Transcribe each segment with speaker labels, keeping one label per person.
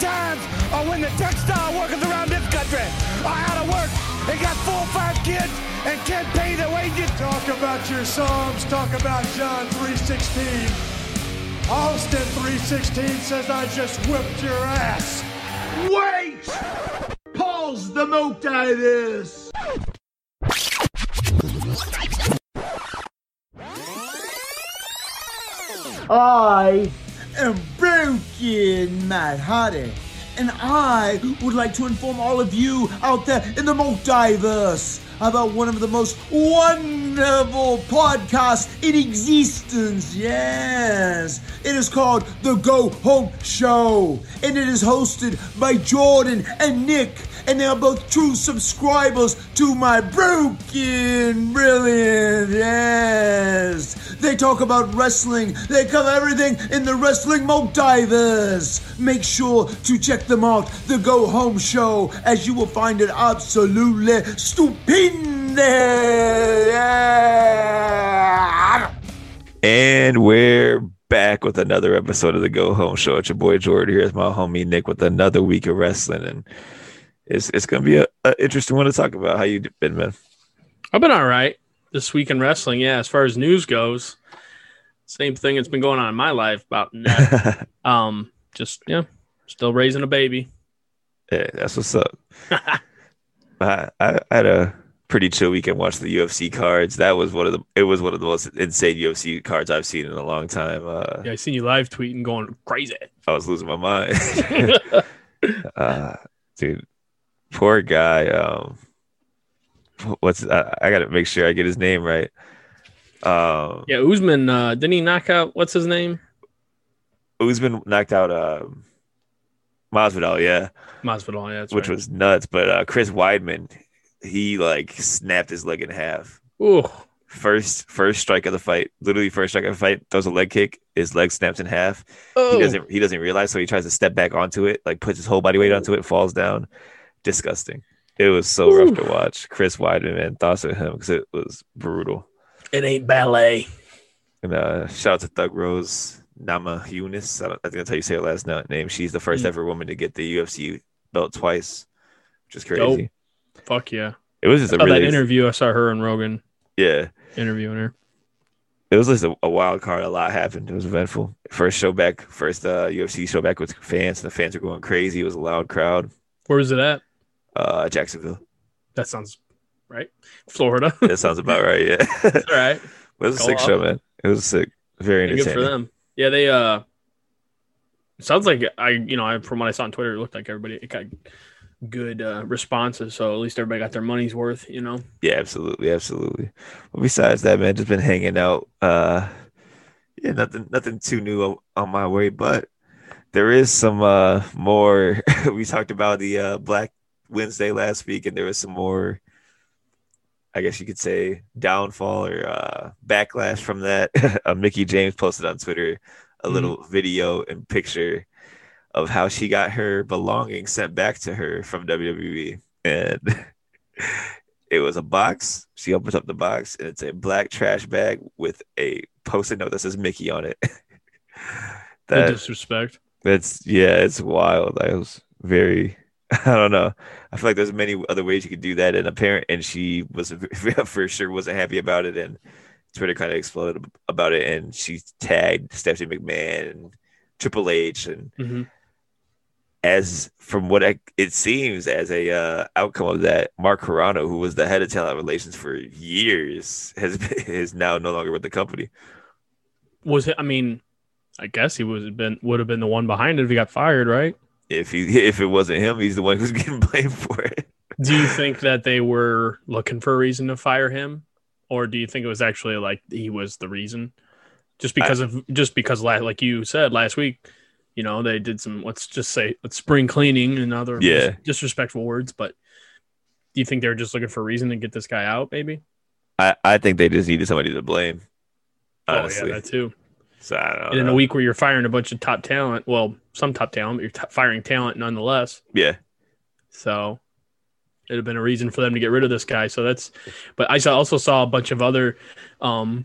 Speaker 1: times on when the textile workers around this country are out of work They got four or five kids and can't pay their wages.
Speaker 2: Talk about your Psalms. Talk about John 3.16. Austin 3.16 says I just whipped your ass.
Speaker 3: Wait! Pause the motitis!
Speaker 4: I am broken Matt Hardy, and I would like to inform all of you out there in the multiverse about one of the most wonderful podcasts in existence. Yes, it is called The Go Home Show, and it is hosted by Jordan and Nick, and they are both true subscribers to my broken brilliant. Yes. They talk about wrestling. They cover everything in the wrestling multiverse. Make sure to check them out. The Go Home Show, as you will find it absolutely stupendous. Yeah.
Speaker 5: And we're back with another episode of the Go Home Show. It's your boy Jordan here with my homie Nick with another week of wrestling, and it's it's gonna be a, a interesting one to talk about. How you been, man?
Speaker 6: I've been all right this week in wrestling. Yeah, as far as news goes, same thing that's been going on in my life about that. um, just yeah, still raising a baby.
Speaker 5: Yeah, that's what's up. I, I I had a pretty chill weekend. Watched the UFC cards. That was one of the it was one of the most insane UFC cards I've seen in a long time. Uh,
Speaker 6: Yeah, I seen you live tweeting, going crazy.
Speaker 5: I was losing my mind, uh, dude. Poor guy. Um, what's I, I got to make sure I get his name right. Um,
Speaker 6: Yeah, Usman uh, didn't he knock out what's his name
Speaker 5: Usman knocked out um, Masvidal. Yeah.
Speaker 6: Masvidal? Yeah, that's
Speaker 5: which was nuts. But uh, Chris Weidman, he like snapped his leg in half.
Speaker 6: was ooh.
Speaker 5: First, first strike of the fight, literally first strike of the fight, throws a leg kick. His leg snaps in half.
Speaker 6: Oh,
Speaker 5: He doesn't, he doesn't realize, so he tries to step back onto it, like puts his whole body weight onto it, falls down. Disgusting. It was so rough to watch. Chris Weidman, man, thoughts of him because it was brutal.
Speaker 6: it ain't ballet.
Speaker 5: And uh, shout out to Thug Rose Nama Yunus. I, don't, I think that's how you say her last na- name. She's the first
Speaker 6: Mm.
Speaker 5: ever woman to get the UFC belt twice, which is crazy.
Speaker 6: Dope. Fuck yeah!
Speaker 5: It was just a
Speaker 6: Oh,
Speaker 5: really
Speaker 6: that interview I saw her and Rogan
Speaker 5: yeah.
Speaker 6: interviewing her.
Speaker 5: it was just a, a wild card. A lot happened. It was eventful. First show back, first uh, UFC show back with fans, and the fans were going crazy. It was a loud crowd.
Speaker 6: Where is it at?
Speaker 5: Uh, Jacksonville.
Speaker 6: That sounds right. Florida.
Speaker 5: That sounds about right. Yeah,
Speaker 6: All right.
Speaker 5: but it was a
Speaker 6: Go
Speaker 5: sick
Speaker 6: up.
Speaker 5: show, man. It was sick. Very
Speaker 6: Yeah, good
Speaker 5: entertaining.
Speaker 6: for them. Yeah, they uh it sounds like I you know, I from what I saw on Twitter, it looked like everybody it got good uh responses, so at least everybody got their money's worth, you know.
Speaker 5: Yeah, absolutely, absolutely. But besides that, man, just been hanging out. Uh, yeah, nothing, nothing too new on, on my way, but there is some uh more. we talked about the uh Black Wednesday last week, and there was some more. I guess you could say downfall or uh, backlash from that. uh, Mickey James posted on Twitter a little video and picture of how she got her belongings sent back to her from WWE, and it was a box. She opens up the box, and it's a black trash bag with a post-it note that says Mickey on it.
Speaker 6: The
Speaker 5: that
Speaker 6: disrespect.
Speaker 5: that's yeah, it's wild. I was very, I don't know. I feel like there's many other ways you could do that, and a parent, and she was for sure wasn't happy about it, and Twitter kind of exploded ab- about it, and she tagged Stephanie McMahon and Triple H, and
Speaker 6: hmm
Speaker 5: as from what I, it seems as a uh, outcome of that, Mark Carano, who was the head of talent relations for years, has been, is now no longer with the company.
Speaker 6: Was it I mean, I guess he was been would have been the one behind it if he got fired, right?
Speaker 5: If he if it wasn't him, he's the one who's getting blamed for it.
Speaker 6: Do you think that they were looking for a reason to fire him? Or do you think it was actually like he was the reason? Just because of just because la- like you said last week, you know, they did some let's just say let's spring cleaning and other dis-
Speaker 5: Yeah.
Speaker 6: disrespectful words, but do you think they were just looking for a reason to get this guy out, maybe?
Speaker 5: I, I think they just needed somebody to blame.
Speaker 6: Oh
Speaker 5: Honestly,
Speaker 6: yeah, that too.
Speaker 5: so I don't
Speaker 6: And in
Speaker 5: know.
Speaker 6: a week where you're firing a bunch of top talent, well, some top talent, but you're t- firing talent nonetheless.
Speaker 5: yeah,
Speaker 6: So it'd have been a reason for them to get rid of this guy. So that's, but I saw, also saw a bunch of other um,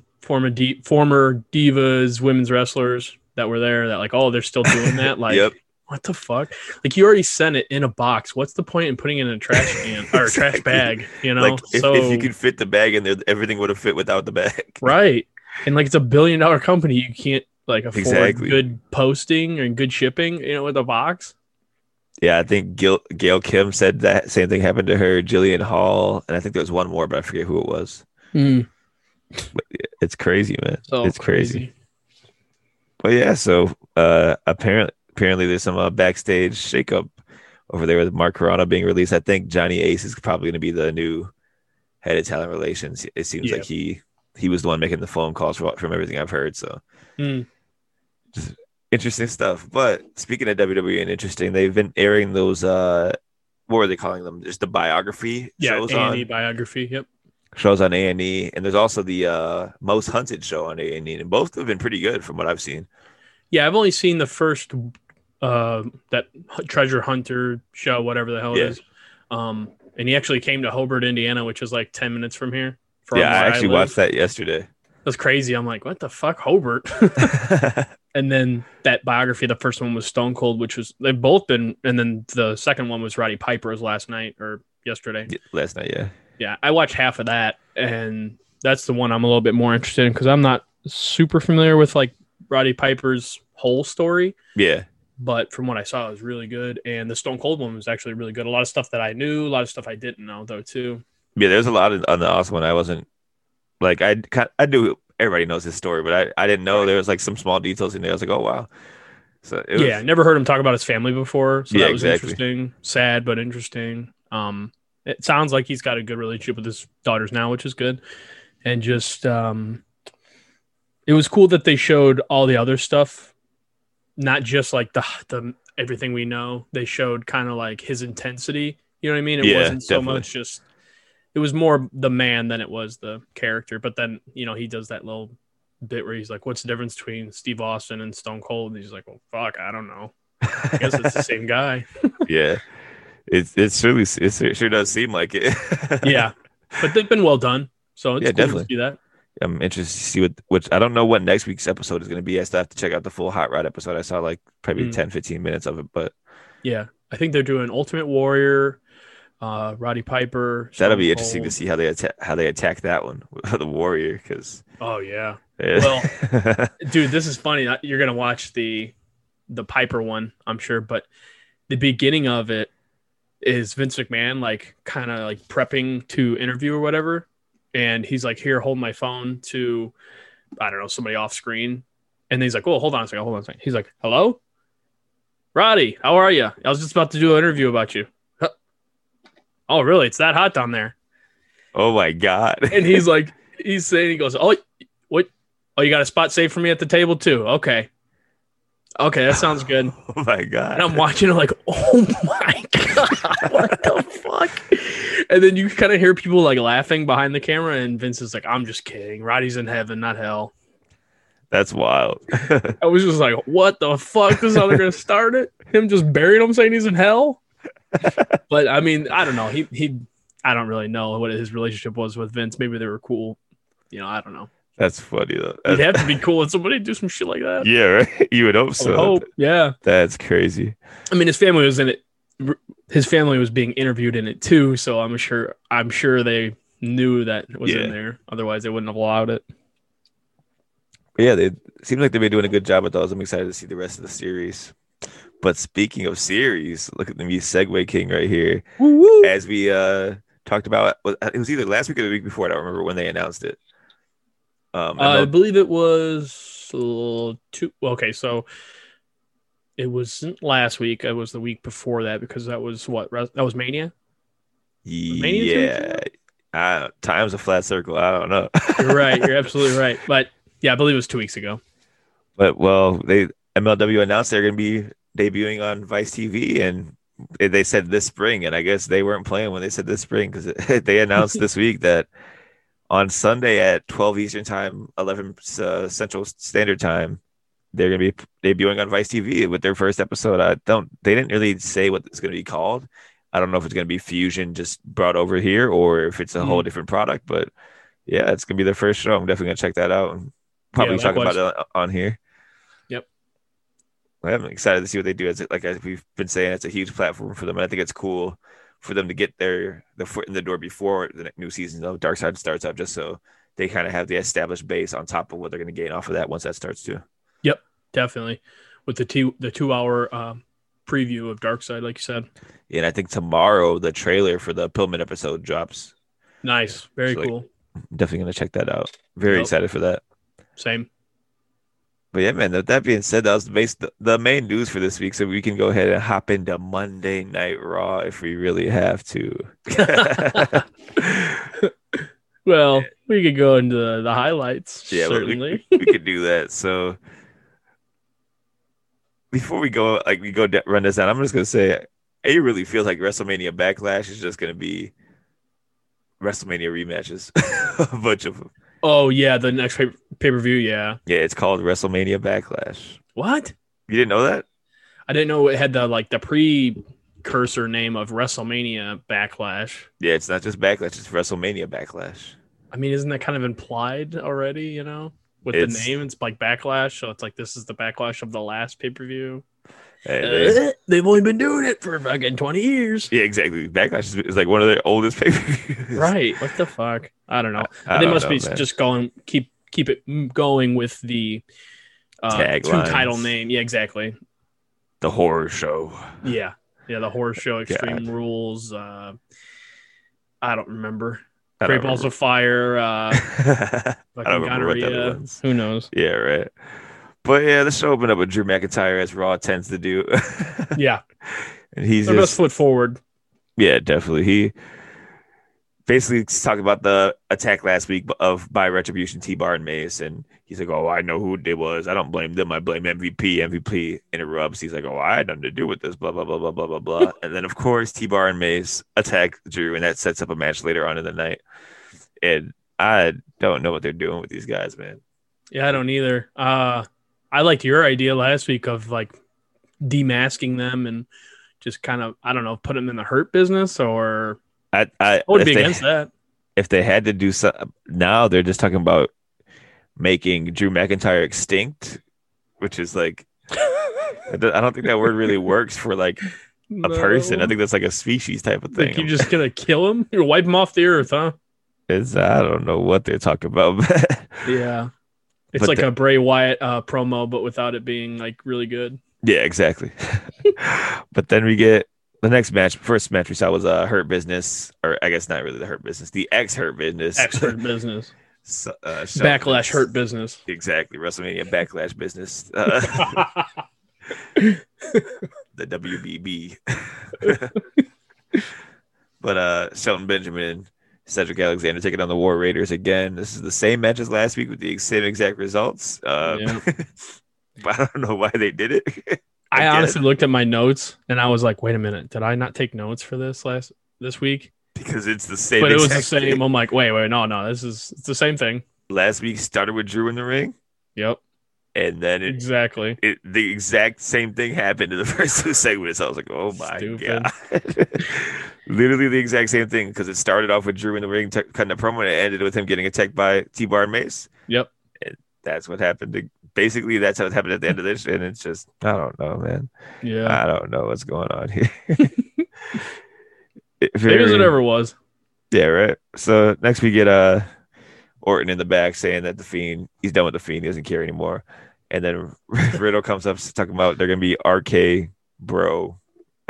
Speaker 6: former di- former divas, women's wrestlers that were there. That like, oh, they're still doing that. Like,
Speaker 5: Yep.
Speaker 6: what the fuck? Like you already sent it in a box. What's the point in putting it in a trash can or a trash
Speaker 5: Exactly.
Speaker 6: bag? You know,
Speaker 5: like if,
Speaker 6: so
Speaker 5: if you could fit the bag in there, everything would have fit without the bag.
Speaker 6: right, and like it's a billion dollar company, you can't like afford
Speaker 5: Exactly.
Speaker 6: good posting and good shipping. You know, with a box.
Speaker 5: Yeah, I think Gil, Gail Kim said that same thing happened to her, Jillian Hall, and I think there was one more, but I forget who it was. It's crazy, man.
Speaker 6: so
Speaker 5: it's crazy. But yeah, so uh, apparently, apparently there's some uh, backstage shakeup over there with Mark Carano being released. I think Johnny Ace is probably going to be the new head of talent relations. It seems
Speaker 6: Yeah.
Speaker 5: like he he was the one making the phone calls from, from everything I've heard. So
Speaker 6: Hmm.
Speaker 5: Just interesting stuff. But speaking of WWE and interesting, they've been airing those uh, what are they calling them? Just the biography
Speaker 6: Yeah,
Speaker 5: shows
Speaker 6: A and E
Speaker 5: on
Speaker 6: biography. Yep.
Speaker 5: shows on A and E, and there's also the uh, most hunted show on A and E, and both have been pretty good from what I've seen.
Speaker 6: Yeah, I've only seen the first uh that hu- treasure hunter show, whatever the hell
Speaker 5: Yeah.
Speaker 6: it is. Um and he actually came to Hobart, Indiana, which is like ten minutes from here. From
Speaker 5: yeah, I
Speaker 6: where
Speaker 5: actually
Speaker 6: live.
Speaker 5: watched that yesterday.
Speaker 6: That's crazy. I'm like, what the fuck, Hobart? and then that biography, the first one was Stone Cold, which was they've both been and then the second one was Roddy Piper's last night or yesterday.
Speaker 5: Yeah, last night. Yeah,
Speaker 6: Yeah, I watched half of that, and that's the one I'm a little bit more interested in because I'm not super familiar with like Roddy Piper's whole story,
Speaker 5: yeah,
Speaker 6: but from what I saw, it was really good. And the Stone Cold one was actually really good. A lot of stuff that I knew, a lot of stuff I didn't know though too.
Speaker 5: yeah. There's a lot of, on the awesome one. I wasn't like I ki- I knew everybody knows his story, but I I didn't know there was like some small details in there. I was like, oh wow. So it was,
Speaker 6: yeah, I never heard him talk about his family before, so
Speaker 5: Yeah,
Speaker 6: that was
Speaker 5: exactly.
Speaker 6: interesting. Sad but interesting. Um, it sounds like he's got a good relationship with his daughters now, which is good. And just um, it was cool that they showed all the other stuff, not just like the the everything we know. They showed kind of like his intensity. You know what I mean? It
Speaker 5: Yeah,
Speaker 6: wasn't so
Speaker 5: definitely.
Speaker 6: much just. It was more the man than it was the character. But then you know he does that little bit where he's like, "What's the difference between Steve Austin and Stone Cold?" And he's like, "Well, fuck, I don't know. I guess it's the same guy."
Speaker 5: yeah. It's it's really it sure sure does seem like it.
Speaker 6: Yeah, but they've been well done, so it's
Speaker 5: Yeah,
Speaker 6: cool
Speaker 5: definitely.
Speaker 6: to see that.
Speaker 5: I'm interested to see what which I don't know what next week's episode is going to be. I still have to check out the full Hot Rod episode. I saw like probably
Speaker 6: Mm.
Speaker 5: 10, 15 minutes of it, but
Speaker 6: Yeah, I think they're doing Ultimate Warrior, uh, Roddy Piper.
Speaker 5: that'll
Speaker 6: Stone
Speaker 5: be interesting to
Speaker 6: Cold.
Speaker 5: see how they attack how they attack that one, the Warrior, eh. because
Speaker 6: Oh yeah, dude, this is funny. I- You're gonna watch the the Piper one, I'm sure, but the beginning of it is Vince McMahon like kind of like prepping to interview or whatever, and he's like, "Here, hold my phone to, I don't know, somebody off screen," and he's like, "Oh, hold on a second, hold on a second. He's like, "Hello, Roddy, how are you? I was just about to do an interview about you." "Huh. Oh, really? It's that hot down there?
Speaker 5: oh my god,
Speaker 6: and he's like, he's saying, he goes, "Oh, what? Oh, you got a spot saved for me at the table too? Okay, okay, that sounds good."
Speaker 5: oh my god,
Speaker 6: And I'm watching it like, "Oh my god, what the fuck?" And then you kind of hear people like laughing behind the camera, and Vince is like, "I'm just kidding. Roddy's in heaven, not hell."
Speaker 5: That's wild.
Speaker 6: I was just like, "What the fuck? This is how they're gonna start it? Him just buried him saying he's in hell?" But I mean, I don't know. He he. I don't really know what his relationship was with Vince. Maybe they were cool. You know, I don't know.
Speaker 5: That's funny though.
Speaker 6: You'd
Speaker 5: That's-
Speaker 6: have to be cool with somebody to do some shit like that.
Speaker 5: yeah, right. You would hope so.
Speaker 6: I hope. Yeah.
Speaker 5: That's crazy.
Speaker 6: I mean, his family was in it. His family was being interviewed in it too, so I'm sure. I'm sure they knew that it was
Speaker 5: Yeah.
Speaker 6: in there. Otherwise, they wouldn't have allowed it.
Speaker 5: But yeah, they it seems like they've been doing a good job with those. I'm excited to see the rest of the series. But speaking of series, look at me, Segway King right here. As we uh talked about, it was either last week or the week before. I don't remember when they announced it. Um,
Speaker 6: Uh, I
Speaker 5: ML
Speaker 6: believe it was uh, two. Okay, so it wasn't last week. It was the week before that because that was what Res- that was Mania. Mania two weeks
Speaker 5: yeah,
Speaker 6: ago?
Speaker 5: I don't- time's a flat circle. I don't know.
Speaker 6: You're right. You're absolutely right. But yeah, I believe it was two weeks ago.
Speaker 5: But well, they MLW announced they're going to be debuting on Vice TV, and they- they said this spring. And I guess they weren't playing when they said this spring because they announced this week that on Sunday at 12 Eastern Time, 11 uh, Central Standard Time, they're going to be debuting on Vice TV with their first episode. I don't. They didn't really say what it's going to be called. I don't know if it's going to be Fusion just brought over here or if it's a whole different product. But yeah, it's going to be their first show. I'm definitely going to check that out and probably
Speaker 6: Yeah,
Speaker 5: talk about
Speaker 6: likewise.
Speaker 5: it on, on here. I'm excited to see what they do. As like as we've been saying, it's a huge platform for them, and I think it's cool for them to get their the foot in the door before the new season of Dark Side starts up, just so they kind of have the established base on top of what they're going to gain off of that once that starts too.
Speaker 6: definitely with the two the two hour um, preview of Dark Side, like you said.
Speaker 5: And I think tomorrow the trailer for the Pillman episode drops.
Speaker 6: Nice, very
Speaker 5: So, like-
Speaker 6: cool.
Speaker 5: definitely going to check that out. Very
Speaker 6: Yep.
Speaker 5: excited for that.
Speaker 6: Same.
Speaker 5: But yeah, man. That, that being said, that was the, base, the, the main news for this week. So we can go ahead and hop into Monday Night Raw if we really have to.
Speaker 6: Well, we could go into the, the highlights.
Speaker 5: Yeah, we- we-
Speaker 6: certainly.
Speaker 5: we could do that. So before we go, like we go d- run this down, I'm just gonna say it really feels like WrestleMania Backlash is just gonna be WrestleMania rematches, a bunch of them.
Speaker 6: oh yeah, the next pay per view. Yeah.
Speaker 5: Yeah, it's called WrestleMania Backlash.
Speaker 6: What?
Speaker 5: You didn't know that?
Speaker 6: I didn't know it had the like the precursor name of WrestleMania Backlash.
Speaker 5: Yeah, it's not just Backlash; it's WrestleMania Backlash.
Speaker 6: I mean, isn't that kind of implied already? You know, with
Speaker 5: It's-
Speaker 6: the name, it's like Backlash. So it's like this is the Backlash of the last pay per view.
Speaker 5: Hey, they-
Speaker 6: Uh, they've only been doing it for fucking twenty years.
Speaker 5: yeah, exactly. Backlash is, is like one of their oldest pay per views.
Speaker 6: Right. What the fuck? I don't know.
Speaker 5: I
Speaker 6: they
Speaker 5: don't
Speaker 6: must
Speaker 5: know,
Speaker 6: be
Speaker 5: man.
Speaker 6: just going keep keep it going with the uh, two
Speaker 5: Taglines.
Speaker 6: title name. Yeah, exactly.
Speaker 5: the horror show.
Speaker 6: Yeah, yeah. The horror show, Extreme Rules. Uh, I don't remember.
Speaker 5: I
Speaker 6: Great
Speaker 5: don't
Speaker 6: Balls of Fire. Uh,
Speaker 5: remember. I
Speaker 6: fucking
Speaker 5: don't remember what the other
Speaker 6: gonorrhea.
Speaker 5: ones.
Speaker 6: Who knows?
Speaker 5: Yeah, right. But yeah, the show opened up with Drew McIntyre as Raw tends to do,
Speaker 6: Yeah,
Speaker 5: and he's
Speaker 6: their best
Speaker 5: just
Speaker 6: foot forward.
Speaker 5: yeah, definitely he basically talked about the attack last week of by Retribution T Bar and Mace, and he's like, "Oh, I know who it was. I don't blame them. I blame MVP. MVP interrupts. He's like, "Oh, I had nothing to do with this. Blah blah blah blah blah blah blah." and then of course T Bar and Mace attack Drew, and that sets up a match later on in the night. And I don't know what they're doing with these guys, man.
Speaker 6: Yeah, I don't either. Uh, I liked your idea last week of like demasking them and just kind of I don't know, put them in the hurt business or
Speaker 5: I I,
Speaker 6: I would
Speaker 5: if
Speaker 6: be
Speaker 5: they-
Speaker 6: against that.
Speaker 5: if they had to do so now they're just talking about making Drew McIntyre extinct, which is like I don't I don't think that word really works for like a person. I think that's like a species type of thing.
Speaker 6: Like you just gonna kill him? You're wipe him off the earth, huh?
Speaker 5: It's- I don't know what they're talking about. but-
Speaker 6: Yeah. It's
Speaker 5: But
Speaker 6: like
Speaker 5: the-
Speaker 6: a Bray Wyatt uh, promo, but without it being like really good.
Speaker 5: yeah, exactly. but then we get the next match. First match we saw was uh, Hurt Business, or I guess not really the Hurt Business, the ex Hurt Business.
Speaker 6: Expert business.
Speaker 5: So- uh, Shelton-
Speaker 6: Backlash hurt business.
Speaker 5: Exactly. WrestleMania Backlash Business. Uh, the WBB. but uh Shelton Benjamin, Cedric Alexander taking on the War Raiders again. This is the same match as last week with the same exact results. Uh,
Speaker 6: Yeah.
Speaker 5: but I don't know why they did it.
Speaker 6: I
Speaker 5: Again.
Speaker 6: honestly looked at my notes and I was like, wait a minute, did I not take notes for this last this week?
Speaker 5: because it's the same.
Speaker 6: but it was the
Speaker 5: exact
Speaker 6: same.
Speaker 5: thing.
Speaker 6: I'm like, wait, wait, no, no, this is it's the same thing.
Speaker 5: Last week started with Drew in the ring,
Speaker 6: Yep,
Speaker 5: and then it,
Speaker 6: exactly.
Speaker 5: it the exact same thing happened in the first two segments. I was like, oh my
Speaker 6: Stupid.
Speaker 5: god. Literally the exact same thing because it started off with Drew in the ring t- cutting a promo and it ended with him getting attacked by T Bar and Mace.
Speaker 6: Yep.
Speaker 5: that's what happened. To, basically, that's what happened at the end of this. And it's just, I don't know, man.
Speaker 6: Yeah,
Speaker 5: I don't know what's going on here. It
Speaker 6: maybe
Speaker 5: very-
Speaker 6: it ever was.
Speaker 5: Yeah, right. So next we get uh Orton in the back saying that the fiend, he's done with the fiend, he doesn't care anymore. And then Riddle comes up talking about they're gonna be RK bro.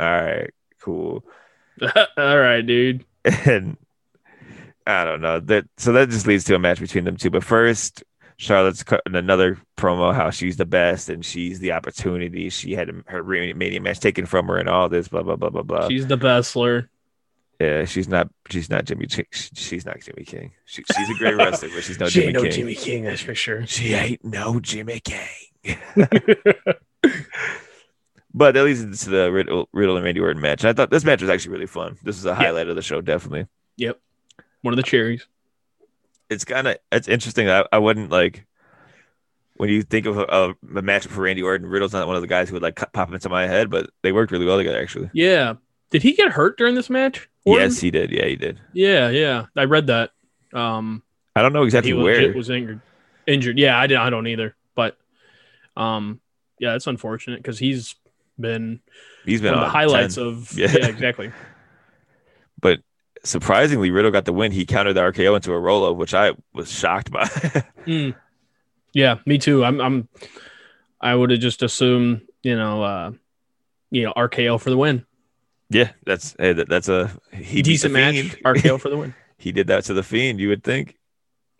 Speaker 5: All right, cool.
Speaker 6: All right, dude.
Speaker 5: And I don't know that. So that just leads to a match between them two. But first, Charlotte's cutting another promo how she's the best and she's the opportunity. She had her mania match taken from her and all this blah blah blah blah blah.
Speaker 6: She's the bestler.
Speaker 5: yeah, she's not. She's not Jimmy. Ch- she's not Jimmy King. She, she's a great wrestler, but she's no
Speaker 6: she
Speaker 5: Jimmy
Speaker 6: ain't no
Speaker 5: King.
Speaker 6: Jimmy King, that's for sure.
Speaker 5: She ain't no Jimmy King. But that leads into the Riddle, Riddle and Randy Orton match. And I thought this match was actually really fun. This was a highlight of the show, definitely.
Speaker 6: yep, one of the cherries.
Speaker 5: it's kind of it's interesting. I, I wouldn't like when you think of a, of a matchup for Randy Orton. Riddle's not one of the guys who would like cut- pop into my head, but they worked really well together actually.
Speaker 6: Yeah, did he get hurt during this match? Orton?
Speaker 5: Yes, he did. Yeah, he did.
Speaker 6: Yeah, yeah. I read that. Um,
Speaker 5: I don't know exactly
Speaker 6: he
Speaker 5: where.
Speaker 6: legit was injured. Injured. Yeah, I did. I don't either. But um, yeah, it's unfortunate because he's been
Speaker 5: He's been
Speaker 6: one of the
Speaker 5: on
Speaker 6: highlights
Speaker 5: 10.
Speaker 6: of
Speaker 5: Yeah.
Speaker 6: yeah. exactly.
Speaker 5: But surprisingly, Riddle got the win. He countered the RKO into a roll up, which I was shocked by.
Speaker 6: Mm. Yeah, me too. I'm I'm I would have just assumed, you know, uh you know, RKO for the win.
Speaker 5: yeah, that's hey, that, that's a he beat the
Speaker 6: Decent match,
Speaker 5: Fiend.
Speaker 6: RKO for the win.
Speaker 5: he did that to the fiend. You would think,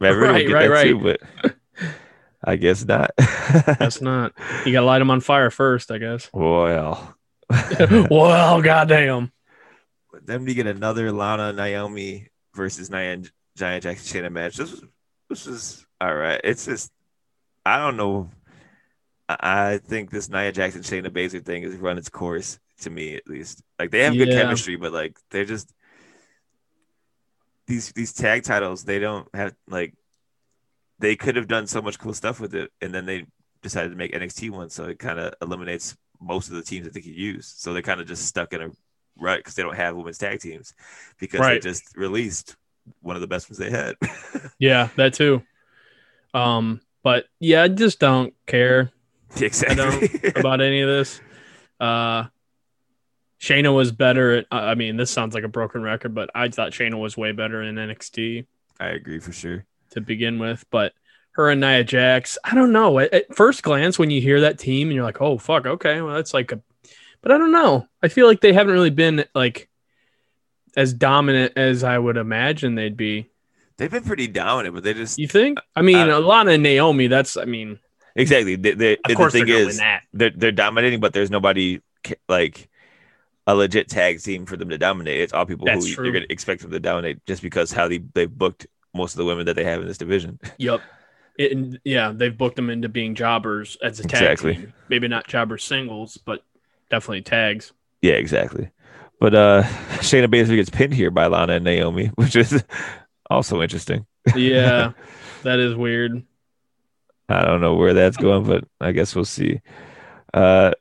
Speaker 5: Matt Riddle would
Speaker 6: Right,
Speaker 5: get
Speaker 6: right,
Speaker 5: that
Speaker 6: right.
Speaker 5: too, but I guess not.
Speaker 6: That's not. You gotta light him on fire first, I guess.
Speaker 5: well,
Speaker 6: well, goddamn.
Speaker 5: them to get another Lana Naomi versus Nia Giant Jackson Shayna match. This was this was all right. It's just I don't know. I, I think this Nia Jackson Shayna Baszler thing has run its course to me at least. Like they have good
Speaker 6: Yeah.
Speaker 5: chemistry, but like they're just these these tag titles. They don't have like they could have done so much cool stuff with it, and then they decided to make NXT one, so it kind of eliminates most of the teams that they could use. So they're kind of just stuck in a rut because they don't have women's tag teams because
Speaker 6: Right.
Speaker 5: they just released one of the best ones they had.
Speaker 6: Yeah, that too. Um, but yeah, I just don't care
Speaker 5: exactly.
Speaker 6: about any of this. Uh Shayna was better at I I mean, this sounds like a broken record, but I thought Shayna was way better in NXT.
Speaker 5: I agree for sure.
Speaker 6: to begin with, but her and Nia Jax, I don't know. At, at first glance, when you hear that team and you're like, oh, fuck, okay, well, that's like a, but I don't know. I feel like they haven't really been like as dominant as I would imagine they'd be.
Speaker 5: They've been pretty dominant, but they just
Speaker 6: You think? I mean,
Speaker 5: Uh,
Speaker 6: Alana and Naomi, that's, I mean,
Speaker 5: exactly. They, they,
Speaker 6: of
Speaker 5: the
Speaker 6: course they're
Speaker 5: thing
Speaker 6: going to win
Speaker 5: is
Speaker 6: that.
Speaker 5: they're they're dominating, but there's nobody ca- like a legit tag team for them to dominate. It's all people
Speaker 6: That's
Speaker 5: who
Speaker 6: true.
Speaker 5: you're going to expect them to dominate just because how they they booked most of the women that they have in this division.
Speaker 6: Yep. It, and yeah, they've booked them into being jobbers as a tag
Speaker 5: Exactly.
Speaker 6: team. Maybe not jobbers singles, but definitely tags.
Speaker 5: Yeah, exactly. But uh Shayna Baszler gets pinned here by Lana and Naomi, which is also interesting.
Speaker 6: Yeah, that is weird.
Speaker 5: I don't know where that's going, but I guess we'll see. Uh,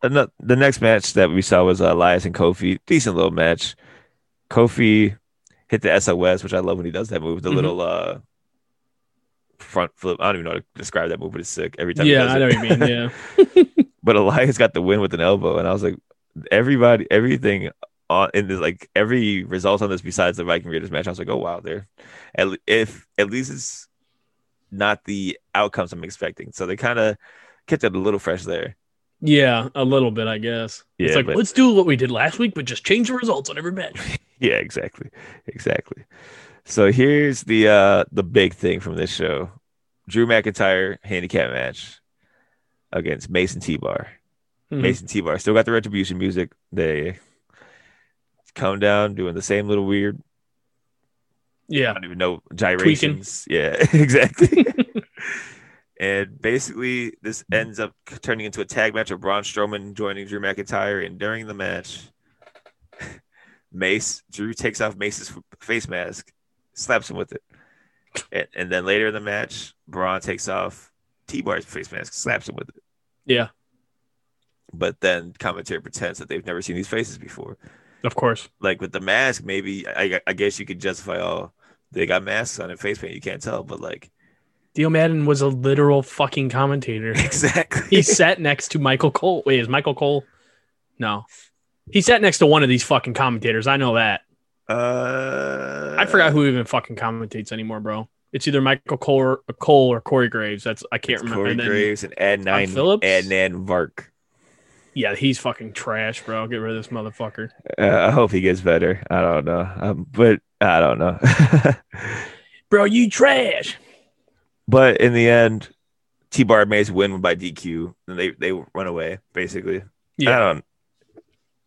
Speaker 5: ano- the next match that we saw was uh, Elias and Kofi. Decent little match. Kofi hit the SOS, which I love when he does that move. The
Speaker 6: Mhm.
Speaker 5: little uh, front flip. I don't even know how to describe that move, but it's sick every time. he
Speaker 6: Yeah,
Speaker 5: does
Speaker 6: I
Speaker 5: it.
Speaker 6: know what you mean. Yeah.
Speaker 5: but Elias got the win with an elbow, and I was like, everybody, everything on in this, like every result on this besides the Viking Raiders match, I was like, oh wow, they're at, le- if at least it's not the outcomes I'm expecting. So they kind of kept it a little fresh there.
Speaker 6: Yeah, a little bit, I guess.
Speaker 5: Yeah,
Speaker 6: it's like
Speaker 5: but-
Speaker 6: let's do what we did last week, but just change the results on every match.
Speaker 5: Yeah, exactly, exactly. So here's the uh the big thing from this show: Drew McIntyre handicap match against Mason T-Bar.
Speaker 6: Mhm.
Speaker 5: Mason T Bar. Still got the retribution music. They come down doing the same little weird, I
Speaker 6: Yeah,
Speaker 5: don't even know, gyrations. Yeah, exactly. and basically, this ends up turning into a tag match of Braun Strowman joining Drew McIntyre. And during the match, Mace, Drew takes off Mace's face mask, slaps him with it. And, and then later in the match, Braun takes off T Bar's face mask, slaps him with it.
Speaker 6: yeah,
Speaker 5: But then commentary pretends that they've never seen these faces before.
Speaker 6: of course.
Speaker 5: like with the mask, maybe I, I guess you could justify all they got masks on and face paint. You can't tell, but like
Speaker 6: Dio Madden was a literal fucking commentator.
Speaker 5: exactly,
Speaker 6: He sat next to Michael Cole. Wait, is Michael Cole? No, he sat next to one of these fucking commentators. I know that.
Speaker 5: uh,
Speaker 6: I forgot who even fucking commentates anymore, bro. It's either Michael Cole, or, Cole or Corey Graves. That's I can't
Speaker 5: It's
Speaker 6: remember.
Speaker 5: Corey
Speaker 6: And then-
Speaker 5: Graves and Adnan
Speaker 6: Phillips?
Speaker 5: Adnan Vark.
Speaker 6: Yeah, he's fucking trash, bro. Get rid of this motherfucker.
Speaker 5: Uh, I hope he gets better. I don't know, um, but I don't know.
Speaker 6: Bro, you trash.
Speaker 5: but in the end, T Bar Mays win by DQ, and they they run away basically. I
Speaker 6: Yeah,
Speaker 5: don't.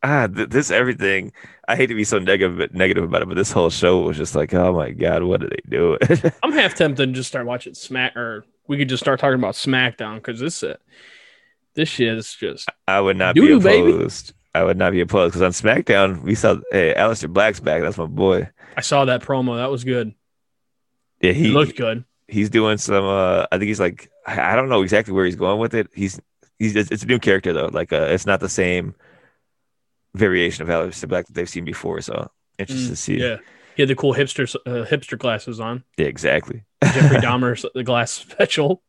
Speaker 5: Ah, th- this everything. I hate to be so negative negative about it, but this whole show was just like, oh my god, what are they doing?
Speaker 6: I'm half tempted to just start watching Smack, or we could just start talking about SmackDown because this uh, this shit is just
Speaker 5: I would not
Speaker 6: Doo-doo,
Speaker 5: be
Speaker 6: baby.
Speaker 5: opposed. I would not be opposed because on SmackDown we saw hey, Alistair Black's back. That's my boy.
Speaker 6: I saw that promo. That was good.
Speaker 5: Yeah,
Speaker 6: It
Speaker 5: he
Speaker 6: looked good.
Speaker 5: he's doing some. Uh, I think he's like I I don't know exactly where he's going with it. He's he's it's a new character though. Like uh, it's not the same variation of Alistair Black that they've seen before. So interested to see.
Speaker 6: Mm, Yeah, he had the cool hipster uh, hipster glasses on. uh,
Speaker 5: Yeah, exactly.
Speaker 6: Jeffrey Dahmer's the glass special.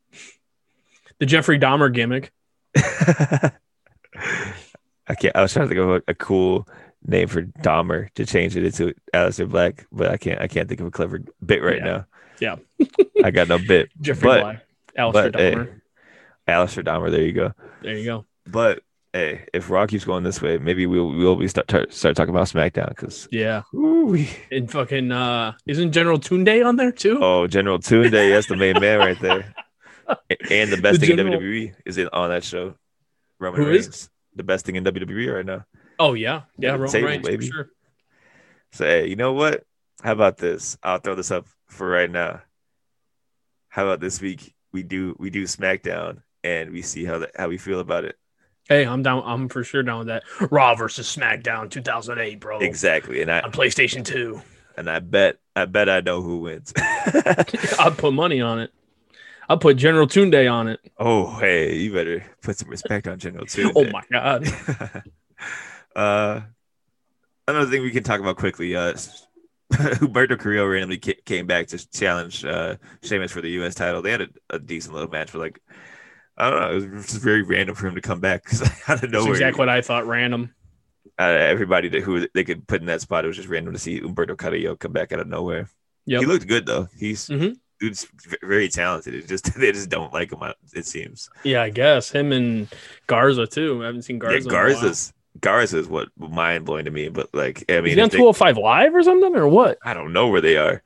Speaker 6: The Jeffrey Dahmer gimmick.
Speaker 5: I can't. I was trying to think of a, a cool name for Dahmer to change it into Alistair Black, but I can't. I can't think of a clever bit right
Speaker 6: Yeah.
Speaker 5: now.
Speaker 6: Yeah.
Speaker 5: I got no bit.
Speaker 6: Jeffrey
Speaker 5: But-
Speaker 6: Bly, Alistair
Speaker 5: but, hey,
Speaker 6: Dahmer.
Speaker 5: Alistair Dahmer. There you go.
Speaker 6: There you go.
Speaker 5: But hey, if Raw keeps going this way, maybe we'll we'll be start tar- start talking about SmackDown because
Speaker 6: Yeah. And fucking uh isn't General Tunde on there too?
Speaker 5: oh General Tunde, that's the main man right there, A- and the best
Speaker 6: The
Speaker 5: thing
Speaker 6: general-
Speaker 5: in WWE is it on that show. Roman
Speaker 6: Who is?
Speaker 5: Reigns, the best thing in WWE right now.
Speaker 6: Oh yeah, yeah,
Speaker 5: Under the
Speaker 6: Roman
Speaker 5: table,
Speaker 6: Reigns
Speaker 5: baby.
Speaker 6: for sure.
Speaker 5: So hey, you know what? How about this? I'll throw this up for right now. How about this week we do we do SmackDown and we see how the, how we feel about it
Speaker 6: Hey, I'm down. I'm for sure down with that. Raw versus SmackDown 2008, bro.
Speaker 5: exactly, and I
Speaker 6: On PlayStation 2,
Speaker 5: and I bet I bet I know who wins.
Speaker 6: I'd put money on it. I'd put General Tunde on it.
Speaker 5: Oh, hey, you better put some respect on General too.
Speaker 6: Oh my god.
Speaker 5: uh, another thing we can talk about quickly. Uh, Humberto Carrillo randomly ca- came back to challenge uh, Sheamus for the U.S. title. They had a, a decent little match, but like, I don't know, it was just very random for him to come back because out of
Speaker 6: That's
Speaker 5: nowhere,
Speaker 6: exactly what I thought. Random.
Speaker 5: out of everybody that, who they could put in that spot, it was just random to see Humberto Carrillo come back out of nowhere.
Speaker 6: Yep.
Speaker 5: He looked good though. He's
Speaker 6: Mhm.
Speaker 5: dude's v- very talented. It just they just don't like him. It seems.
Speaker 6: Yeah, I guess him and Garza too. I haven't seen Garza. in
Speaker 5: yeah,
Speaker 6: a while.
Speaker 5: Garza's Garza's what mind blowing to me, but like I
Speaker 6: Is
Speaker 5: mean,
Speaker 6: he on
Speaker 5: if they,
Speaker 6: 205 Live or something or what?
Speaker 5: I don't know where they are.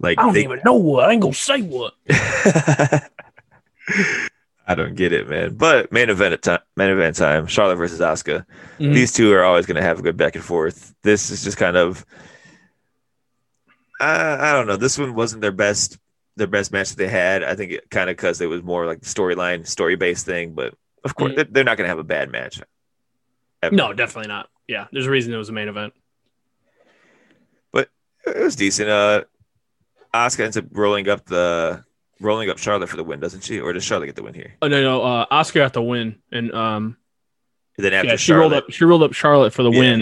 Speaker 5: Like
Speaker 6: I don't
Speaker 5: they,
Speaker 6: even know what. I ain't gonna say what.
Speaker 5: I don't get it, man. But main event time, main event time, Charlotte versus Asuka.
Speaker 6: Mhm.
Speaker 5: These two are always going to have a good back and forth. This is just kind of, I, I don't know. This one wasn't their best, their best match that they had. I think it kind of because it was more like storyline, story based thing. But of course,
Speaker 6: Mhm.
Speaker 5: they're, they're not going to have a bad match. Ever.
Speaker 6: No, definitely not. Yeah, there's a reason it was a main event.
Speaker 5: it was decent. Uh, Asuka ends up rolling up the rolling up Charlotte for the win, doesn't she? Or does Charlotte get the win here?
Speaker 6: Oh no, no. Uh, Oscar got the win, and um,
Speaker 5: And then after
Speaker 6: yeah, she
Speaker 5: Charlotte,
Speaker 6: rolled up. She rolled up Charlotte for the
Speaker 5: Yeah.
Speaker 6: win.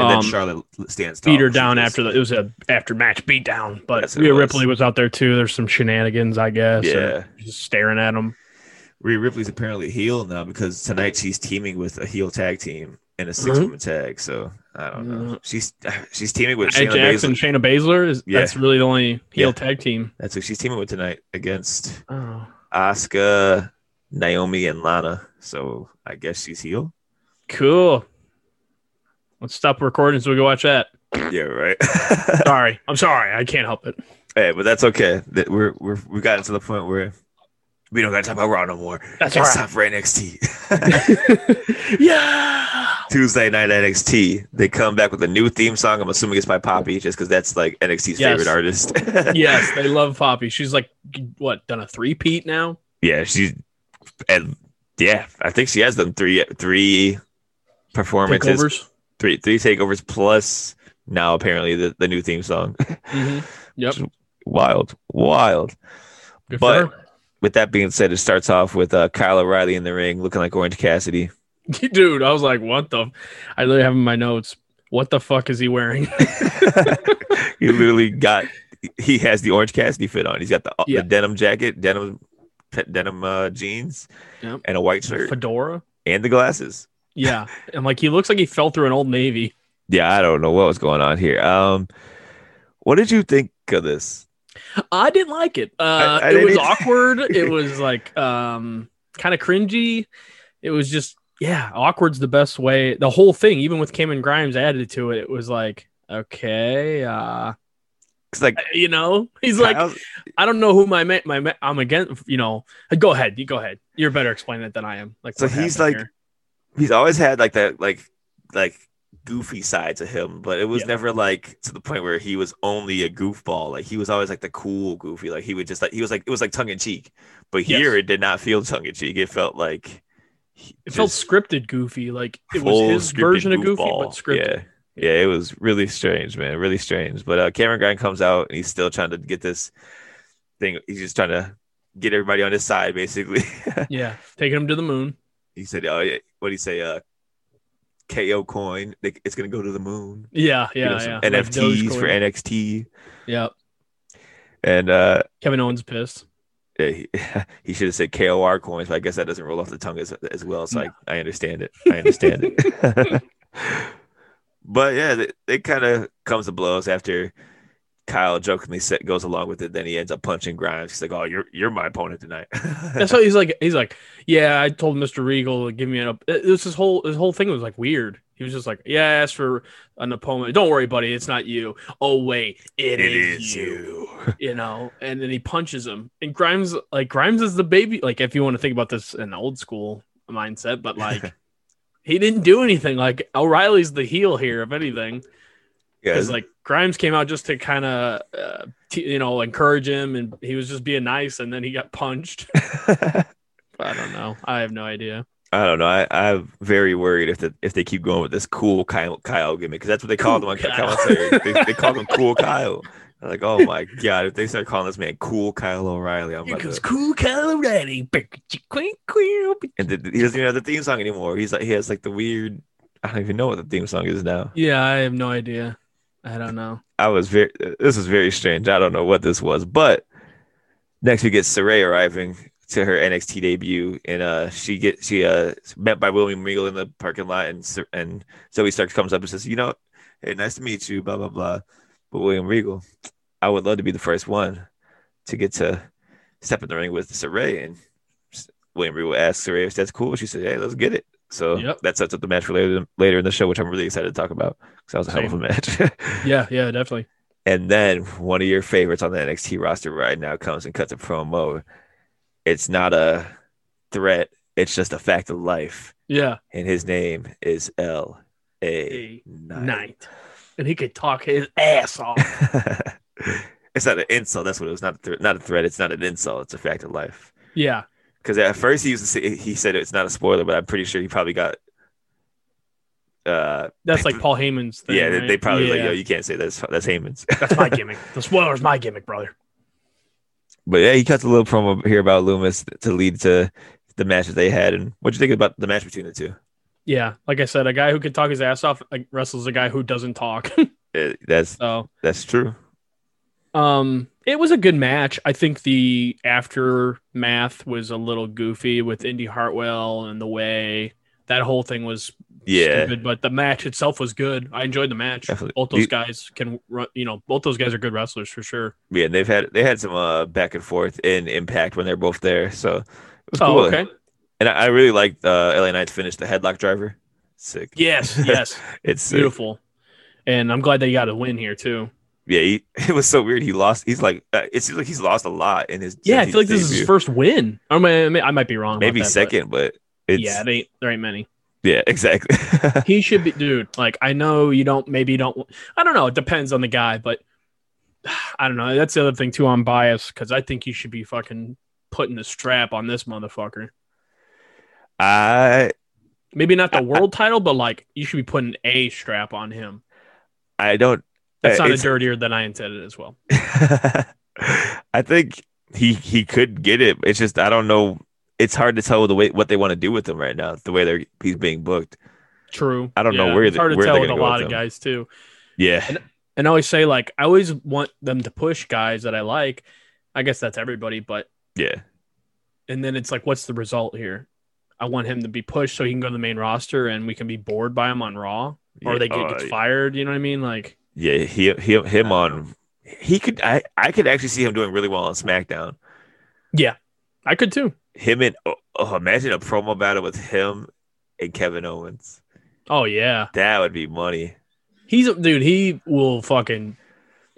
Speaker 5: and then
Speaker 6: Um,
Speaker 5: Charlotte stands tall.
Speaker 6: beat her
Speaker 5: She
Speaker 6: down
Speaker 5: just-
Speaker 6: after the. It was a after match beat down, but
Speaker 5: That's what it
Speaker 6: Rhea
Speaker 5: was.
Speaker 6: Ripley was out there too. There's some shenanigans, I guess. or
Speaker 5: Yeah.
Speaker 6: just staring at him.
Speaker 5: Rhea Ripley's apparently heel now because tonight she's teaming with a heel tag team and a
Speaker 6: Mm-hmm.
Speaker 5: six woman tag. So I don't know. She's she's teaming with
Speaker 6: Nia
Speaker 5: Shayna
Speaker 6: Jackson,
Speaker 5: Baszler.
Speaker 6: Shayna Baszler is
Speaker 5: Yeah.
Speaker 6: that's really the only heel
Speaker 5: Yeah.
Speaker 6: tag team.
Speaker 5: That's who she's teaming with tonight against
Speaker 6: Oh,
Speaker 5: Asuka, Naomi, and Lana. So I guess she's heel.
Speaker 6: cool. Let's stop recording so we can watch that.
Speaker 5: Yeah, right.
Speaker 6: Sorry, I'm sorry, I can't help it.
Speaker 5: Hey, but that's okay. That we're we're we've gotten to the point where we don't gotta talk about Raw no more.
Speaker 6: That's
Speaker 5: It's
Speaker 6: all
Speaker 5: time for NXT.
Speaker 6: yeah.
Speaker 5: Tuesday night NXT. They come back with a new theme song. I'm assuming it's by Poppy, just because that's like NXT's
Speaker 6: Yes.
Speaker 5: favorite artist.
Speaker 6: yes, they love Poppy. She's like what done a three peat now.
Speaker 5: yeah, she's and yeah, I think she has them three three performances,
Speaker 6: Takeovers.
Speaker 5: three three takeovers plus now apparently the, the new theme song.
Speaker 6: Mhm. Yep.
Speaker 5: wild, wild.
Speaker 6: Good
Speaker 5: But-
Speaker 6: for her.
Speaker 5: With that being said, it starts off with uh, Kyle O'Reilly in the ring, looking like Orange Cassidy.
Speaker 6: dude, I was like, what the? I literally have in my notes. What the fuck is he wearing?
Speaker 5: he literally got he has the orange Cassidy fit on. He's got the,
Speaker 6: Yeah.
Speaker 5: the denim jacket, denim pe- denim uh, jeans,
Speaker 6: Yep.
Speaker 5: and a white shirt
Speaker 6: Fedora.
Speaker 5: and the glasses.
Speaker 6: Yeah, and like he looks like he fell through an old navy.
Speaker 5: Yeah, I don't know what was going on here. Um, what did you think of this?
Speaker 6: I didn't like it. Uh,
Speaker 5: I- I
Speaker 6: it was
Speaker 5: didn't either.
Speaker 6: awkward. It was like um, kind of cringy. It was just yeah, awkward's the best way. The whole thing, even with Cameron Grimes added to it, it was like okay, uh,
Speaker 5: Cause like,
Speaker 6: you know, he's like
Speaker 5: Kyle's-
Speaker 6: I don't know who my ma- my ma- I'm against. You know, go ahead. You go ahead. You're better explaining it than I am. Like,
Speaker 5: So
Speaker 6: what
Speaker 5: he's
Speaker 6: happened
Speaker 5: like- he's always had like that like like goofy side to him, but it was
Speaker 6: Yeah.
Speaker 5: never like to the point where he was only a goofball. Like he was always like the cool goofy. Like he would just like he was like it was like tongue in cheek. But
Speaker 6: Yes.
Speaker 5: here it did not feel tongue in cheek. It felt like he
Speaker 6: It felt
Speaker 5: just
Speaker 6: scripted goofy. Like it
Speaker 5: full
Speaker 6: was his
Speaker 5: scripted
Speaker 6: version of goofy, but
Speaker 5: goofball.
Speaker 6: scripted.
Speaker 5: Yeah. yeah, it was really strange, man. Really strange. But uh Cameron Grind comes out and he's still trying to get this thing. He's just trying to get everybody on his side, basically.
Speaker 6: Yeah. Taking him to the moon.
Speaker 5: He said, "Oh yeah, what do you say? Uh, KO coin. they- It's gonna go to the moon.
Speaker 6: Yeah.
Speaker 5: You know,
Speaker 6: Yeah.
Speaker 5: some
Speaker 6: yeah.
Speaker 5: NFTs for
Speaker 6: Dogecoin.
Speaker 5: NXT."
Speaker 6: yeah.
Speaker 5: And uh,
Speaker 6: Kevin Owens pissed.
Speaker 5: Yeah, he, he should have said KOR coins, but I guess that doesn't roll off the tongue as, as well. So I, I understand it. I understand it. but yeah, it, it kind of comes to blows after Kyle jokingly set, goes along with it. Then he ends up punching Grimes. He's like, "Oh, you're you're my opponent tonight."
Speaker 6: That's why he's like, he's like, yeah, I told Mr. Regal to give me an up. It was his whole his whole thing was like weird. He was just like, yeah, I asked for an opponent. Don't worry, buddy, it's not you. Oh wait, it is, you. You know, and then he punches him. And Grimes, like Grimes is the baby. Like if you want to think about this in old school mindset, but like he didn't do anything. Like O'Reilly's the heel here, if anything.
Speaker 5: Yeah,
Speaker 6: because like Grimes came out just to kind of uh, t- you know encourage him, and he was just being nice, and then he got punched. I don't know. I have no idea.
Speaker 5: I don't know. I, I'm very worried if the, if they keep going with this cool Kyle, Kyle gimmick because that's what they called him on
Speaker 6: Kyle.
Speaker 5: commentary. They, they called him Cool Kyle. I'm like, oh my god, if they start calling this man Cool Kyle O'Reilly, I'm like,
Speaker 6: cool Colorado.
Speaker 5: and th- he doesn't even have the theme song anymore. He's like, he has like the weird. I don't even know what the theme song is now.
Speaker 6: Yeah, I have no idea. I don't know.
Speaker 5: I was very. This was very strange. I don't know what this was, but next we get Saray arriving to her NXT debut, and uh, she get she uh met by William Regal in the parking lot, and Sa- and Zoe Stark comes up and says, "You know, hey, nice to meet you." Blah blah blah. But William Regal, I would love to be the first one to get to step in the ring with Saray, and s- William Regal asks Saray if that's cool. She said, "Hey, let's get it." So
Speaker 6: Yep.
Speaker 5: that sets up the match for later later in the show, which I'm really excited to talk about because that was a hell of a match.
Speaker 6: Yeah, yeah, definitely.
Speaker 5: And then one of your favorites on the NXT roster right now comes and cuts a promo. It's not a threat, it's just a fact of life.
Speaker 6: Yeah,
Speaker 5: And his name is L A
Speaker 6: A
Speaker 5: Nine.
Speaker 6: night, and he could talk his ass off.
Speaker 5: It's not an insult. That's what it was. Not a thr- not a threat. It's not an insult. It's a fact of life.
Speaker 6: yeah,
Speaker 5: Because at first he used to say, he said it's not a spoiler, but I'm pretty sure he probably got. Uh,
Speaker 6: that's like Paul Heyman's thing.
Speaker 5: yeah, they,
Speaker 6: right?
Speaker 5: they probably like
Speaker 6: Yeah.
Speaker 5: yo, you can't say that's that's Heyman's.
Speaker 6: that's my gimmick. The spoiler's my gimmick, brother.
Speaker 5: But yeah, he cuts a little promo here about Loomis to lead to the match that they had. And what do you think about the match between the two?
Speaker 6: Yeah, like I said, a guy who can talk his ass off like, wrestles a guy who doesn't talk.
Speaker 5: Uh, that's
Speaker 6: so
Speaker 5: that's true.
Speaker 6: Um, it was a good match. I think the aftermath was a little goofy with Indy Hartwell and the way that whole thing was
Speaker 5: Yeah,
Speaker 6: stupid, but the match itself was good. I enjoyed the match.
Speaker 5: Definitely.
Speaker 6: Both those
Speaker 5: You-
Speaker 6: guys can run, you know, both those guys are good wrestlers for sure.
Speaker 5: yeah. And they've had they had some uh, back and forth in Impact when they're both there, so it was
Speaker 6: Oh,
Speaker 5: cool.
Speaker 6: okay.
Speaker 5: And I, I really liked uh, LA Knight's finish, the headlock driver. Sick.
Speaker 6: Yes, yes.
Speaker 5: It's sick.
Speaker 6: Beautiful. And I'm glad they got a win here too.
Speaker 5: Yeah, he, it was so weird. He lost. He's like uh, it seems like he's lost a lot in his.
Speaker 6: Yeah, I
Speaker 5: since
Speaker 6: feel like this is his
Speaker 5: debut.
Speaker 6: first win. I mean, I mean, I might be wrong. about
Speaker 5: maybe
Speaker 6: that, but-
Speaker 5: second, but, it's
Speaker 6: yeah, they there ain't many.
Speaker 5: yeah exactly.
Speaker 6: he should be dude like i know you don't maybe you don't i don't know it depends on the guy but i don't know that's the other thing too i'm biased because i think you should be fucking putting the strap on this motherfucker
Speaker 5: I
Speaker 6: maybe not the world title but like you should be putting a strap on him
Speaker 5: I don't.
Speaker 6: that sounded
Speaker 5: Eh, it's-
Speaker 6: dirtier than i intended as well
Speaker 5: I think he he could get it. It's just I don't know. It's hard to tell the way what they want to do with him right now. The way they're he's being booked.
Speaker 6: true
Speaker 5: I don't know
Speaker 6: Yeah,
Speaker 5: where
Speaker 6: it's
Speaker 5: the-
Speaker 6: hard to
Speaker 5: where
Speaker 6: tell
Speaker 5: they're
Speaker 6: with a
Speaker 5: gonna go
Speaker 6: lot
Speaker 5: with
Speaker 6: of
Speaker 5: him.
Speaker 6: guys too
Speaker 5: Yeah,
Speaker 6: and I always say like i always want them to push guys that i like i guess that's everybody but
Speaker 5: yeah,
Speaker 6: and then it's like, what's the result here? I want him to be pushed so he can go to the main roster and we can be bored by him on Raw, or
Speaker 5: Yeah,
Speaker 6: they get
Speaker 5: oh,
Speaker 6: gets
Speaker 5: yeah.
Speaker 6: fired. You know what I mean? Like,
Speaker 5: yeah. He he him on. He could I I could actually see him doing really well on SmackDown.
Speaker 6: I could too.
Speaker 5: Him and oh, oh, imagine a promo battle with him and Kevin Owens.
Speaker 6: Oh yeah,
Speaker 5: That would be money.
Speaker 6: he's a dude. He will fucking.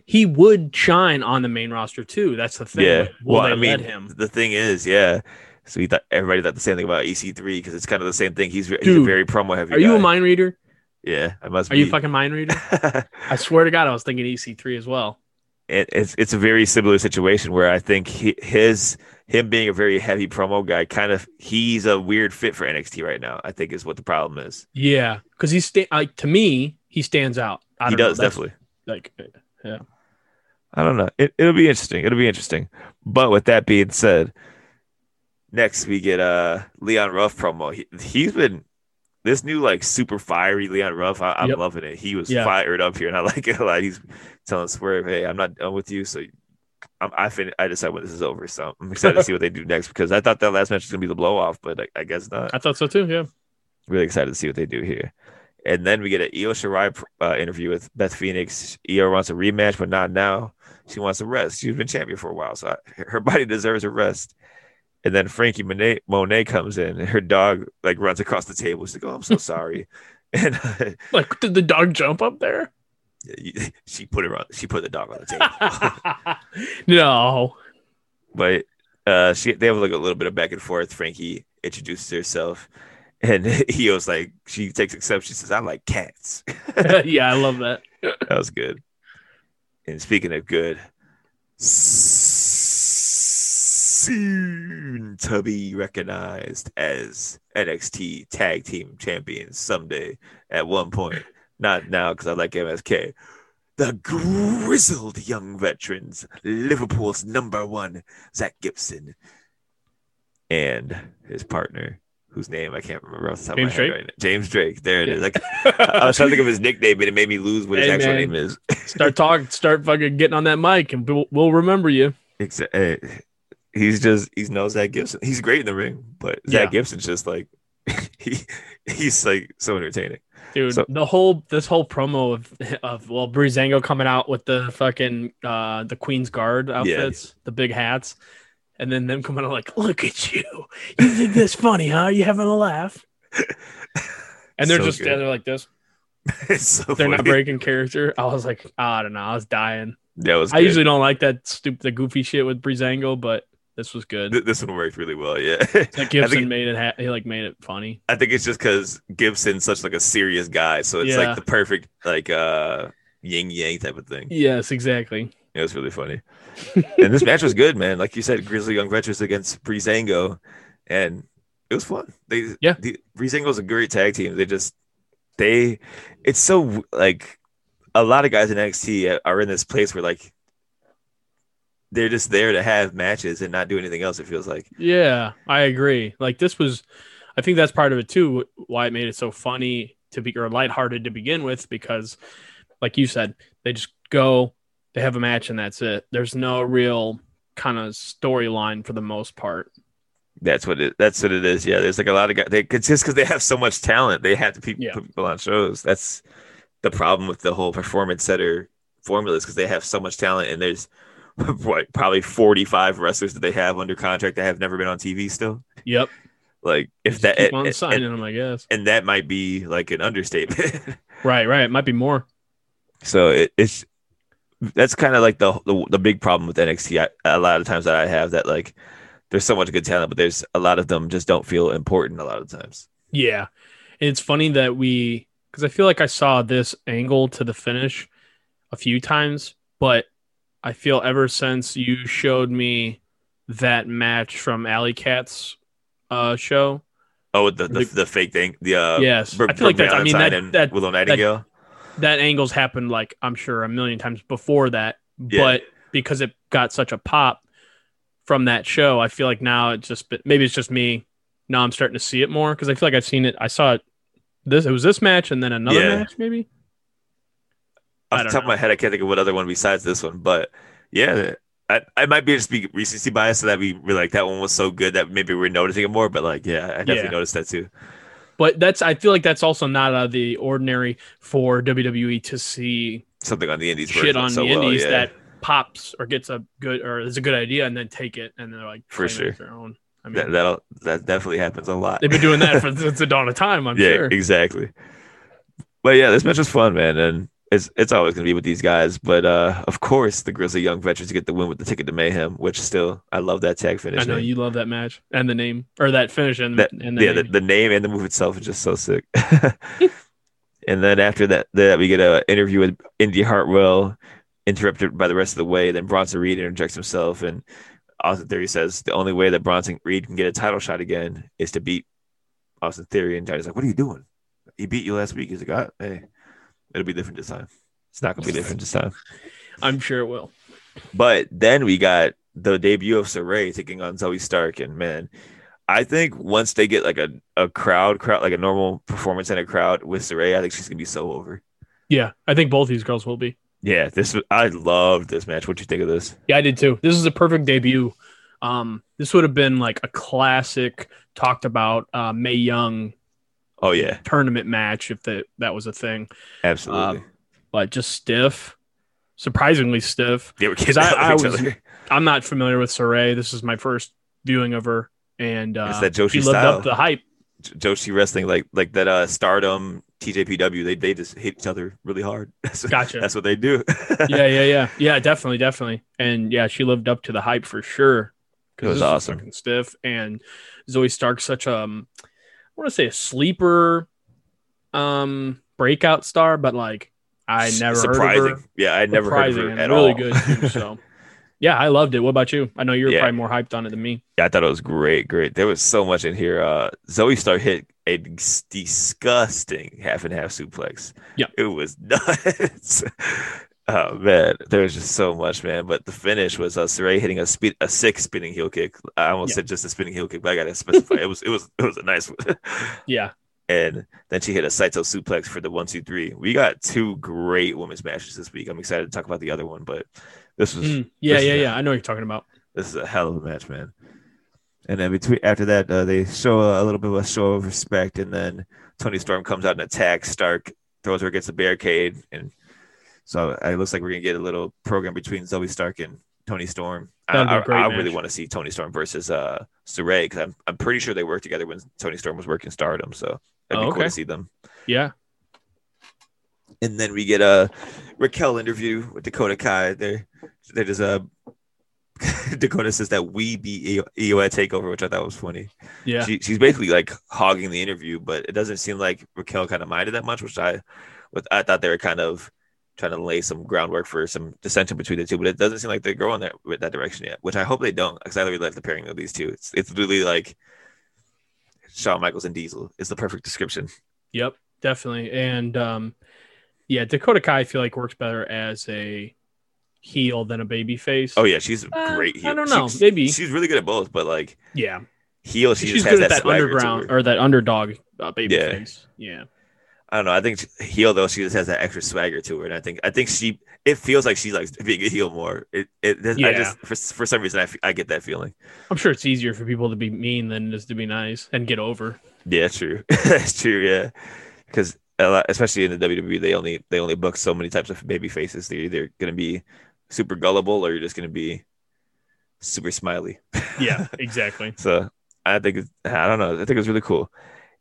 Speaker 6: He would shine on the main roster too. That's the thing.
Speaker 5: Yeah.
Speaker 6: Like, will
Speaker 5: well,
Speaker 6: they
Speaker 5: I mean,
Speaker 6: let him?
Speaker 5: the thing is, yeah. So we thought everybody thought the same thing about E EC3 because it's kind of the same thing. He's, he's a
Speaker 6: Dude,
Speaker 5: very promo heavy.
Speaker 6: Are you a
Speaker 5: guy.
Speaker 6: mind reader?
Speaker 5: Yeah, I must.
Speaker 6: Are
Speaker 5: be.
Speaker 6: you a fucking mind reader? I swear to God, I was thinking EC3 as well.
Speaker 5: it, it's it's a very similar situation where I think he, his him being a very heavy promo guy kind of he's a weird fit for NXT right now. I think is what the problem is.
Speaker 6: Yeah, because he's sta- like to me, he stands out.
Speaker 5: He
Speaker 6: I don't know.
Speaker 5: does
Speaker 6: That's,
Speaker 5: definitely.
Speaker 6: Like,
Speaker 5: I don't know. It it'll be interesting. It'll be interesting. But with that being said, next we get uh Leon Ruff promo. He, he's been this new like super fiery Leon Ruff. I, I'm
Speaker 6: Yep.
Speaker 5: loving it. He was
Speaker 6: Yeah.
Speaker 5: fired up here, and I like it a lot. He's telling Swerve, "Hey, I'm not done with you, so I'm, I fin- I decide when this is over. So I'm excited to see what they do next because I thought that last match was gonna be the blow off, but I, I guess not.
Speaker 6: I thought so too. Yeah.
Speaker 5: really excited to see what they do here. And then we get an Io Shirai uh, interview with Beth Phoenix. Io wants a rematch, but not now. She wants a rest. She's been champion for a while, so I, her body deserves a rest. And then Frankie Monet, Monet comes in, and her dog like runs across the table. She's like, "Oh, I'm so sorry," and uh,
Speaker 6: Like, did the dog jump up there?
Speaker 5: she put her on. She put the dog on the table.
Speaker 6: no.
Speaker 5: but uh, she they have like a little bit of back and forth. Frankie introduces herself, and Io's like, she takes exception. She says, "I like cats."
Speaker 6: yeah, I love that.
Speaker 5: That was good. And speaking of good, soon to be recognized as NXT Tag Team Champions someday at one point. Not now, because I like MSK. The grizzled young veterans, Liverpool's number one, Zach Gibson, and his partner, whose name I can't remember off the top
Speaker 6: James
Speaker 5: of my head
Speaker 6: Drake?
Speaker 5: right now. James Drake. There it is.
Speaker 6: Yeah.
Speaker 5: Like, I was trying to think of his nickname, and it made me lose what his
Speaker 6: Hey,
Speaker 5: actual
Speaker 6: man.
Speaker 5: name is.
Speaker 6: start talking. Start fucking getting on that mic, and we'll, we'll remember you.
Speaker 5: Exa- eh, he's just he's no Zach Gibson. He's great in the ring, but Zach
Speaker 6: Yeah.
Speaker 5: Gibson's just like he he's like so entertaining.
Speaker 6: dude
Speaker 5: So-
Speaker 6: the whole this whole promo of of well Breezango coming out with the fucking uh the queen's guard outfits the big hats and then them coming out like look at you you think this funny huh you having a laugh and they're
Speaker 5: So
Speaker 6: just
Speaker 5: good.
Speaker 6: they're like this
Speaker 5: It's so
Speaker 6: they're not
Speaker 5: funny.
Speaker 6: breaking character i was like i don't know i was dying
Speaker 5: That was
Speaker 6: i
Speaker 5: good.
Speaker 6: usually don't like that stupid the goofy shit with Breezango, but this was good
Speaker 5: Th- this one worked really well. Yeah, I,
Speaker 6: like gibson
Speaker 5: think,
Speaker 6: made it ha- he like made it funny
Speaker 5: I think it's just because Gibson's such like a serious guy, so it's
Speaker 6: Yeah.
Speaker 5: like the perfect like uh yin yang type of thing.
Speaker 6: yes exactly
Speaker 5: It was really funny. and this match was good, man. Like you said, Grizzly Young Veterans against Breezango, and it was fun. They
Speaker 6: Yeah.
Speaker 5: the, Breezango's a great tag team. They just they, it's so like a lot of guys in NXT are in this place where like they're just there to have matches and not do anything else. It feels like
Speaker 6: Yeah, I agree. Like this was, I think that's part of it too. Why it made it so funny to be or lighthearted to begin with, because, like you said, they just go, they have a match, and that's it. There's no real kind of storyline for the most part.
Speaker 5: that's what it that's what it is. Yeah, there's like a lot of guys. They it's just because they have so much talent, they have to pe-
Speaker 6: Yeah.
Speaker 5: put people on shows. That's the problem with the whole performance center formulas because they have so much talent and there's what probably 45 wrestlers that they have under contract that have never been on TV still.
Speaker 6: Yep.
Speaker 5: Like if
Speaker 6: Just
Speaker 5: that
Speaker 6: keep
Speaker 5: and,
Speaker 6: on signing
Speaker 5: and,
Speaker 6: them, I guess.
Speaker 5: and that might be like an understatement.
Speaker 6: Right, right. It might be more.
Speaker 5: So it, it's that's kind of like the, the the big problem with NXT. I, a lot of times that I have that like there's so much good talent, but there's a lot of them just don't feel important a lot of times.
Speaker 6: Yeah. And it's funny that we, because I feel like I saw this angle to the finish a few times, but I feel ever since you showed me that match from Alley Cat's uh, show,
Speaker 5: Oh, with the the,
Speaker 6: Like-
Speaker 5: the fake thing. The uh,
Speaker 6: Yes.
Speaker 5: Br-
Speaker 6: I feel like
Speaker 5: Brooke
Speaker 6: that's- I mean,
Speaker 5: Valentine
Speaker 6: that-
Speaker 5: and
Speaker 6: that-
Speaker 5: Willow Nightingale.
Speaker 6: that angle's happened like I'm sure a million times before that,
Speaker 5: Yeah.
Speaker 6: but because it got such a pop from that show, I feel like now it's just maybe it's just me. Now I'm starting to see it more because I feel like I've seen it. I saw it. This it was this match and then another
Speaker 5: Yeah.
Speaker 6: match maybe. I
Speaker 5: Off the
Speaker 6: don't
Speaker 5: top of my head, I can't think of what other one besides this one. But yeah, I, I might be just be recency bias, so that we were like that one was so good that maybe we're noticing it more. But like, yeah, I definitely
Speaker 6: Yeah.
Speaker 5: noticed that too.
Speaker 6: But that's I feel like that's also not out of the ordinary for WWE to see
Speaker 5: Something on the indies worked
Speaker 6: shit on
Speaker 5: so
Speaker 6: the
Speaker 5: well,
Speaker 6: indies
Speaker 5: yeah.
Speaker 6: that pops or gets a good or is a good idea and then take it and they're like
Speaker 5: For
Speaker 6: claim it as their own. I mean,
Speaker 5: that that'll, that definitely happens a lot.
Speaker 6: they've been doing that for, since the dawn of time. I'm
Speaker 5: yeah,
Speaker 6: sure.
Speaker 5: exactly. But yeah, this match was fun, man, and it's it's always gonna be with these guys. But uh, of course, the Grizzly Young Veterans get the win with the Ticket to Mayhem, which still I love that tag finish.
Speaker 6: I know
Speaker 5: man.
Speaker 6: you love that match and the name or that finish and,
Speaker 5: that
Speaker 6: and the
Speaker 5: yeah, the,
Speaker 6: name.
Speaker 5: the name and the move itself is just so sick. and then after that, that we get a interview with Indy Hartwell, interrupted by the rest of the way. Then Bronson Reed interjects himself, and Austin Theory says the only way that Bronson Reed can get a title shot again is to beat Austin Theory. And Johnny's like, "What are you doing? He beat you last week." He's like, "Ah, "Hey, it'll be different this time. It's not gonna be different this time."
Speaker 6: I'm sure it will.
Speaker 5: But then we got the debut of Saray taking on Zoe Stark, and man, I think once they get like a, a crowd, crowd like a normal performance in a crowd with Saray, I think she's gonna be so over.
Speaker 6: Yeah, I think both these girls will be.
Speaker 5: Yeah, this was- I love this match. What you think of this?
Speaker 6: Yeah, I did too. This is a perfect debut. Um, this would have been like a classic talked about uh, May Young
Speaker 5: Oh yeah,
Speaker 6: tournament match if that that was a thing.
Speaker 5: absolutely.
Speaker 6: Um, But just stiff, surprisingly stiff.
Speaker 5: they were
Speaker 6: because
Speaker 5: kids.
Speaker 6: I-
Speaker 5: out
Speaker 6: I
Speaker 5: of each
Speaker 6: was-
Speaker 5: other.
Speaker 6: I'm not familiar with Saray. This is my first viewing of her, and uh,
Speaker 5: that Joshi
Speaker 6: she lived
Speaker 5: style.
Speaker 6: up to the hype.
Speaker 5: J- Joshi wrestling, like like that uh Stardom TJPW, they they just hit each other really hard. That's,
Speaker 6: Gotcha.
Speaker 5: That's what they do.
Speaker 6: yeah, yeah, yeah, yeah. Definitely, definitely, and yeah, she lived up to the hype for sure. 'Cause
Speaker 5: It was
Speaker 6: this
Speaker 5: awesome.
Speaker 6: fucking stiff, and Zoe Stark's such a, um, I want to say a sleeper, um, breakout star, but like I never
Speaker 5: surprising.
Speaker 6: heard of her.
Speaker 5: Yeah, I never heard of
Speaker 6: Surprising
Speaker 5: her
Speaker 6: and
Speaker 5: at
Speaker 6: really
Speaker 5: all.
Speaker 6: good. Too, so, yeah, I loved it. What about you? I know you were
Speaker 5: Yeah.
Speaker 6: probably more hyped on it than me.
Speaker 5: Yeah, I thought it was great, great. There was so much in here. Uh, Zoe Star hit a dis- disgusting half and half suplex.
Speaker 6: Yeah.
Speaker 5: it was nuts. oh man, there was just so much, man. But the finish was uh, Saray hitting a speed a six spinning heel kick. I almost
Speaker 6: Yeah.
Speaker 5: said just a spinning heel kick, but I gotta specify it was it was it was a nice one.
Speaker 6: Yeah,
Speaker 5: and then she hit a Saito suplex for the one two three. We got two great women's matches this week. I'm excited to talk about the other one, but this was
Speaker 6: Mm. yeah,
Speaker 5: this is
Speaker 6: yeah,
Speaker 5: a-
Speaker 6: yeah. I know what you're talking about.
Speaker 5: this is a hell of a match, man. And then between after that, uh, they show a, a little bit of a show of respect, and then Tony Storm comes out and attacks Stark, throws her against the barricade, and so it looks like we're gonna get a little program between Zoe Stark and Tony Storm. I,
Speaker 6: That'd be a
Speaker 5: I,
Speaker 6: great
Speaker 5: I really
Speaker 6: match.
Speaker 5: want to see Tony Storm versus uh, Saray because I'm I'm pretty sure they worked together when Tony Storm was working Stardom, so that'd be
Speaker 6: Oh,
Speaker 5: cool
Speaker 6: okay.
Speaker 5: to see them.
Speaker 6: Yeah,
Speaker 5: And then we get a Raquel interview with Dakota Kai. There, there is a Dakota says that we be EO at Takeover, which I thought was funny.
Speaker 6: yeah.
Speaker 5: She, she's basically like hogging the interview, but it doesn't seem like Raquel kind of minded that much, which I, with I thought they were kind of trying to lay some groundwork for some dissension between the two, but it doesn't seem like they're going that with that direction yet, which I hope they don't, because I really like the pairing of these two. It's it's literally like Shawn Michaels and Diesel is the perfect description.
Speaker 6: Yep, definitely. And um yeah, Dakota Kai I feel like works better as a heel than a baby face.
Speaker 5: Oh yeah, she's a
Speaker 6: Uh,
Speaker 5: great. Heel.
Speaker 6: I don't know.
Speaker 5: She's-
Speaker 6: Maybe.
Speaker 5: she's really good at both, but like
Speaker 6: yeah.
Speaker 5: heel, she
Speaker 6: She's,
Speaker 5: just has
Speaker 6: good
Speaker 5: that,
Speaker 6: at that
Speaker 5: swagger to
Speaker 6: underground
Speaker 5: her.
Speaker 6: or that underdog uh, baby
Speaker 5: Yeah.
Speaker 6: face. Yeah.
Speaker 5: I don't know. I think she- heel though, she just has that extra swagger to her, and I think I think she it feels like she likes being a heel more. It it this- I
Speaker 6: Yeah.
Speaker 5: just for, for some reason I, f- I get that feeling.
Speaker 6: I'm sure it's easier for people to be mean than it is to be nice and get over.
Speaker 5: Yeah, true. That's true. Yeah, because a lot, especially in the WWE, they only they only book so many types of baby faces. They're either gonna be super gullible or you're just gonna be super smiley.
Speaker 6: Yeah, exactly.
Speaker 5: So I think it's, I don't know. I think it was really cool.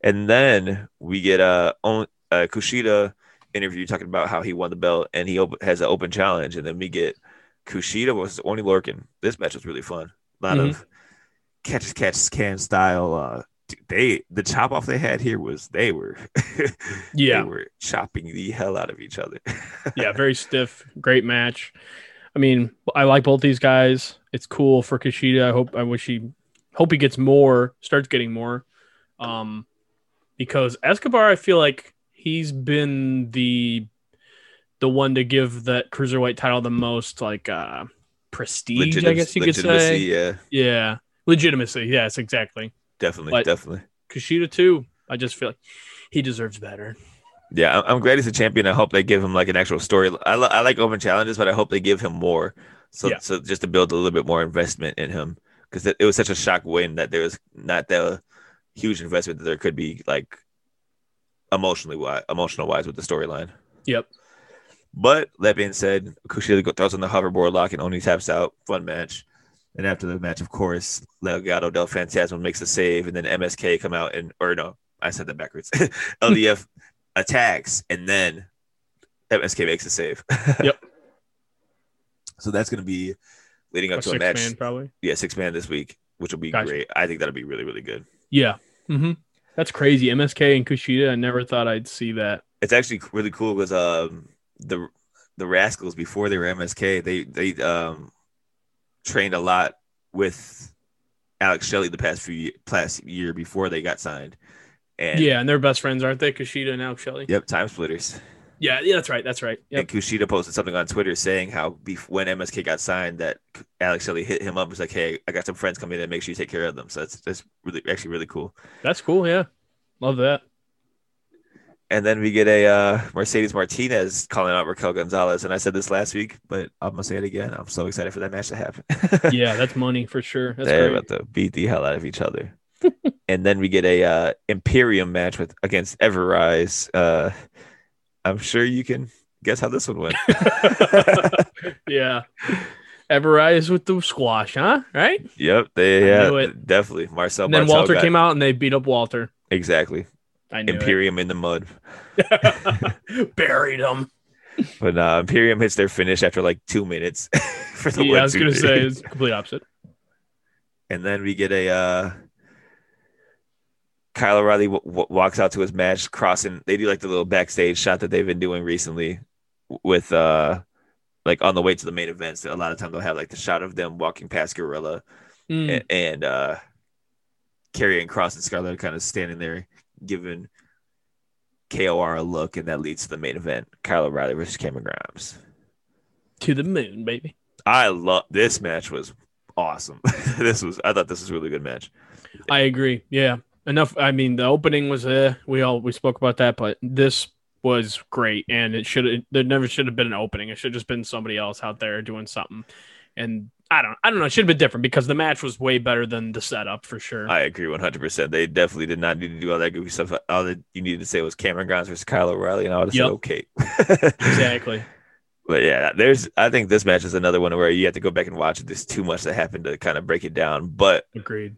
Speaker 5: And then we get a uh, uh, Kushida interview talking about how he won the belt and he op- has an open challenge. And then we get Kushida versus Oni Lorkin. This match was really fun. A lot of
Speaker 6: Mm-hmm.
Speaker 5: catch catch can style. Uh, dude, they the chop off they had here was they were
Speaker 6: Yeah.
Speaker 5: they were chopping the hell out of each other.
Speaker 6: yeah, very stiff. Great match. I mean, I like both these guys. It's cool for Kushida. I hope I wish he hope he gets more, starts getting more. Um because Escobar, I feel like he's been the the one to give that cruiserweight title the most like uh prestige, I
Speaker 5: Legitimacy-
Speaker 6: guess you could
Speaker 5: legitimacy,
Speaker 6: say.
Speaker 5: yeah,
Speaker 6: Yeah. Legitimacy, yes, exactly.
Speaker 5: definitely,
Speaker 6: But-
Speaker 5: definitely.
Speaker 6: Kushida too. I just feel like he deserves better.
Speaker 5: Yeah, I- I'm glad he's a champion. I hope they give him like an actual story. I, li- I like open challenges, but I hope they give him more. So,
Speaker 6: Yeah.
Speaker 5: so just to build a little bit more investment in him, because it, it was such a shock win that there was not the huge investment that there could be, like emotionally wise, emotional wise with the storyline.
Speaker 6: Yep.
Speaker 5: But that being said, Kushida go- throws on the hoverboard lock and Oni taps out. Fun match. And after the match, of course, Legado del Fantasma makes a save, and then MSK come out and or no, I said that backwards. LDF attacks, and then MSK makes a save.
Speaker 6: Yep.
Speaker 5: So that's gonna be leading up
Speaker 6: A
Speaker 5: to a
Speaker 6: six
Speaker 5: match.
Speaker 6: man probably.
Speaker 5: Yeah, six man this week, which will be
Speaker 6: Gotcha.
Speaker 5: great. I think that'll be really, really good.
Speaker 6: Yeah. hmm That's crazy. MSK and Kushida. I never thought I'd see that.
Speaker 5: it's actually really cool because um the the Rascals before they were MSK they they um trained a lot with Alex Shelley the past few ye- past year before they got signed and
Speaker 6: yeah, and they're best friends, aren't they? Kushida and Alex Shelley.
Speaker 5: yep time splitters
Speaker 6: Yeah, yeah, that's right. That's right. Yep.
Speaker 5: and Kushida posted something on Twitter saying how bef- when MSK got signed that Alex Shelley hit him up and was like hey I got some friends coming in make sure you take care of them so that's that's really actually really cool
Speaker 6: That's cool. Yeah. Love that.
Speaker 5: And then we get a uh, Mercedes Martinez calling out Raquel Gonzalez. And I said this last week, but I'm gonna say it again. I'm so excited for that match to happen.
Speaker 6: yeah, that's money for sure. That's
Speaker 5: They're
Speaker 6: great.
Speaker 5: about to beat the hell out of each other. and then we get a uh, Imperium match with against Everrise. Uh, I'm sure you can guess how this one went.
Speaker 6: yeah. Everrise with the squash, huh? Right?
Speaker 5: yep, they
Speaker 6: I
Speaker 5: yeah,
Speaker 6: knew it.
Speaker 5: definitely Marcel.
Speaker 6: and then
Speaker 5: Martel
Speaker 6: Walter
Speaker 5: got-
Speaker 6: came out and they beat up Walter.
Speaker 5: exactly
Speaker 6: I knew
Speaker 5: Imperium in the mud.
Speaker 6: it. Buried him.
Speaker 5: But uh, Imperium hits their finish after like two minutes. for the
Speaker 6: Yeah,
Speaker 5: one,
Speaker 6: I was
Speaker 5: two,
Speaker 6: gonna
Speaker 5: three.
Speaker 6: say it's complete opposite.
Speaker 5: and then we get a uh, Kyle O'Reilly w- w- walks out to his match, crossing. They do like the little backstage shot that they've been doing recently with uh, like on the way to the main events. A lot of times they'll have like the shot of them walking past Gorilla
Speaker 6: Mm.
Speaker 5: and, and uh, Kerry and Cross and Scarlett are kind of standing there giving KOR a look, and that leads to the main event: Kyle O'Reilly versus Cameron Grimes.
Speaker 6: To the moon, baby.
Speaker 5: I love this match was awesome. this was I thought this was a really good match.
Speaker 6: I agree. Yeah. Enough. I mean, the opening was uh we all we spoke about that, but this was great, and it should there never should have been an opening. It should have just been somebody else out there doing something, and I don't I don't know. It should have been different because the match was way better than the setup for sure.
Speaker 5: I agree 100%. They definitely did not need to do all that goofy stuff. All that you needed to say was Cameron Grimes versus Kyle O'Reilly, and I would have
Speaker 6: Yep.
Speaker 5: said, okay.
Speaker 6: exactly.
Speaker 5: But yeah, there's, I think this match is another one where you have to go back and watch it. There's too much that happened to kind of break it down. But
Speaker 6: Agreed.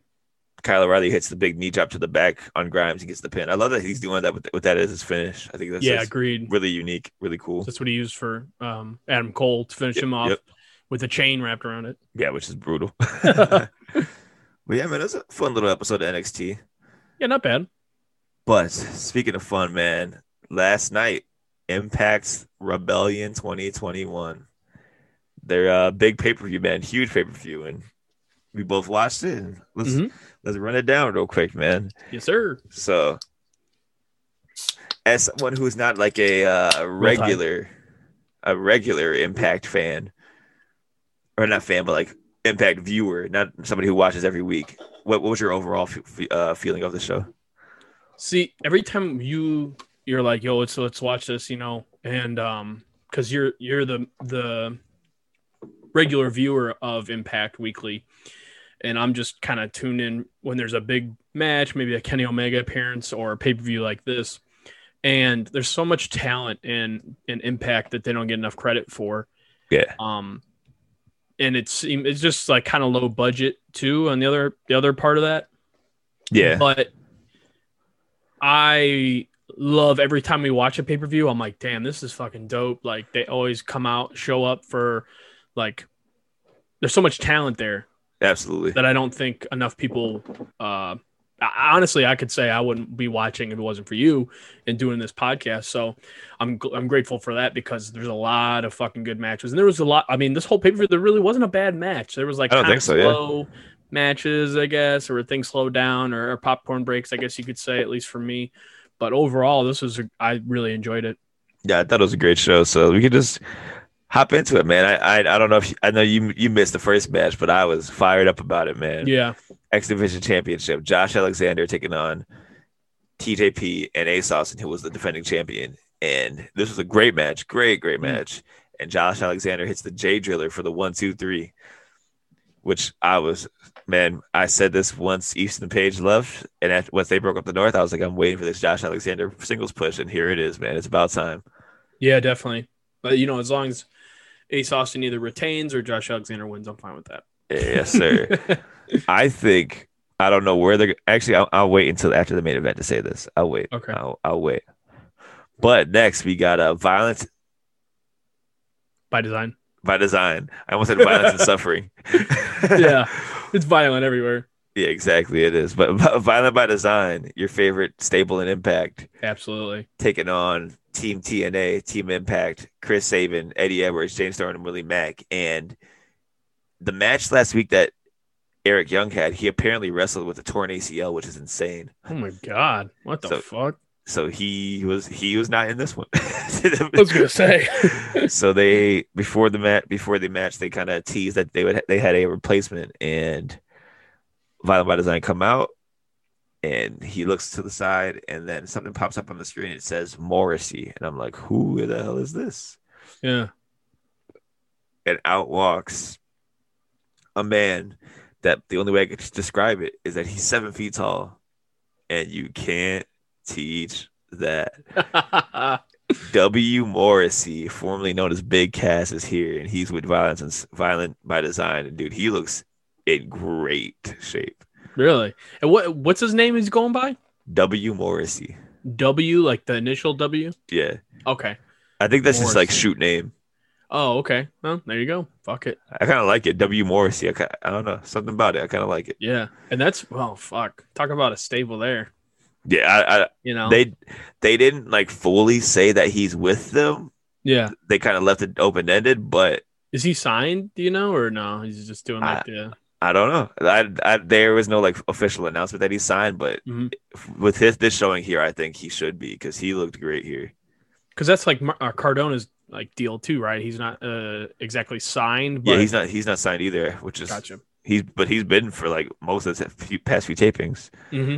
Speaker 5: Kyle O'Reilly hits the big knee drop to the back on Grimes and gets the pin. I love that he's doing that with, with that as his finish. I think that's
Speaker 6: yeah.
Speaker 5: that's
Speaker 6: Agreed.
Speaker 5: really unique, really cool.
Speaker 6: That's what he used for um Adam Cole to finish
Speaker 5: Yep,
Speaker 6: him off
Speaker 5: yep.
Speaker 6: with a chain wrapped around it.
Speaker 5: Yeah, which is brutal. but yeah, man, that's a fun little episode of NXT.
Speaker 6: Yeah, not bad.
Speaker 5: But speaking of fun, man, last night impacts Rebellion 2021. Their uh, big pay per view, man, huge pay per view, and we both watched it. And Let's
Speaker 6: Mhm.
Speaker 5: let's run it down real quick, man.
Speaker 6: Yes, sir.
Speaker 5: So, as someone who's not like a uh, regular, a regular Impact fan, or not fan, but like Impact viewer, not somebody who watches every week. What, what was your overall f- f- uh, feeling of the show?
Speaker 6: See, every time you you're like, yo, let's let's watch this, you know, and um, because you're you're the the regular viewer of Impact Weekly, and I'm just kind of tuned in when there's a big match, maybe a Kenny Omega appearance or a pay per view like this, and there's so much talent in in Impact that they don't get enough credit for.
Speaker 5: Yeah.
Speaker 6: Um, and it's it's just like kind of low budget too. On the other the other part of that,
Speaker 5: Yeah,
Speaker 6: but I love every time we watch a pay per view. I'm like, damn, this is fucking dope. Like they always come out, show up for, like, there's so much talent there
Speaker 5: absolutely.
Speaker 6: that I don't think enough people. Uh, I- honestly, I could say I wouldn't be watching if it wasn't for you and doing this podcast. So I'm gl- I'm grateful for that because there's a lot of fucking good matches and there was a lot. I mean, this whole pay per view there really wasn't a bad match. There was like
Speaker 5: I don't
Speaker 6: kinda
Speaker 5: think so, yeah.
Speaker 6: slow matches, I guess, or things slowed down or, or popcorn breaks, I guess you could say at least for me. But overall, this was a, I really enjoyed it.
Speaker 5: Yeah, I thought it was a great show. So we could just hop into it, man. I I, I don't know if you, I know you you missed the first match, but I was fired up about it, man.
Speaker 6: Yeah,
Speaker 5: X Division Championship. Josh Alexander taking on TJP and Ace Austin, who was the defending champion. And this was a great match, great great match. And Josh Alexander hits the J Driller for the one two three, which I was man. I said this once Easton Page left, and after, once they broke up the North, I was like, I'm waiting for this Josh Alexander singles push, and here it is, man. It's about time.
Speaker 6: yeah, definitely. But you know, as long as Ace Austin either retains or Josh Alexander wins, I'm fine with that.
Speaker 5: Yes, sir. I think I don't know where they're actually. I'll, I'll wait until after the main event to say this. I'll wait.
Speaker 6: Okay.
Speaker 5: I'll, I'll wait. But next we got a violence
Speaker 6: By design.
Speaker 5: by design. I almost said violence and suffering.
Speaker 6: Yeah. It's violent everywhere.
Speaker 5: yeah, exactly. It is. But vi- violent by design, your favorite stable and impact,
Speaker 6: Absolutely.
Speaker 5: taking on Team TNA, Team Impact, Chris Sabin, Eddie Edwards, James Storm, and Willie Mack. And the match last week that Eric Young had, he apparently wrestled with a torn ACL, which is insane.
Speaker 6: Oh my god. What the
Speaker 5: So-
Speaker 6: fuck?
Speaker 5: so he was he was not in this one.
Speaker 6: I was gonna say.
Speaker 5: so they before the match before the match they kind of teased that they would they had a replacement and Violent by Design come out and he looks to the side, and then something pops up on the screen. It says Morrissey, and I'm like, "Who the hell is this?"
Speaker 6: Yeah.
Speaker 5: And out walks a man that the only way I could describe it is that he's seven feet tall, and you can't teach that. W. Morrissey, formerly known as Big Cass, is here, and he's with Violence and Violent by Design. And dude, he looks in great shape.
Speaker 6: really? And what what's his name he's going by?
Speaker 5: W. Morrissey,
Speaker 6: W, like the initial W?
Speaker 5: yeah,
Speaker 6: Okay.
Speaker 5: I think that's just like
Speaker 6: Morrissey.
Speaker 5: shoot name.
Speaker 6: Oh, okay. Well, there you go. Fuck it.
Speaker 5: I kind of like it. W. Morrissey. I, kinda, I don't know something about it. I kind of like it.
Speaker 6: Yeah. And that's well, fuck. Talk about a stable there.
Speaker 5: Yeah, I, I,
Speaker 6: You know.
Speaker 5: they they didn't like fully say that he's with them.
Speaker 6: yeah.
Speaker 5: They kind of left it open ended, but
Speaker 6: Is he signed? Do you know or no? He's just doing
Speaker 5: Uh,
Speaker 6: like the
Speaker 5: I don't know. I, I there was no like official announcement that he signed, but
Speaker 6: Mhm.
Speaker 5: with his this showing here, I think he should be because he looked great here.
Speaker 6: because that's like Mar- uh, Cardona's like deal too, right? He's not uh, exactly signed, but
Speaker 5: yeah, he's not he's not signed either, which is
Speaker 6: gotcha.
Speaker 5: he's but he's been for like most of the few, past few tapings.
Speaker 6: hmm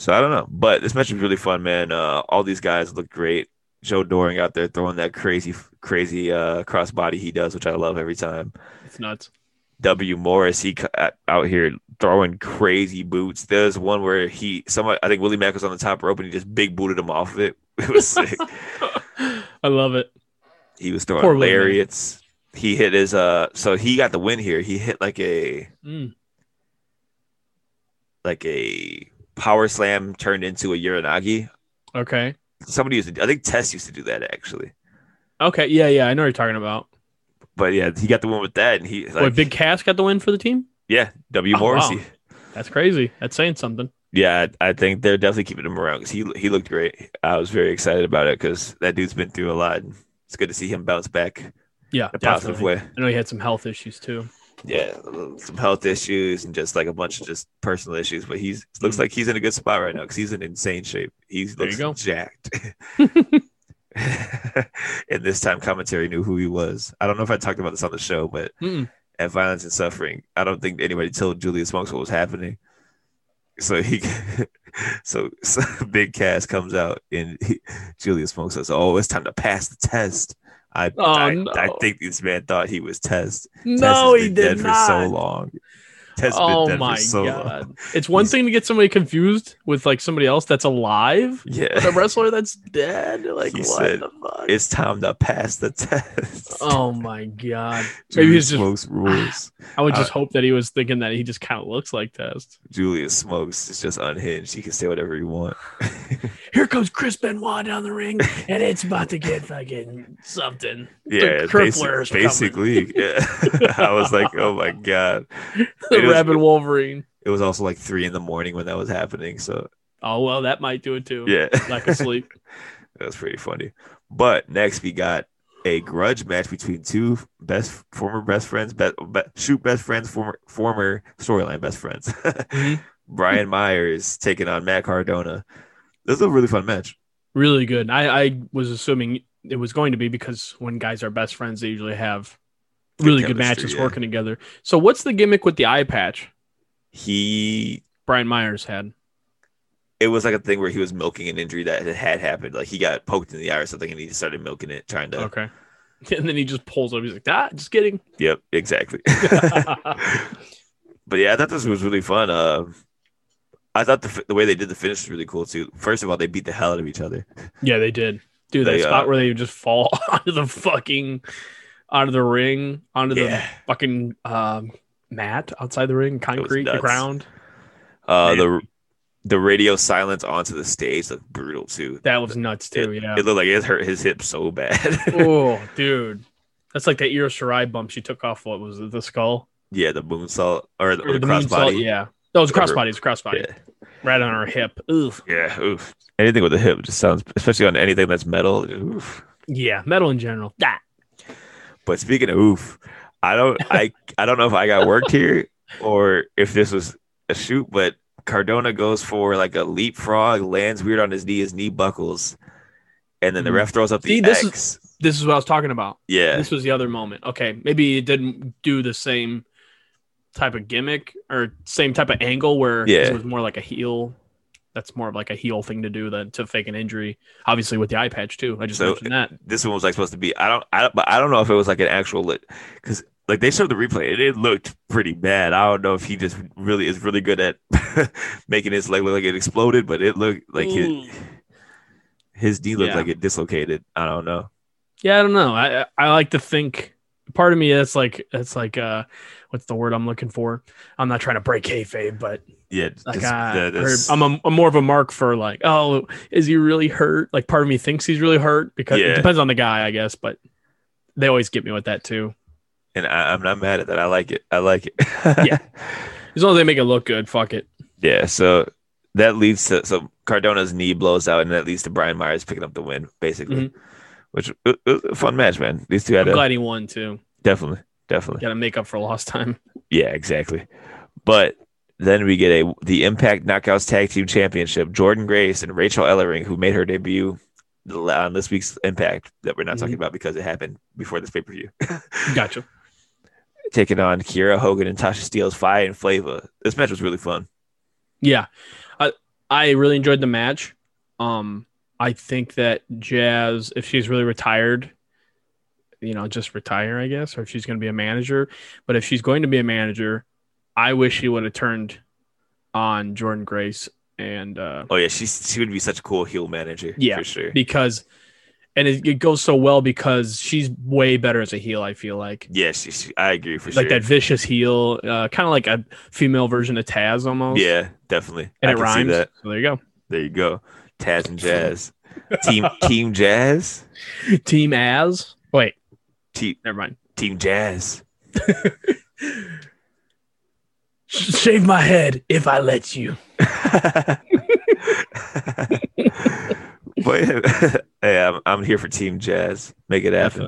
Speaker 5: So I don't know, but this match was really fun, man. Uh, all these guys look great. Joe Doring out there throwing that crazy crazy uh crossbody he does, which I love every time.
Speaker 6: It's nuts.
Speaker 5: W. Morris, he c- uh, out here throwing crazy boots. There's one where he, somebody, I think Willie Mack was on the top rope and he just big booted him off of it. It was sick.
Speaker 6: I love it.
Speaker 5: he was throwing
Speaker 6: Poor Willie Mack.
Speaker 5: lariats. He hit his, uh, so he got the win here. He hit like a,
Speaker 6: Mm.
Speaker 5: like a power slam turned into a Uranagi.
Speaker 6: Okay.
Speaker 5: Somebody used to, I think Tess used to do that actually.
Speaker 6: Okay. Yeah. Yeah. I know what you're talking about.
Speaker 5: But yeah, he got the win with that. And he, like,
Speaker 6: Wait, Big Cass got the win for the team.
Speaker 5: yeah, W.
Speaker 6: Oh,
Speaker 5: Morrissey.
Speaker 6: wow. That's crazy. That's saying something.
Speaker 5: Yeah, I, I think they're definitely keeping him around because he he looked great. I was very excited about it because that dude's been through a lot. And it's good to see him bounce back in
Speaker 6: Yeah.
Speaker 5: a positive
Speaker 6: Definitely.
Speaker 5: way.
Speaker 6: I know he had some health issues too.
Speaker 5: Yeah, some health issues and just like a bunch of just personal issues, but he's looks like he's in a good spot right now because he's in insane shape. He
Speaker 6: Hmm. There you
Speaker 5: looks
Speaker 6: go.
Speaker 5: jacked. and this time, commentary knew who he was. I don't know if I talked about this on the show, but
Speaker 6: Mm-mm.
Speaker 5: at Violence and Suffering, I don't think anybody told Julius Monks what was happening. So he, so, so Big Cass comes out and he, Julius Monks says, "Oh, it's time to pass the test." I,
Speaker 6: Oh,
Speaker 5: I,
Speaker 6: no.
Speaker 5: I think this man thought he was test. Tess has
Speaker 6: No, he
Speaker 5: been
Speaker 6: did
Speaker 5: dead
Speaker 6: not.
Speaker 5: for so long. Tess has
Speaker 6: oh
Speaker 5: been dead
Speaker 6: my
Speaker 5: for so
Speaker 6: god!
Speaker 5: long.
Speaker 6: It's one
Speaker 5: He's-
Speaker 6: thing to get somebody confused with like somebody else that's alive, but a
Speaker 5: Yeah,
Speaker 6: wrestler that's dead. You're Like
Speaker 5: He
Speaker 6: what
Speaker 5: said-
Speaker 6: the fuck?
Speaker 5: it's time to pass the test.
Speaker 6: Oh my god! Maybe he's just.
Speaker 5: smokes rules.
Speaker 6: I would just hope that he was thinking that he just kind of looks like Test.
Speaker 5: Julius smokes is just unhinged. He can say whatever he want.
Speaker 6: Here comes Chris Benoit down the ring, and it's about to get fucking something.
Speaker 5: Yeah, basi-
Speaker 6: crippler is coming.
Speaker 5: basically. Yeah. I was like, oh my god.
Speaker 6: The
Speaker 5: It was-
Speaker 6: Rabbit Wolverine.
Speaker 5: It was also like three in the morning when that was happening. So
Speaker 6: Oh well, that might do it too.
Speaker 5: yeah,
Speaker 6: lack of sleep.
Speaker 5: That was pretty funny. But next we got a grudge match between two best former best friends, be, be- shoot best friends, former former storyline best friends. Brian Myers taking on Matt Cardona. This is a really fun match.
Speaker 6: Really good. I, I was assuming it was going to be because when guys are best friends, they usually have
Speaker 5: Good
Speaker 6: really good
Speaker 5: chemistry,
Speaker 6: matches
Speaker 5: yeah.
Speaker 6: working together. So what's the gimmick with the eye patch
Speaker 5: He
Speaker 6: Brian Myers had?
Speaker 5: it was like a thing where he was milking an injury that had happened. Like he got poked in the eye or something, and he started milking it, trying to.
Speaker 6: Okay. And then he just pulls up. He's like, ah, just kidding.
Speaker 5: Yep, exactly.
Speaker 6: yeah,
Speaker 5: but yeah, I thought this was really fun. Uh, I thought the, f- the way they did the finish was really cool too. First of all, they beat the hell out of each other.
Speaker 6: they did. Dude, that
Speaker 5: They,
Speaker 6: spot
Speaker 5: uh,
Speaker 6: where they just fall onto the fucking, onto the ring, onto the
Speaker 5: Yeah.
Speaker 6: fucking um, mat outside the ring, concrete, the
Speaker 5: nuts.
Speaker 6: ground.
Speaker 5: Uh,
Speaker 6: Man.
Speaker 5: the the radio silence onto the stage looked brutal too.
Speaker 6: That was nuts too. yeah.
Speaker 5: It looked like it hurt his hip so bad.
Speaker 6: oh, dude. That's like that Io Shirai bump she took off. What was it? The skull
Speaker 5: yeah, the moonsault or, the,
Speaker 6: or
Speaker 5: or the
Speaker 6: the moonsault?
Speaker 5: crossbody.
Speaker 6: Yeah. That was
Speaker 5: Whatever.
Speaker 6: crossbody. It's crossbody.
Speaker 5: yeah,
Speaker 6: Right on her hip. Oof.
Speaker 5: yeah. Oof. Anything with a hip just sounds, especially on anything that's metal. Oof.
Speaker 6: Yeah. Metal in general. That.
Speaker 5: But speaking of oof, I don't, I, I don't know if I got worked here or if this was a shoot, but Cardona goes for like a leapfrog, lands weird on his knee, his knee buckles, and then the
Speaker 6: Mm.
Speaker 5: ref throws up the
Speaker 6: See,
Speaker 5: X.
Speaker 6: this is- This is what I was talking about.
Speaker 5: yeah,
Speaker 6: This was the other moment. Okay. Maybe it didn't do the same type of gimmick or same type of angle where 'cause
Speaker 5: Yeah.
Speaker 6: it was more like a heel. That's more of like a heel thing to do than to fake an injury. Obviously with the eye patch too. I just
Speaker 5: So-
Speaker 6: mentioned that.
Speaker 5: This one was like supposed to be. I don't. I don't- but I don't know if it was like an actual lit because like they showed the replay and it looked pretty bad. I don't know if he just really is really good at making his leg look like it exploded, but it looked like his,
Speaker 6: Ooh.
Speaker 5: his knee looked
Speaker 6: Yeah.
Speaker 5: like it dislocated. I don't know.
Speaker 6: Yeah, I don't know. I I I like to think. Part of me, that's like that's like uh, what's the word I'm looking for? I'm not trying to break kayfabe, but
Speaker 5: Yeah,
Speaker 6: like
Speaker 5: just-
Speaker 6: I
Speaker 5: the- this-
Speaker 6: am a, I'm more of a mark for like, oh, is he really hurt? Like, part of me thinks he's really hurt because
Speaker 5: Yeah.
Speaker 6: it depends on the guy, I guess. But they always get me with that too.
Speaker 5: and I, I'm not mad at that. I like it. I like it.
Speaker 6: Yeah. As long as they make it look good, fuck it.
Speaker 5: Yeah, so that leads to so Cardona's knee blows out, and that leads to Brian Myers picking up the win, basically. Which it was a fun match, man. These two had
Speaker 6: Mm-hmm. I'm
Speaker 5: a
Speaker 6: glad he won too.
Speaker 5: definitely, definitely,
Speaker 6: Got to make up for lost time.
Speaker 5: yeah. exactly. But then we get a the Impact Knockouts Tag Team Championship: Jordan Grace and Rachel Ellering, who made her debut the- on this week's Impact that we're not talking
Speaker 6: Mm-hmm.
Speaker 5: about because it happened before this pay per view.
Speaker 6: Gotcha.
Speaker 5: Taking on Kiera Hogan and Tasha Steel's Fire and Flava. This match was really fun.
Speaker 6: Yeah. I I really enjoyed the match. Um I think that Jazz if she's really retired, you know, just retire, I guess, or if she's going to be a manager, but if she's going to be a manager, I wish she would have turned on Jordan Grace and uh
Speaker 5: Oh yeah, she she would be such a cool heel manager.
Speaker 6: Yeah.
Speaker 5: for sure.
Speaker 6: because and it, it goes so well because she's way better as a heel, I feel like.
Speaker 5: Yeah, she, she, I agree for sure.
Speaker 6: Like that vicious heel, uh, kind of like a female version of Taz almost.
Speaker 5: Yeah, definitely.
Speaker 6: And
Speaker 5: I
Speaker 6: it
Speaker 5: can see
Speaker 6: rhymes.
Speaker 5: that.
Speaker 6: So there you go.
Speaker 5: There you go. Taz and Jazz. team Team Jazz.
Speaker 6: Team As. Wait,
Speaker 5: Team
Speaker 6: never mind.
Speaker 5: Team Jazz.
Speaker 6: Shave my head if I let you.
Speaker 5: but hey, I'm, I'm here for Team Jazz. Make it happen.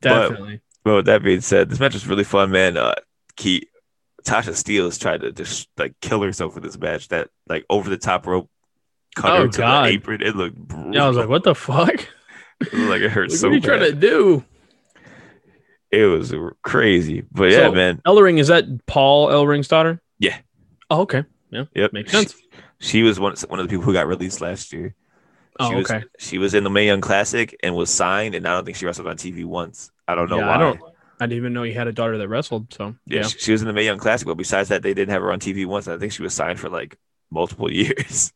Speaker 6: Definitely.
Speaker 5: But-
Speaker 6: Definitely.
Speaker 5: But with that being said, this match was really fun, man. Uh, Key Tasha Steeles tried to just like kill herself in this match. That like over the top rope cut
Speaker 6: Oh,
Speaker 5: her to
Speaker 6: God.
Speaker 5: the apron. It looked brutal.
Speaker 6: yeah, I was like, what the fuck?
Speaker 5: it, looked like it hurt
Speaker 6: Like,
Speaker 5: so
Speaker 6: what are you
Speaker 5: bad.
Speaker 6: trying to do?
Speaker 5: It was crazy. But yeah,
Speaker 6: So-
Speaker 5: man.
Speaker 6: Ellering, is that Paul Elring's daughter?
Speaker 5: Yeah.
Speaker 6: Oh, okay. Yeah.
Speaker 5: Yep.
Speaker 6: Makes sense.
Speaker 5: She was one one of the people who got released last year.
Speaker 6: Oh,
Speaker 5: she was,
Speaker 6: okay.
Speaker 5: She was in the Mae Young Classic and was signed, and I don't think she wrestled on TV once. I don't know
Speaker 6: Yeah,
Speaker 5: why.
Speaker 6: I don't I didn't even know you had a daughter that wrestled. So
Speaker 5: yeah,
Speaker 6: yeah.
Speaker 5: She, she was in the Mae Young Classic, but besides that, they didn't have her on TV once. and I think she was signed for like multiple years.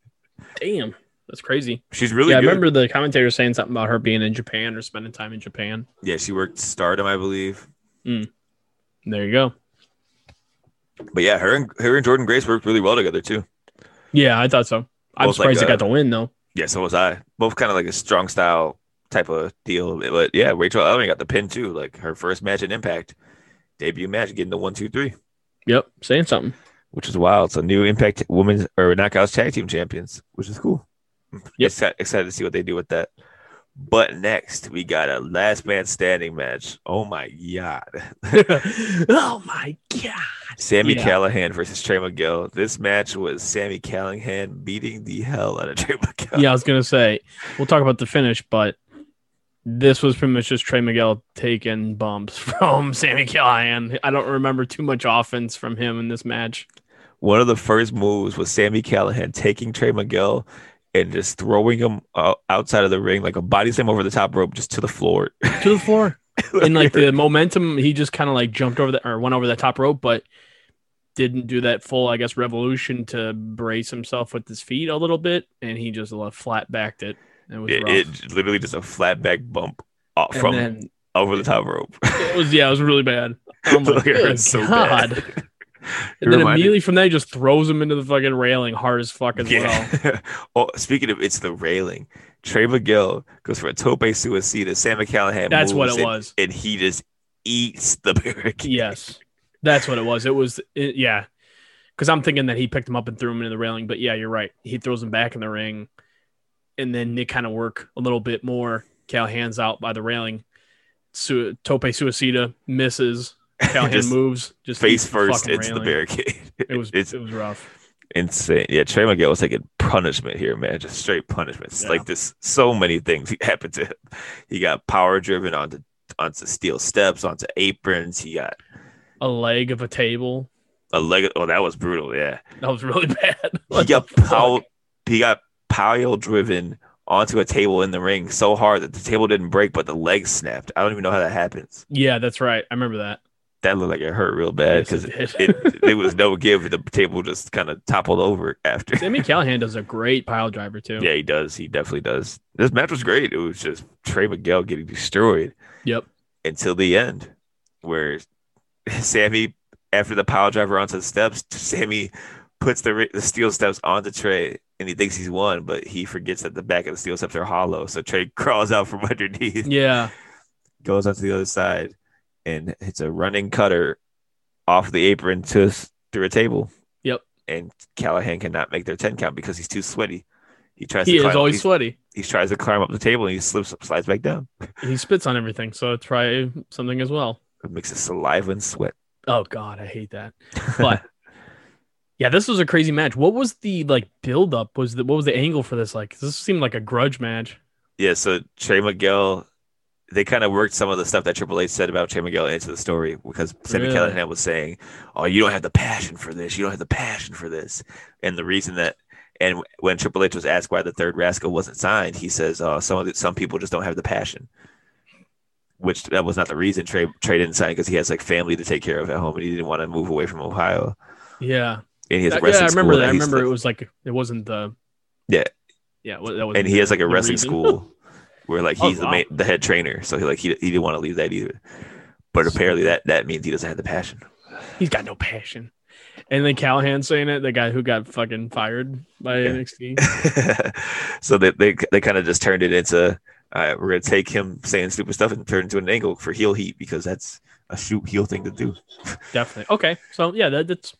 Speaker 6: Damn. That's crazy.
Speaker 5: She's really
Speaker 6: yeah,
Speaker 5: good.
Speaker 6: I remember the commentator saying something about her being in Japan or spending time in Japan.
Speaker 5: Yeah, she worked Stardom, I believe.
Speaker 6: There you go.
Speaker 5: But yeah, her and her and Jordan Grace worked really well together too.
Speaker 6: Yeah, I thought so.
Speaker 5: Both
Speaker 6: I'm
Speaker 5: like,
Speaker 6: surprised
Speaker 5: uh,
Speaker 6: they got the win though.
Speaker 5: Yeah, so was I. Both kind of like a strong style type of deal. But yeah, Rachel Ellering got the pin too. Like her first match in Impact, debut match, getting the one, two, three.
Speaker 6: Yep. Saying something.
Speaker 5: which is wild. So new Impact Women's or Knockouts Tag Team Champions, which is cool.
Speaker 6: Yep.
Speaker 5: Exci- excited to see what they do with that. But next we got a last man standing match. Oh my god,
Speaker 6: oh my god.
Speaker 5: Sammy
Speaker 6: Yeah.
Speaker 5: Callahan versus Trey McGill. This match was Sammy Callahan beating the hell out of Trey McGill.
Speaker 6: yeah, I was gonna say we'll talk about the finish, but this was pretty much just Trey Miguel taking bumps from Sammy Callahan. I don't remember too much offense from him in this match.
Speaker 5: One of the first moves was Sammy Callahan taking Trey McGill and just throwing him uh, outside of the ring like a body slam over the top rope just to the floor.
Speaker 6: To the floor. and like the momentum, he just kind of like jumped over the or went over the top rope, but didn't do that full, I guess, revolution to brace himself with his feet a little bit, and he just left flat backed it. It was
Speaker 5: it,
Speaker 6: rough.
Speaker 5: it literally just a flat back bump off
Speaker 6: and
Speaker 5: from
Speaker 6: then
Speaker 5: over the top rope.
Speaker 6: it was yeah, it was really bad. Oh my
Speaker 5: Like, it
Speaker 6: good
Speaker 5: hurts so bad.
Speaker 6: god. And then
Speaker 5: reminded-
Speaker 6: immediately from there, he just throws him into the fucking railing hard as fuck as well.
Speaker 5: Yeah. oh, speaking of, it's the railing. Trey McGill goes for a tope suicida. Sam McCallahan.
Speaker 6: That's what
Speaker 5: moves
Speaker 6: it
Speaker 5: and-
Speaker 6: was.
Speaker 5: And he just eats the barricade.
Speaker 6: Yes. That's what it was. It was, it- yeah. Because I'm thinking that he picked him up and threw him into the railing. But yeah, you're right. He throws him back in the ring. And then they kind of work a little bit more. Callahan's out by the railing. Su- Tope Suicida misses. Callahan
Speaker 5: Just
Speaker 6: moves. Just
Speaker 5: Face
Speaker 6: eats the
Speaker 5: first
Speaker 6: fucking
Speaker 5: into the
Speaker 6: railing.
Speaker 5: barricade.
Speaker 6: It was,
Speaker 5: it's
Speaker 6: it was rough.
Speaker 5: insane. Yeah, Trey McGill was taking punishment here, man. Just straight punishment. It's
Speaker 6: Yeah.
Speaker 5: Like this, so many things happened to him. He got power driven onto onto steel steps, onto aprons. He got
Speaker 6: A leg of a table.
Speaker 5: a leg. Oh, that was brutal. Yeah,
Speaker 6: That was really bad.
Speaker 5: he
Speaker 6: What
Speaker 5: got
Speaker 6: the fuck?
Speaker 5: pow- he got pile driven onto a table in the ring so hard that the table didn't break, but the leg snapped. I don't even know how that happens.
Speaker 6: Yeah, that's right. I remember that.
Speaker 5: That looked like it hurt real bad
Speaker 6: Yes, it
Speaker 5: because
Speaker 6: did.
Speaker 5: it, it there was no give. The table just kind of toppled over after.
Speaker 6: Sammy Callahan does a great pile driver too.
Speaker 5: Yeah, he does. He definitely does. This match was great. It was just Trey Miguel getting destroyed.
Speaker 6: Yep.
Speaker 5: Until the end, where Sammy, after the pile driver onto the steps, Sammy puts the, ri- the steel steps onto Trey and he thinks he's won, but he forgets that the back of the steel steps are hollow. So Trey crawls out from underneath,
Speaker 6: Yeah.
Speaker 5: goes onto the other side, and hits a running cutter off the apron to through a table.
Speaker 6: Yep.
Speaker 5: And Callahan cannot make their 10 count because he's too sweaty. He tries
Speaker 6: He
Speaker 5: to
Speaker 6: is
Speaker 5: climb,
Speaker 6: always
Speaker 5: he's-
Speaker 6: sweaty.
Speaker 5: he tries to climb up the table and he slips slides back down.
Speaker 6: He spits on everything, so it's probably something as well.
Speaker 5: It mixes saliva and sweat.
Speaker 6: Oh God, I hate that. But yeah, this was a crazy match. What was the like build up? Was the what was the angle for this? Like this seemed like a grudge match.
Speaker 5: Yeah, so Trey Miguel, they kind of worked some of the stuff that Triple H said about Trey Miguel into the story because Sammy
Speaker 6: Really?
Speaker 5: Callahan was saying, "Oh, you don't have the passion for this. You don't have the passion for this." And the reason that, and when Triple H was asked why the third Rascal wasn't signed, he says, "Oh, some of the, some people just don't have the passion." Which that was not the reason Trey Trey didn't sign because he has like family to take care of at home and he didn't want to move away from Ohio
Speaker 6: Yeah,
Speaker 5: and he has a
Speaker 6: That- yeah,
Speaker 5: wrestling
Speaker 6: I remember
Speaker 5: school
Speaker 6: that.
Speaker 5: he's-
Speaker 6: I remember it was like it wasn't the
Speaker 5: Yeah.
Speaker 6: yeah. wa- That was
Speaker 5: and he has like a
Speaker 6: the
Speaker 5: wrestling
Speaker 6: reason.
Speaker 5: school where like
Speaker 6: Oh,
Speaker 5: he's the
Speaker 6: wow.
Speaker 5: main, the head trainer, so he like he, he didn't want to leave that either. But apparently that that means he doesn't have the passion.
Speaker 6: He's got no passion. And then Callahan saying it, the guy who got fucking fired by
Speaker 5: Yeah.
Speaker 6: NXT.
Speaker 5: so they they, they kind of just turned it into all right, we're gonna take him saying stupid stuff and turn it into an angle for heel heat because that's a shoot heel thing to do.
Speaker 6: Definitely. Okay. So yeah, that, that's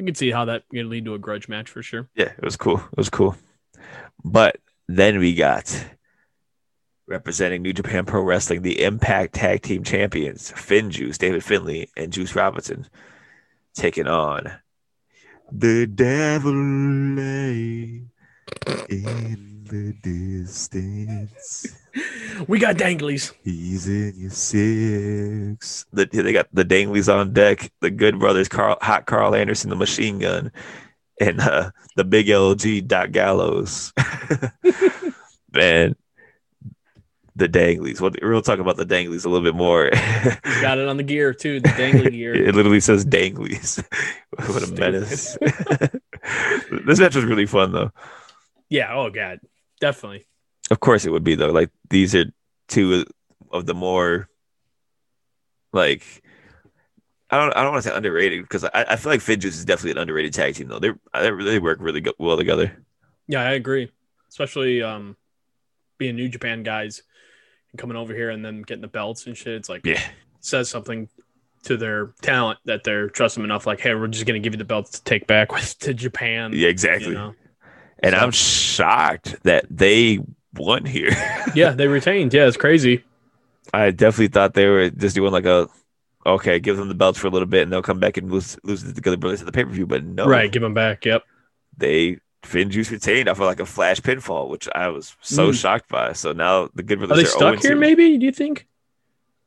Speaker 6: I can see how that could lead to a grudge match for sure.
Speaker 5: Yeah, it was cool. It was cool. But then we got representing New Japan Pro Wrestling, the Impact Tag Team Champions, Finn Juice, David Finley, and Juice Robinson taking on the devil lay in the distance.
Speaker 6: We got danglies.
Speaker 5: He's in your six. The, they got the Dangleys on deck, the Good Brothers, Carl, Hot Carl Anderson, the Machine Gun, and uh, the Big LG Doc Gallows. Man, the Dangleys. What we'll talk about the Dangleys a little bit more.
Speaker 6: Got it on the gear too, the dangly gear.
Speaker 5: It literally says Dangleys. what a
Speaker 6: Stupid.
Speaker 5: menace! this match was really fun though.
Speaker 6: yeah. Oh god. Definitely.
Speaker 5: Of course it would be though. Like these are two of the more like I don't I don't want to say underrated because I, I feel like Finn Juice is definitely an underrated tag team though. They're they really work really go- well together.
Speaker 6: Yeah, I agree. Especially um being New Japan guys and coming over here and then getting the belts and shit. It's like
Speaker 5: Yeah.
Speaker 6: says something to their talent that they're trusting them enough. Like, hey, we're just gonna give you the belts to take back with to Japan.
Speaker 5: Yeah,
Speaker 6: you
Speaker 5: exactly.
Speaker 6: know?
Speaker 5: and
Speaker 6: so-
Speaker 5: I'm shocked that they won here.
Speaker 6: yeah, they retained. Yeah, it's crazy.
Speaker 5: I definitely thought they were just doing like a okay, give them the belts for a little bit and they'll come back and lose lose it to the Good Brothers at the pay per view, but no,
Speaker 6: Right, give them back. Yep.
Speaker 5: They Finn Juice retained off of like a flash pinfall, which I was so
Speaker 6: Mm.
Speaker 5: shocked by. So now the Good
Speaker 6: Are
Speaker 5: Brothers
Speaker 6: they
Speaker 5: are 0
Speaker 6: stuck here?
Speaker 5: 2.
Speaker 6: Maybe? Do you think?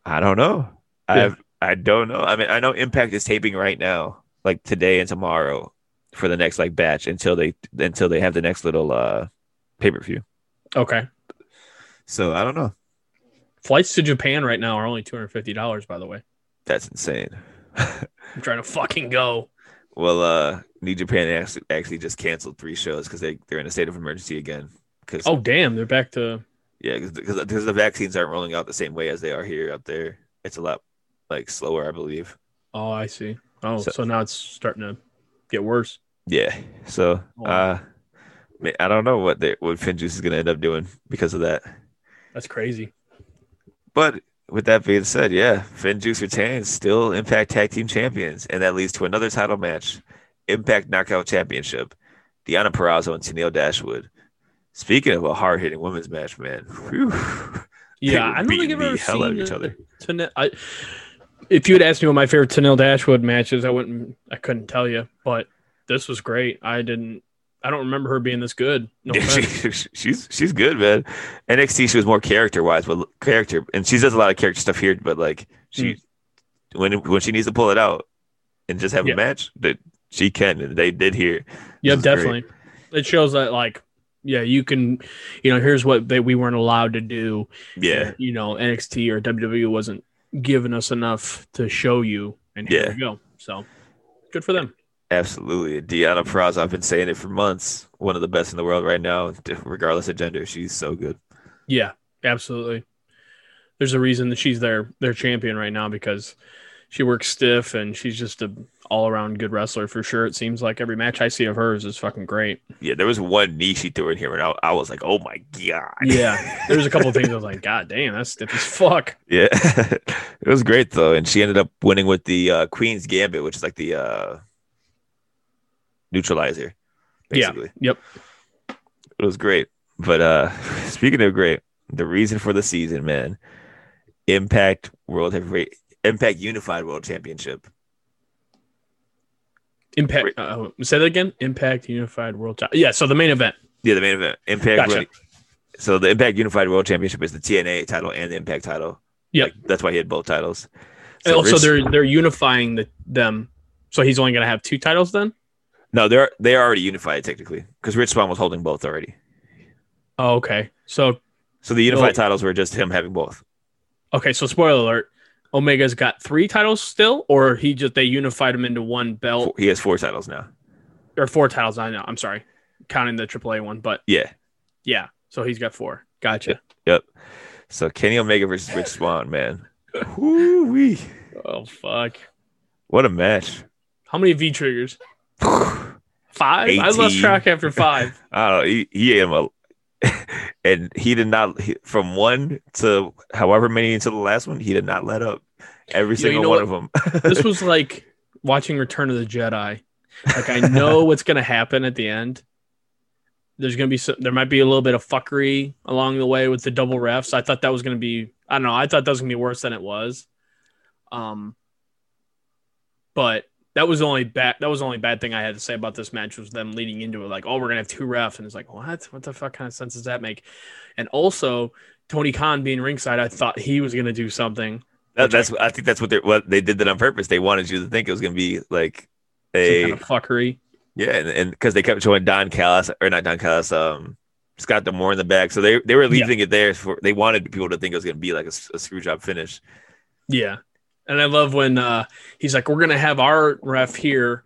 Speaker 5: I don't know.
Speaker 6: Yeah.
Speaker 5: I've I don't know. I mean, I know Impact is taping right now, like today and tomorrow, for the next like batch until they until they have the next little uh pay per view.
Speaker 6: Okay.
Speaker 5: So I don't know.
Speaker 6: Flights to Japan right now are only two hundred fifty dollars. By the way,
Speaker 5: That's insane.
Speaker 6: I'm trying to fucking go.
Speaker 5: well, uh, New Japan actually, actually just canceled three shows because they they're in a state of emergency again. Because
Speaker 6: Oh damn, they're back to
Speaker 5: yeah, because the vaccines aren't rolling out the same way as they are here up there. It's a lot like slower, I believe.
Speaker 6: Oh, I see. Oh,
Speaker 5: So-
Speaker 6: so, now it's starting to get worse.
Speaker 5: Yeah. So
Speaker 6: Oh.
Speaker 5: uh ma- I don't know what they what Finjuice is gonna end up doing because of that.
Speaker 6: That's crazy.
Speaker 5: But with that being said, yeah, Finjuice retains still Impact Tag Team Champions, and that leads to another title match, Impact Knockout Championship, Deanna Perrazzo and Tennille Dashwood. Speaking of a hard hitting women's match, man, whew, they
Speaker 6: Yeah,
Speaker 5: were
Speaker 6: I don't think
Speaker 5: beating
Speaker 6: I've
Speaker 5: the
Speaker 6: ever
Speaker 5: hell out of
Speaker 6: seen
Speaker 5: each other.
Speaker 6: Tana- I, if you had asked me what my favorite Tanil Dashwood match is, I wouldn't, I couldn't tell you. But this was great. I didn't, I don't remember her being this good. No
Speaker 5: Yeah,
Speaker 6: offense.
Speaker 5: she, she's she's good, man. NXT she was more character wise, but character and she does a lot of character stuff here, but like she when when she needs to pull it out, and just have
Speaker 6: Mm. Yeah.
Speaker 5: a match that she can and they did here.
Speaker 6: Yeah,
Speaker 5: This is great.
Speaker 6: definitely. It shows that like yeah, you can you know, here's what they we weren't allowed to do.
Speaker 5: Yeah.
Speaker 6: You know, NXT or WWE wasn't giving us enough to show you and here
Speaker 5: Yeah.
Speaker 6: you go. So good for them.
Speaker 5: Absolutely. Deanna Praz, I've been saying it for months. One of the best in the world right now, regardless of gender. She's so good.
Speaker 6: Yeah, absolutely. There's a reason that she's their their champion right now because she works stiff and she's just a all around good wrestler for sure. It seems like every match I see of hers is fucking great.
Speaker 5: Yeah, there was one knee she threw in here, and I, I was like, oh my God.
Speaker 6: Yeah. There's a couple of things I was like, God damn, that's stiff as fuck.
Speaker 5: Yeah, it was great though, and she ended up winning with the uh, Queen's Gambit, which is like the uh, neutralizer. Basically,
Speaker 6: Yeah. Yep.
Speaker 5: it was great. But uh, speaking of great, the reason for the season, man, Impact World Heavyweight, Impact Unified World Championship.
Speaker 6: Impact. Uh, say that again. Impact Unified World. Ti- Yeah. So the main event.
Speaker 5: Yeah, the main event, Impact.
Speaker 6: Gotcha.
Speaker 5: World- so the Impact Unified World Championship is the TNA title and the Impact title.
Speaker 6: Yep.
Speaker 5: Like, that's why he had both titles.
Speaker 6: And also,
Speaker 5: Rich-
Speaker 6: they're they're unifying the, them. So he's only gonna have two titles then.
Speaker 5: no, they're they are already unified technically because Rich Swan was holding both already.
Speaker 6: Oh, okay. So
Speaker 5: So the unified
Speaker 6: Well-
Speaker 5: titles were just him having both.
Speaker 6: okay. So spoiler alert. Omega's got three titles still, or he just they unified him into one
Speaker 5: Four,
Speaker 6: belt
Speaker 5: he has four titles now.
Speaker 6: or four titles. I know. I'm sorry, counting the AAA one, but
Speaker 5: Yeah.
Speaker 6: yeah. So he's got four. Gotcha.
Speaker 5: Yep. So Kenny Omega versus Rich Swan, man. Woo-wee.
Speaker 6: Oh fuck.
Speaker 5: What a match.
Speaker 6: How many V triggers? Five. I lost
Speaker 5: 18.
Speaker 6: track after five.
Speaker 5: I don't know. He, he ate him a, and he did not he- from one to however many until the last one. He did not let up. Every
Speaker 6: Yo, you
Speaker 5: single
Speaker 6: know
Speaker 5: one of them.
Speaker 6: this was like watching Return of the Jedi. Like I know what's gonna happen at the end. There's gonna be some, there might be a little bit of fuckery along the way with the double refs. I thought that was gonna be I don't know. I thought that was gonna be worse than it was. Um, but that was the only bad that was the only bad thing I had to say about this match was them leading into it like oh we're gonna have two refs and it's like what what the fuck kind of sense does that make? And also Tony Khan being ringside, I thought he was gonna do something.
Speaker 5: That- that's I think that's what they what they did that on purpose. They wanted you to think it was gonna be like
Speaker 6: Some
Speaker 5: a
Speaker 6: kind of fuckery.
Speaker 5: Yeah, and because they kept showing Don Callis or not Don Callis, um, Scott Demore in the back, so they they were leaving it there for they wanted people to think it was going to be like a, s- a screw job finish.
Speaker 6: Yeah. And I love when uh, he's like, we're going to have our ref here.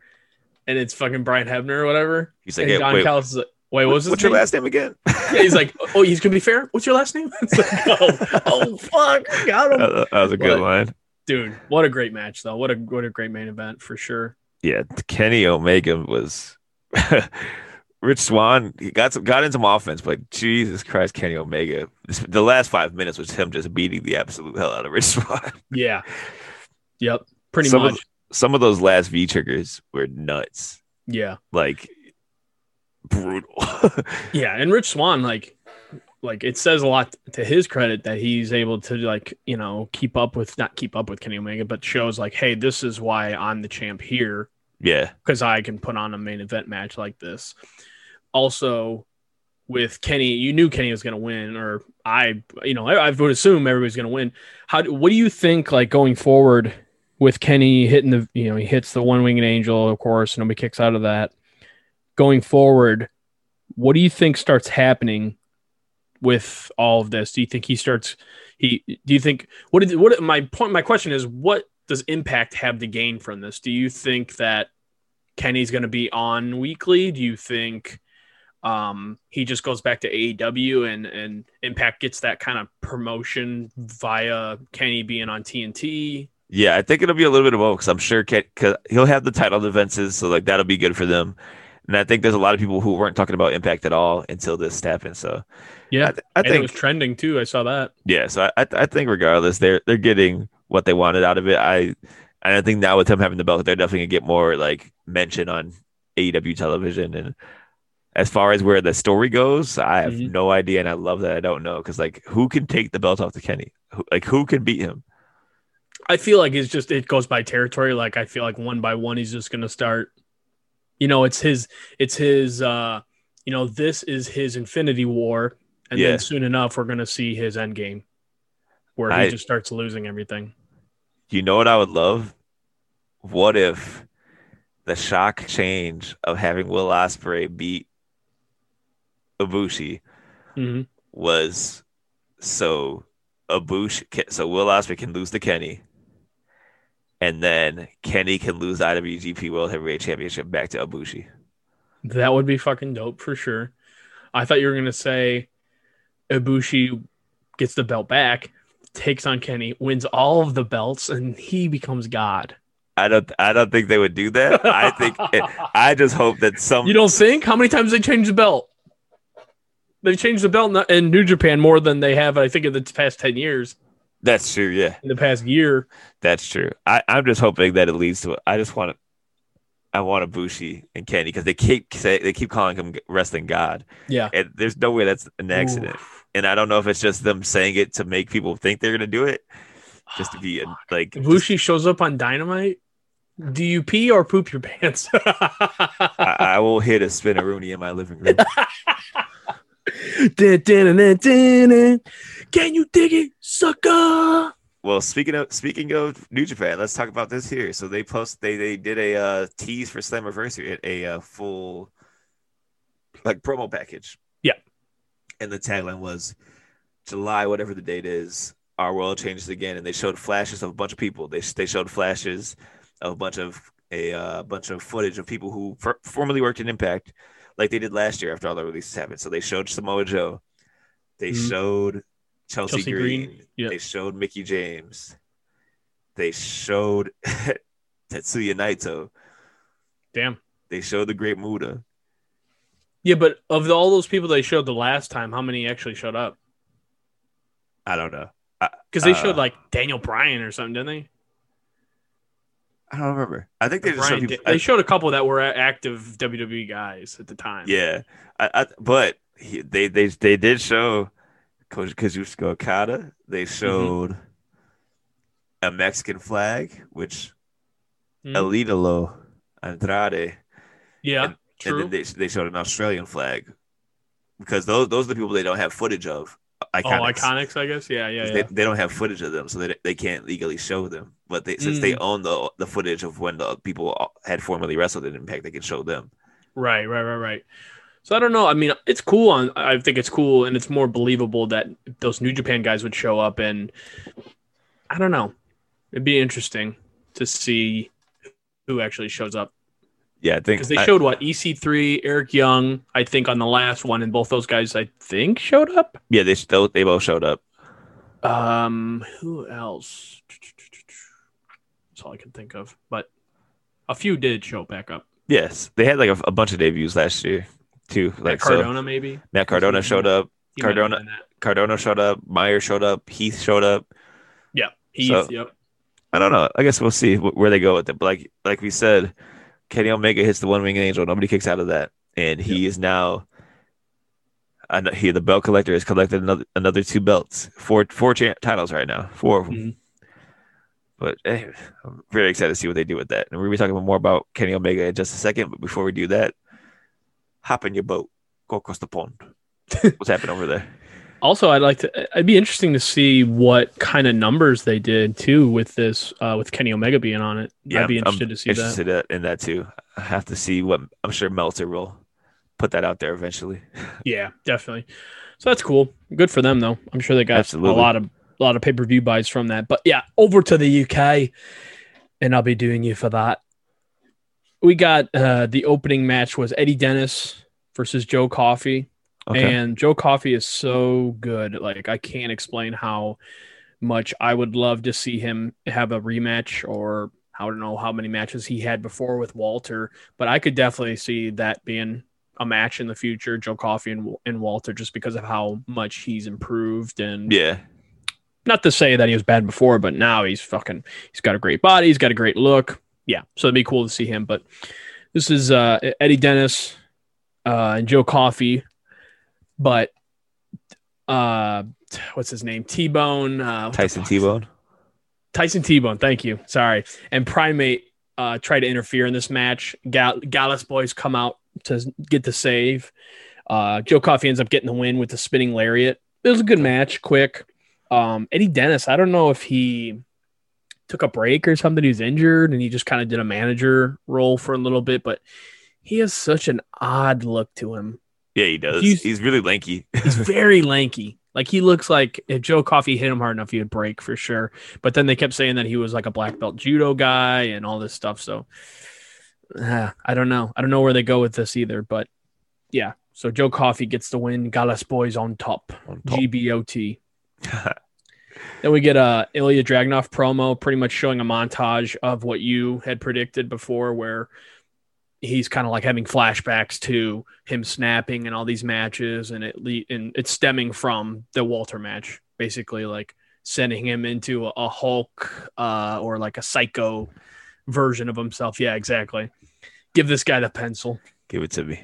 Speaker 6: And it's fucking Brian Hebner or whatever.
Speaker 5: He's like,
Speaker 6: And
Speaker 5: hey,
Speaker 6: Don
Speaker 5: wait,
Speaker 6: Callis is like, wait, what was his
Speaker 5: what's
Speaker 6: name?
Speaker 5: your last name again?
Speaker 6: Yeah, he's like, oh, he's going to be fair. What's your last name? It's like, oh, oh, fuck. I got him.
Speaker 5: that, that was a good
Speaker 6: What?
Speaker 5: line.
Speaker 6: Dude, what a great match, though. What a what a great main event for sure.
Speaker 5: Yeah, Kenny Omega was Rich Swan. He got some got in some offense, but Jesus Christ, Kenny Omega. This- The last five minutes was him just beating the absolute hell out of Rich Swan.
Speaker 6: Yeah. Yep. Pretty
Speaker 5: Some of
Speaker 6: much.
Speaker 5: Some of those last V triggers were nuts,
Speaker 6: yeah.
Speaker 5: like brutal.
Speaker 6: Yeah. And Rich Swan, like, like it says a lot to his credit that he's able to like you know keep up with not keep up with Kenny Omega, but shows like, hey, this is why I'm the champ here.
Speaker 5: yeah.
Speaker 6: because I can put on a main event match like this. Also, with Kenny, you knew Kenny was going to win, or I, you know, I, I would assume everybody's going to win. How? do- What do you think? Like going forward with Kenny hitting the, you know, he hits the one winged angel, of course, nobody kicks out of that. Going forward, what do you think starts happening with all of this? Do you think he starts? He? Do you think what? Did, what? My point. My question is, what does Impact have to gain from this? Do you think that Kenny's going to be on weekly? Do you think um, he just goes back to AEW and and Impact gets that kind of promotion via Kenny being on TNT?
Speaker 5: Yeah, I think it'll be a little bit of both because I'm sure Ken, cause he'll have the title defenses, so like that'll be good for them. And I think there's a lot of people who weren't talking about Impact at all until this happened. So I,
Speaker 6: Yeah,
Speaker 5: th- I
Speaker 6: and it
Speaker 5: think
Speaker 6: was trending too. I saw that.
Speaker 5: yeah. So I, I th- I think regardless, they're they're getting what they wanted out of it. I and I think now with him having the belt, they're definitely gonna get more like mention on AEW television. And as far as where the story goes, I have
Speaker 6: Mhm.
Speaker 5: no idea, and I love that I don't know because like who can take the belt off to Kenny? Who, like who can beat him?
Speaker 6: I feel like it's just it goes by territory. Like I feel like one by one he's just gonna start. You know, it's his it's his uh you know, this is his infinity war. And
Speaker 5: Yeah.
Speaker 6: then soon enough we're gonna see his end game where he
Speaker 5: I-
Speaker 6: just starts losing everything.
Speaker 5: You know what I would love what if the shock change of having Will Osprey beat Ibushi
Speaker 6: hmm
Speaker 5: was so Ibushi, ca- so Will Osprey can lose to Kenny, and then Kenny can lose the IWGP World Heavyweight Championship back to Ibushi.
Speaker 6: That would be fucking dope for sure. I thought you were gonna say Ibushi gets the belt back, takes on Kenny, wins all of the belts, and he becomes God.
Speaker 5: I don't, I don't think they would do that. I think, I just hope that some.
Speaker 6: You don't think? How many times they changed the belt? They've changed the belt in- in New Japan more than they have, I think, in the past ten years.
Speaker 5: that's true. Yeah.
Speaker 6: In the past year,
Speaker 5: That's true. I, I'm just hoping that it leads to. I just want to. I want Ibushi and Kenny because they keep say, they keep calling him wrestling god,
Speaker 6: yeah,
Speaker 5: and there's no way that's an accident. And I don't know if it's just them saying it to make people think they're gonna do it, just to be like. just-
Speaker 6: Ibushi shows up on Dynamite. Do you pee or poop your pants?
Speaker 5: I, I will hit a spinneroonie in my living room.
Speaker 6: Can you dig it, sucker?
Speaker 5: well, speaking of speaking of New Japan, let's talk about this here. So they post they they did a uh, tease for Slammiversary, a, a uh, full like promo package.
Speaker 6: Yeah.
Speaker 5: And the tagline was July, whatever the date is, our world changes again. And they showed flashes of a bunch of people. They they showed flashes of a bunch of a uh, bunch of footage of people who for, formerly worked in Impact, like they did last year after all the releases happened. So they showed Samoa Joe. They
Speaker 6: Mhm.
Speaker 5: showed Chelsea,
Speaker 6: Chelsea Green,
Speaker 5: Green.
Speaker 6: yeah.
Speaker 5: They showed Mickey James. They showed Tetsuya Naito.
Speaker 6: Damn.
Speaker 5: They showed the Great Muda.
Speaker 6: Yeah, but of all those people they showed the last time, how many actually showed up?
Speaker 5: I don't know.
Speaker 6: Because they
Speaker 5: Uh,
Speaker 6: showed like Daniel Bryan or something, didn't they?
Speaker 5: I don't remember. I think they just
Speaker 6: Bryan
Speaker 5: showed
Speaker 6: did-
Speaker 5: people.
Speaker 6: they showed a couple that were a- active WWE guys at the time.
Speaker 5: Yeah, I, I but he, they they they did show Coach Kazuchika Okada. They
Speaker 6: Mm-hmm.
Speaker 5: showed a Mexican flag, which
Speaker 6: Mhm.
Speaker 5: Elidolo Andrade,
Speaker 6: yeah,
Speaker 5: and
Speaker 6: true.
Speaker 5: then they they showed an Australian flag because those those are the people they don't have footage of.
Speaker 6: oh,
Speaker 5: Iconics.
Speaker 6: iconics, I guess. Yeah, yeah,
Speaker 5: They,
Speaker 6: yeah.
Speaker 5: they don't have footage of them, so they, they can't legally show them. But they, since
Speaker 6: Mm.
Speaker 5: they own the the footage of when the people had formerly wrestled in Impact, they can show them.
Speaker 6: Right, right, right, right. So I don't know. I mean, it's cool. On I think it's cool, and it's more believable that those New Japan guys would show up, and I don't know. It'd be interesting to see who actually shows up
Speaker 5: Yeah, I think
Speaker 6: because they
Speaker 5: I-
Speaker 6: showed what EC3, Eric Young, I think on the last one, and both those guys I think showed up.
Speaker 5: yeah they still they both showed up.
Speaker 6: Um, who else? That's all I can think of. But a few did show back up.
Speaker 5: Yes, they had like a, a bunch of debuts last year too. Like
Speaker 6: Like
Speaker 5: so,
Speaker 6: Cardona, maybe.
Speaker 5: Matt Cardona showed up.
Speaker 6: He might have
Speaker 5: Cardona-
Speaker 6: been that.
Speaker 5: Cardona showed up. Meyer showed up. Heath showed up.
Speaker 6: Yeah. Heath.
Speaker 5: So-
Speaker 6: yep.
Speaker 5: I don't know. I guess we'll see wh- where they go with it. But like like we said, Kenny Omega hits the one winged angel. Nobody kicks out of that, and he is now. I know he the belt collector has collected another another two belts, four four cha- titles right now, four of them.
Speaker 6: Mhm.
Speaker 5: But eh, I'm very excited to see what they do with that, and we're gonna be talking more about Kenny Omega in just a second. But before we do that, hop in your boat, go across the pond. What's happening over there?
Speaker 6: Also, I'd like to. It'd be interesting to see what kind of numbers they did too with this, uh, with Kenny Omega being on it. I'd be
Speaker 5: I'm-
Speaker 6: interested
Speaker 5: I'm
Speaker 6: to see that.
Speaker 5: interested in that too. I have to see what I'm sure Meltzer will put that out there eventually.
Speaker 6: Yeah, definitely. So that's cool. Good for them though. I'm sure they got
Speaker 5: Absolutely.
Speaker 6: a lot of a lot of pay per view buys from that. But yeah, over to the UK, and I'll be doing you for that. We got uh, the opening match was Eddie Dennis versus Joe Coffey.
Speaker 5: Okay.
Speaker 6: And Joe Coffey is so good. Like I can't explain how much I would love to see him have a rematch or I don't know how many matches he had before with Walter, but I could definitely see that being a match in the future, Joe Coffey and, and Walter, just because of how much he's improved. And
Speaker 5: yeah.
Speaker 6: not to say that he was bad before, but now he's fucking, he's got a great body. He's got a great look. Yeah. So it'd be cool to see him. But this is uh, Eddie Dennis uh, and Joe Coffey. But uh, t- what's his name? T Bone. Uh, what the
Speaker 5: Tyson
Speaker 6: fuck?
Speaker 5: T Bone.
Speaker 6: Tyson T Bone. Thank you. Sorry. And Primate uh, try to interfere in this match. Gal- Gallus boys come out to get the save. Uh, Joe Coffey ends up getting the win with the spinning lariat. It was a good match, quick. Um, Eddie Dennis, I don't know if he took a break or something. He was injured and he just kind of did a manager role for a little bit, but he has such an odd look to him.
Speaker 5: Yeah, he does. He's,
Speaker 6: He's-
Speaker 5: really lanky.
Speaker 6: He's very lanky. Like he looks like if Joe Coffey hit him hard enough, he would break for sure. But then they kept saying that he was like a black belt judo guy and all this stuff. So uh, I don't know. I don't know where they go with this either. But yeah, so Joe Coffey gets the win. Galas boys on top.
Speaker 5: On top.
Speaker 6: GBOT. then we get a Ilya Dragunov promo, pretty much showing a montage of what you had predicted before, where he's kind of like having flashbacks to him snapping and all these matches, and it le- and it's stemming from the Walter match, basically like sending him into a, a Hulk uh, or like a psycho version of himself. Yeah, exactly. Give this guy the pencil.
Speaker 5: Give it to me.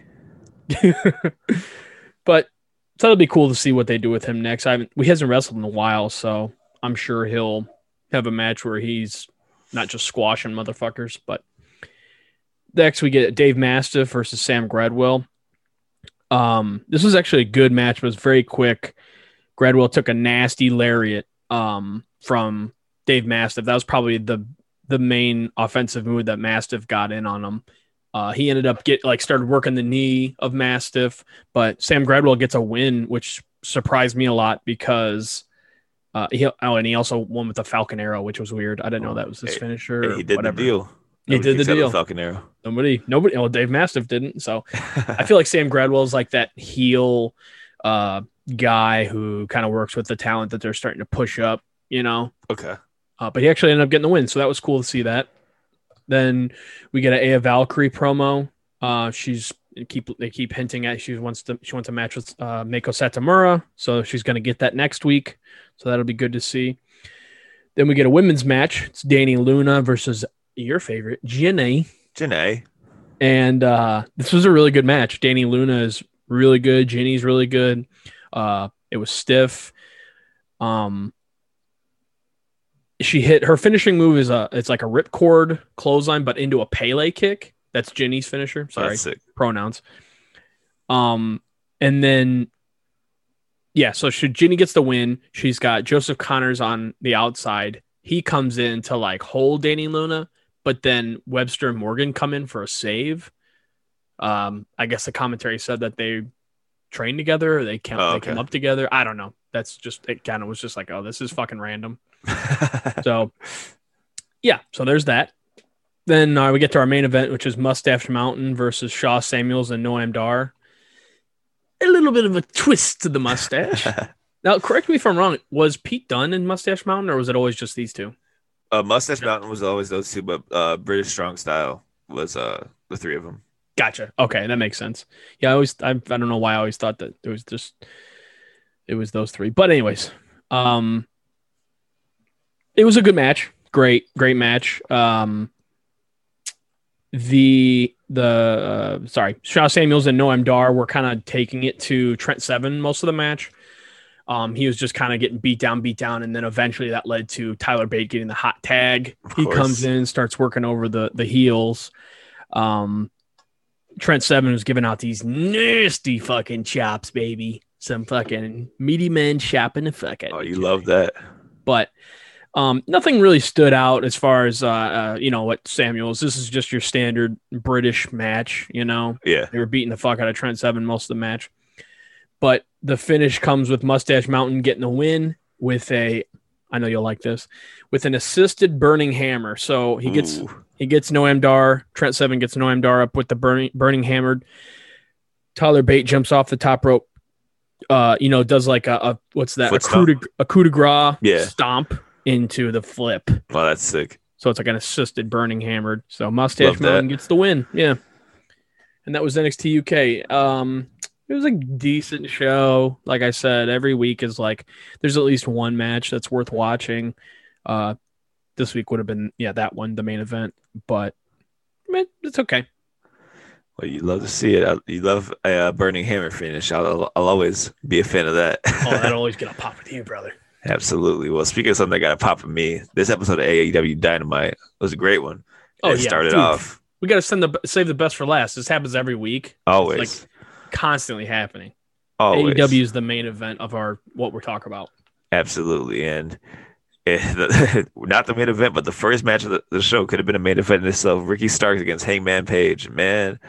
Speaker 6: but so it'll be cool to see what they do with him next. I haven't we hasn't wrestled in a while, so I'm sure he'll have a match where he's not just squashing motherfuckers. But next we get Dave Mastiff versus Sam Gradwell. Um, this was actually a good match, but it was very quick. Gradwell took a nasty lariat um, from Dave Mastiff. That was probably the the main offensive move that Mastiff got in on him. Uh, he ended up get like started working the knee of Mastiff but Sam Gradwell gets a win, which surprised me a lot because uh, he oh, and he also won with the Falcon Arrow, which was weird. I didn't know that was his
Speaker 5: Oh, Hey,
Speaker 6: finisher.
Speaker 5: Hey,
Speaker 6: or
Speaker 5: he did
Speaker 6: whatever.
Speaker 5: the deal.
Speaker 6: He
Speaker 5: Nobody
Speaker 6: did the
Speaker 5: kicks out of
Speaker 6: deal.
Speaker 5: Falcon Arrow.
Speaker 6: Nobody, nobody. Well, Dave Mastiff didn't. So I feel like Sam Gradwell's like that heel uh, guy who kind of works with the talent that they're starting to push up. You know,
Speaker 5: okay.
Speaker 6: uh, but he actually ended up getting the win, so that was cool to see that. Then we get a Aya Valkyrie promo. Uh, she's they keep they keep hinting at she wants to she wants a match with uh, Mako Satomura, so she's going to get that next week. So that'll be good to see. Then we get a women's match. It's Danny Luna versus your favorite Jinny,
Speaker 5: Janae.
Speaker 6: and uh, this was a really good match. Danny Luna is really good. Jinny's really good. Uh, it was stiff. Um, she hit her finishing move is a it's like a ripcord clothesline, but into a Pele kick. That's Jinny's finisher.
Speaker 5: Oh,
Speaker 6: Sorry,
Speaker 5: that's sick.
Speaker 6: pronouns. Um, and then yeah, so she Jinny gets the win. She's got Joseph Connors on the outside. He comes in to like hold Danny Luna, but then Webster and Morgan come in for a save. Um, I guess the commentary said that they trained together or they came,
Speaker 5: Oh,
Speaker 6: they came
Speaker 5: okay.
Speaker 6: up together. I don't know. That's just it kind of was just like, oh, this is fucking random. So, yeah, so there's that. Then uh, we get to our main event, which is Mustache Mountain versus Shaw Samuels and Noam Dar. A little bit of a twist to the mustache. now, correct me if I'm wrong. Was Pete Dunn in Mustache Mountain, or was it always just these two?
Speaker 5: uh, Mustache Mountain was always those two, but uh, British Strong Style was uh, the three of them.
Speaker 6: Gotcha. Okay, that makes sense. Yeah, I always I, I don't know why I always thought that it was just it was those three. But anyways, um it was a good match. Great, great match. Um the the uh, sorry, Shaw Samuels and Noam Dar were kind of taking it to Trent Seven most of the match. Um, he was just kind of getting beat down, beat down, and then eventually that led to Tyler Bate getting the hot tag.
Speaker 5: Of
Speaker 6: He
Speaker 5: course.
Speaker 6: comes in, starts working over the the heels. Um, Trent Seven was giving out these nasty fucking chops, baby. Some fucking meaty men chopping the fuck out.
Speaker 5: Oh,
Speaker 6: of
Speaker 5: you
Speaker 6: each
Speaker 5: love
Speaker 6: other.
Speaker 5: that.
Speaker 6: But um, nothing really stood out as far as uh, uh, you know what Samuels. This is just your standard British match. You know,
Speaker 5: Yeah.
Speaker 6: they were beating the fuck out of Trent Seven most of the match. But the finish comes with Mustache Mountain getting the win with a, I know you'll like this, with an assisted burning hammer. So he gets
Speaker 5: Ooh.
Speaker 6: he gets Noam Dar. Trent Seven gets Noam Dar up with the burning, burning hammered. Tyler Bate jumps off the top rope. Uh, you know, does like a, a what's that? A
Speaker 5: Foot
Speaker 6: coup, de, a coup de grace
Speaker 5: Yeah.
Speaker 6: stomp into the flip.
Speaker 5: Oh, that's sick.
Speaker 6: So it's like an assisted burning hammered. So Mustache
Speaker 5: Love that.
Speaker 6: Mountain gets the win. Yeah. And that was NXT UK. Um, it was a decent show. Like I said, every week is like there's at least one match that's worth watching. Uh, this week would have been yeah that one the main event, but eh, it's okay.
Speaker 5: Well, you love to see it. I, you love a uh, burning hammer finish. I'll, I'll always be a fan of that.
Speaker 6: Oh, that'll always get a pop with you, brother.
Speaker 5: Absolutely. Well, speaking of something that got a pop of me, this episode of AEW Dynamite was a great one.
Speaker 6: Oh
Speaker 5: it
Speaker 6: yeah,
Speaker 5: started
Speaker 6: dude.
Speaker 5: off
Speaker 6: We gotta send the save the best for last. This happens every week,
Speaker 5: always,
Speaker 6: constantly happening.
Speaker 5: always,
Speaker 6: E AEW is the main event of our what we're talking about.
Speaker 5: absolutely, and eh, the- not the main event, but the first match of the, the show could have been a main event in itself. Ricky Starks against Hangman Page. Man,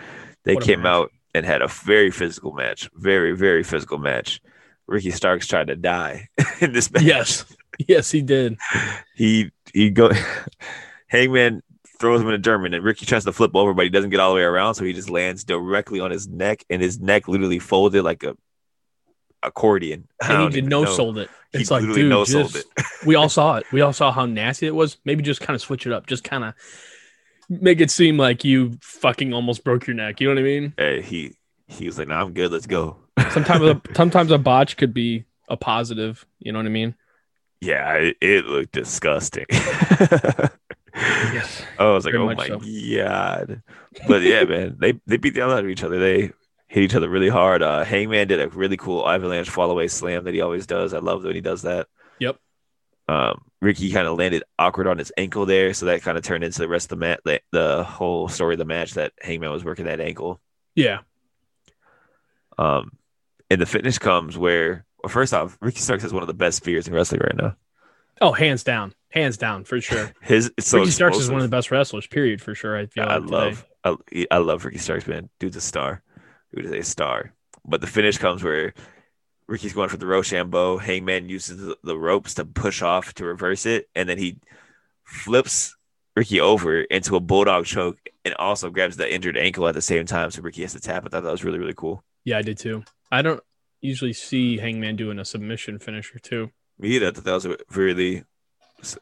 Speaker 5: they
Speaker 6: What a
Speaker 5: came
Speaker 6: match.
Speaker 5: out and had a very physical match. Very, very physical match. Ricky Starks tried to die in this match.
Speaker 6: Yes. Yes, he did.
Speaker 5: He he go Hangman throws him in a German and Ricky tries to flip over, but he doesn't get all the way around, so he just lands directly on his neck, and his neck literally folded like a accordion. I
Speaker 6: And he
Speaker 5: don't
Speaker 6: did
Speaker 5: even
Speaker 6: no
Speaker 5: know.
Speaker 6: sold it.
Speaker 5: He
Speaker 6: It's like,
Speaker 5: literally
Speaker 6: dude,
Speaker 5: no-sold
Speaker 6: just, we all saw it. We all saw how nasty it was. Maybe just kind of switch it up. Just kind of make it seem like you fucking almost broke your neck. You know what I mean?
Speaker 5: Hey, he he was like, "No, I'm good. Let's go."
Speaker 6: Sometimes, a, sometimes a botch could be a positive. You know what I mean?
Speaker 5: Yeah, it, it looked disgusting.
Speaker 6: Yes.
Speaker 5: I was like,
Speaker 6: Very
Speaker 5: "Oh
Speaker 6: much
Speaker 5: my
Speaker 6: so.
Speaker 5: god!" But yeah, man, they they beat the hell out of each other. They hit each other really hard. Uh, Hangman did a really cool avalanche fallaway slam that he always does. I love when he does that.
Speaker 6: Yep.
Speaker 5: Um, Ricky kind of landed awkward on his ankle there, so that kind of turned into the rest of the match, the, the whole story of the match that Hangman was working that ankle.
Speaker 6: Yeah.
Speaker 5: Um, and the finish comes where, well, first off, Ricky Starks has one of the best spears in wrestling right now.
Speaker 6: Oh, hands down. Hands down for sure.
Speaker 5: His it's so
Speaker 6: Ricky Starks is
Speaker 5: explosive.
Speaker 6: one of the best wrestlers, period, for sure. I feel
Speaker 5: I
Speaker 6: like
Speaker 5: love I, I love Ricky Starks, man. Dude's a star. Dude is a star. But the finish comes where Ricky's going for the Rochambeau. Hangman uses the, the ropes to push off to reverse it, and then he flips Ricky over into a bulldog choke and also grabs the injured ankle at the same time. So Ricky has to tap. I thought that was really, really cool.
Speaker 6: Yeah, I did too. I don't usually see Hangman doing a submission finisher too.
Speaker 5: Me either. I thought that was a really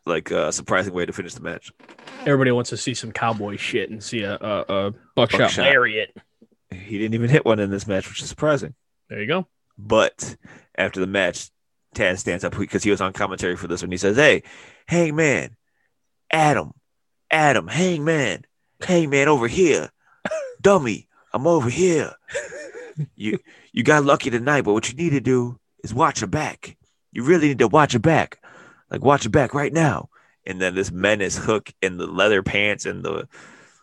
Speaker 5: like uh, surprising way to finish the match.
Speaker 6: Everybody wants to see some cowboy shit and see a, a, a buckshot,
Speaker 5: Buckshot.
Speaker 6: lariat.
Speaker 5: He didn't even hit one in this match, which is surprising.
Speaker 6: There you go.
Speaker 5: But after the match, Taz stands up because he was on commentary for this one. He says, Hey, Hangman, Adam, Adam, Hangman, Hangman over here. Dummy, I'm over here. You you got lucky tonight, but what you need to do is watch your back. You really need to watch your back. Like watch your back right now. And then this menace hook and the leather pants and the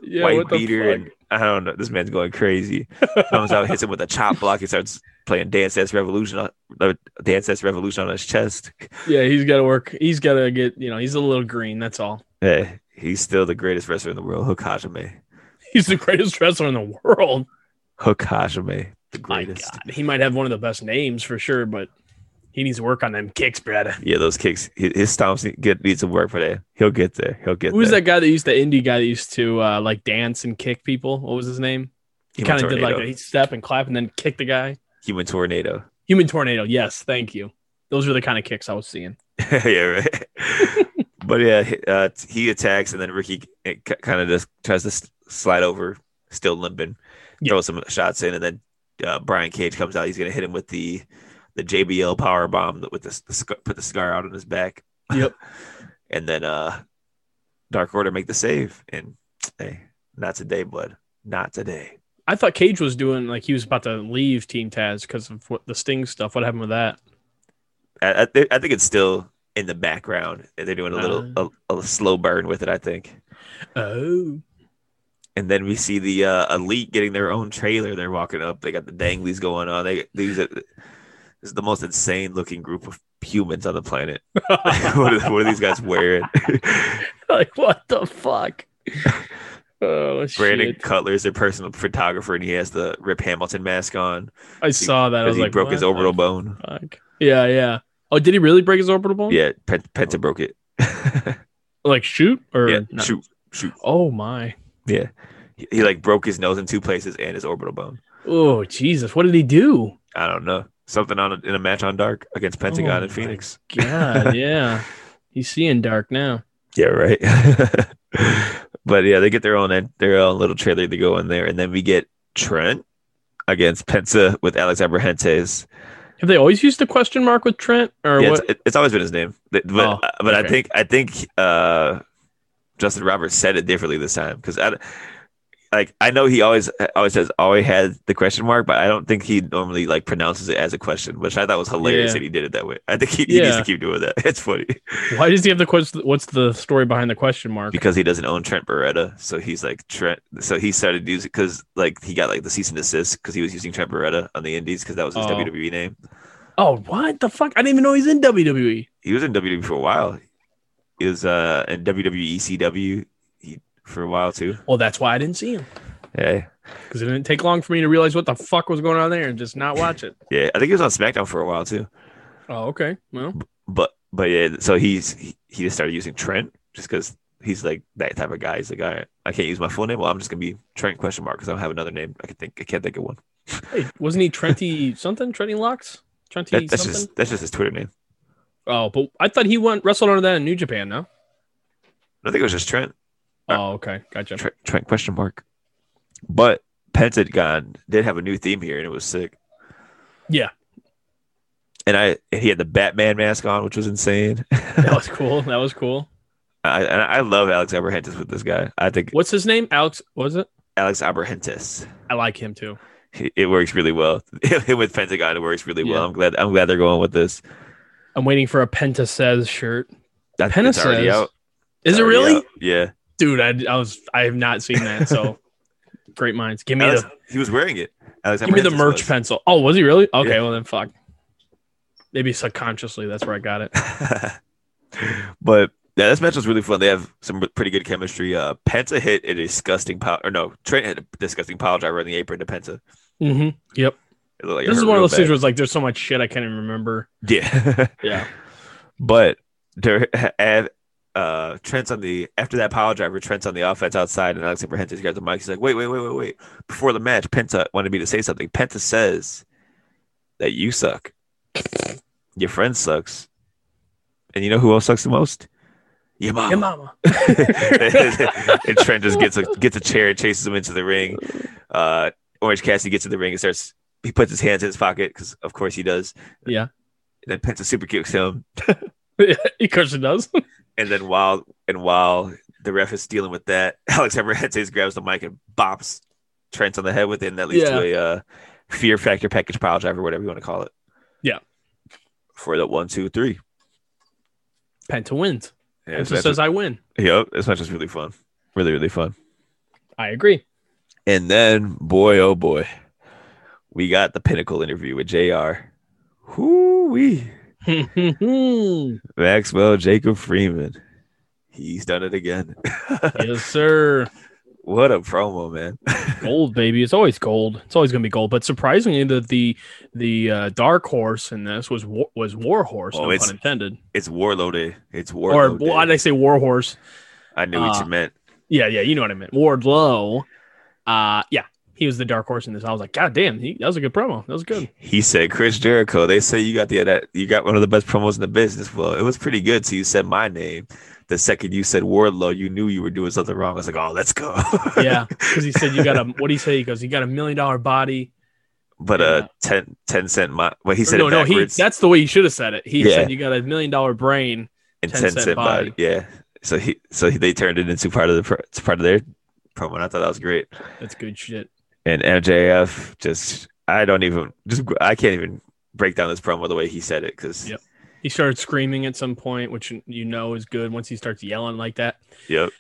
Speaker 6: Yeah,
Speaker 5: white beater and I don't know. This man's going crazy. Comes out, hits him with a chop block. He starts playing Dance Dance Revolution, on, uh, Dance Dance Revolution on his chest.
Speaker 6: yeah, he's got to work. He's got to get. You know, he's a little green. That's all.
Speaker 5: Hey, he's still the greatest wrestler in the world. Hook Hajime.
Speaker 6: He's the greatest wrestler in the world.
Speaker 5: Hook Hajime, the
Speaker 6: My
Speaker 5: greatest.
Speaker 6: God, he might have one of the best names for sure, but he needs to work on them kicks, brother.
Speaker 5: Yeah, those kicks. His, his stomps need, get, need some work for that. He'll get there. He'll get
Speaker 6: Who was
Speaker 5: there.
Speaker 6: that guy that used the indie guy that used to uh, like dance and kick people? What was his name? He
Speaker 5: Human
Speaker 6: kind of did like
Speaker 5: tornado.
Speaker 6: a step and clap and then kick the guy.
Speaker 5: human tornado.
Speaker 6: Human tornado. Yes, thank you. Those were the kind of kicks I was seeing.
Speaker 5: yeah, right. but yeah, he- uh, he attacks, and then Ricky kind of just tries to s- slide over, still limping,
Speaker 6: Yeah.
Speaker 5: throws some shots in, and then uh, Brian Cage comes out. He's gonna hit him with the the JBL power bomb with the, the sc- put the scar out on his back.
Speaker 6: Yep.
Speaker 5: and then uh, Dark Order make the save, and hey, not today, bud, not today.
Speaker 6: I thought Cage was doing like he was about to leave Team Taz because of what the Sting stuff. What happened with that?
Speaker 5: I I, thi- I think it's still in the background. They're doing a little
Speaker 6: Uh.
Speaker 5: a, a slow burn with it. I think.
Speaker 6: Oh,
Speaker 5: and then we see the uh, elite getting their own trailer. They're walking up. They got the danglies going on. They these are, this is the most insane looking group of humans on the planet. what, are, what are these guys wearing?
Speaker 6: like what the fuck? Oh
Speaker 5: Brandon
Speaker 6: shit!
Speaker 5: Cutler is their personal photographer, and he has the Rip Hamilton mask on
Speaker 6: I saw that. I
Speaker 5: because
Speaker 6: was
Speaker 5: he
Speaker 6: like,
Speaker 5: broke his
Speaker 6: what the
Speaker 5: orbital bone.
Speaker 6: fuck? Yeah, yeah. Oh, did he really break his orbital bone?
Speaker 5: Yeah, Pen- Penta broke it.
Speaker 6: Like shoot Oh. or
Speaker 5: yeah,
Speaker 6: no?
Speaker 5: shoot, shoot.
Speaker 6: Oh my.
Speaker 5: Yeah, he, he like broke his nose in two places and his orbital bone.
Speaker 6: Oh Jesus! What did he do?
Speaker 5: I don't know something on a, in a match on Dark against Pentagon
Speaker 6: Oh
Speaker 5: and
Speaker 6: my
Speaker 5: Phoenix.
Speaker 6: God, yeah. He's seeing dark now.
Speaker 5: Yeah, right. but yeah, they get their own their own little trailer to go in there, and then we get Trent against Pensa with Alex Abrahantes.
Speaker 6: Have they always used the question mark with Trent or
Speaker 5: Yeah,
Speaker 6: what?
Speaker 5: it's, it- it's always been his name, but but, uh,
Speaker 6: Oh,
Speaker 5: but I
Speaker 6: okay.
Speaker 5: think I think uh, Justin Roberts said it differently this time because I like I know he always always says always had the question mark, but I don't think he normally like pronounces it as a question, which I thought was hilarious
Speaker 6: Yeah.
Speaker 5: that he did it that way. I think he, he needs
Speaker 6: Yeah.
Speaker 5: to keep doing that. It's funny
Speaker 6: Why does he have the question? What's the story behind the question mark?
Speaker 5: because he doesn't own Trent Beretta, so he's like Trent. So he started using because like he got like the cease and desist because he was using Trent Beretta on the Indies because that was his
Speaker 6: Oh.
Speaker 5: WWE name.
Speaker 6: Oh, what the fuck? I didn't even know he's in WWE.
Speaker 5: He was in WWE E for a while. He was uh, in WWE CW he, for a while too.
Speaker 6: Well, that's why I didn't see him
Speaker 5: Yeah,
Speaker 6: because it didn't take long for me to realize what the fuck was going on there and just not watch it.
Speaker 5: yeah. I think he was on SmackDown for a while too.
Speaker 6: Oh, okay. Well,
Speaker 5: But but yeah, so he's he, he just started using Trent just because he's like that type of guy. He's like, all right, I can't use my full name. Well, I'm just gonna be Trent question mark because I don't have another name. I can think I can't think of one.
Speaker 6: hey, wasn't he Trenty something? Trenty Locks? Trenty
Speaker 5: That, that's
Speaker 6: something?
Speaker 5: just that's just his Twitter name.
Speaker 6: Oh, but I thought he went wrestled under that in New Japan. No.
Speaker 5: I think it was just Trent. Uh,
Speaker 6: Oh, okay. Gotcha.
Speaker 5: Trent, Trent question mark. But Pentagon did have a new theme here, and it was sick.
Speaker 6: Yeah.
Speaker 5: And I and he had the Batman mask on, which was insane.
Speaker 6: That was cool. That was cool.
Speaker 5: I and I love Alex Abrahantis with this guy. I think
Speaker 6: What's his name? Alex? what Was it?
Speaker 5: Alex Abrahantis.
Speaker 6: I like him too.
Speaker 5: It it works really well with Pentagon. It works really well.
Speaker 6: Yeah.
Speaker 5: I'm glad. I'm glad they're going with this.
Speaker 6: I'm waiting for a Penta says shirt.
Speaker 5: That,
Speaker 6: Penta
Speaker 5: it's already
Speaker 6: says.
Speaker 5: out.
Speaker 6: Is
Speaker 5: It's
Speaker 6: it
Speaker 5: already
Speaker 6: really?
Speaker 5: out. Yeah.
Speaker 6: Dude, I, I was I have not seen that. So great minds. Give me
Speaker 5: Alex-
Speaker 6: the
Speaker 5: he was wearing it. Alex
Speaker 6: give me the
Speaker 5: Abrahantis
Speaker 6: merch
Speaker 5: was.
Speaker 6: pencil. Oh, was he really? Okay,
Speaker 5: Yeah.
Speaker 6: well then fuck. Maybe subconsciously that's where I got it.
Speaker 5: but yeah, this match was really fun. They have some pretty good chemistry. Uh, Penta hit a disgusting power, or no, Trent hit a disgusting power driver in the apron to Penta.
Speaker 6: hmm Yep.
Speaker 5: It looked like it
Speaker 6: This is
Speaker 5: hurt
Speaker 6: one of
Speaker 5: real
Speaker 6: those things
Speaker 5: bad.
Speaker 6: where it's like there's so much shit I can't even remember.
Speaker 5: yeah.
Speaker 6: Yeah.
Speaker 5: but there, and, uh, Trent's on the after that power driver. Trent's on the offense outside, and Alex Abrahantis grabs the mic. He's like, "Wait, wait, wait, wait, wait!" Before the match, Penta wanted me to say something. Penta says that you suck. Your friend sucks, and you know who else sucks the most? Your mom.
Speaker 6: Yeah, mama.
Speaker 5: and Trent just gets a gets a chair and chases him into the ring. Uh, Orange Cassidy gets in the ring and starts. He puts his hands in his pocket because, of course, he does.
Speaker 6: Yeah.
Speaker 5: And then Penta super kicks him,
Speaker 6: of course it does.
Speaker 5: and then while and while the ref is dealing with that, Alex Emerantes grabs the mic and bops Trent on the head with it, and that leads to a uh, fear factor package pile driver, whatever you want to call it.
Speaker 6: Yeah.
Speaker 5: For the one, two, three.
Speaker 6: Penta wins.
Speaker 5: Yeah,
Speaker 6: Penta
Speaker 5: this match
Speaker 6: says
Speaker 5: was-
Speaker 6: I win.
Speaker 5: yep, this match was really fun. Really, really fun.
Speaker 6: I agree.
Speaker 5: And then, boy, oh boy, we got the pinnacle interview with JR. Whoo wee.
Speaker 6: yes,
Speaker 5: Maxwell Jacob Freeman. He's done it again.
Speaker 6: sir.
Speaker 5: what a promo, man.
Speaker 6: Gold, baby. It's always gold. It's always gonna be gold. But surprisingly, the the the uh, dark horse in this was wa- was war horse.
Speaker 5: Oh,
Speaker 6: no
Speaker 5: it's-
Speaker 6: pun intended.
Speaker 5: It's Warlow Day. It's
Speaker 6: Or
Speaker 5: Warlow Day.
Speaker 6: well, I say war horse.
Speaker 5: I knew what
Speaker 6: uh,
Speaker 5: you meant.
Speaker 6: Yeah, yeah. You know what I meant. Wardlow. Uh, yeah. He was the dark horse in this. I was like, God damn, he, that was a good promo. That was good.
Speaker 5: He said, Chris Jericho, they say you got the that you got one of the best promos in the business. Well, it was pretty good. So you said my name. The second you said Wardlow, you knew you were doing something wrong. I was like, oh, let's go.
Speaker 6: Yeah, because he said you got a what? He say? He goes, you got a million dollar body.
Speaker 5: But uh, 10, 10 cent. My, well, he said
Speaker 6: no,
Speaker 5: it
Speaker 6: no. He
Speaker 5: backwards.
Speaker 6: that's the way you should have said it. He
Speaker 5: Yeah.
Speaker 6: said you got a million dollar brain.
Speaker 5: and
Speaker 6: 10
Speaker 5: ten
Speaker 6: cent
Speaker 5: cent body.
Speaker 6: body.
Speaker 5: Yeah. So he so he, they turned it into part of the pro, it's part of their promo. And I thought that was great.
Speaker 6: That's good shit.
Speaker 5: And MJF just I don't even just I can't even break down this promo the way he said it because
Speaker 6: Yep. He started screaming at some point, which you know is good once he starts yelling like that.
Speaker 5: yep.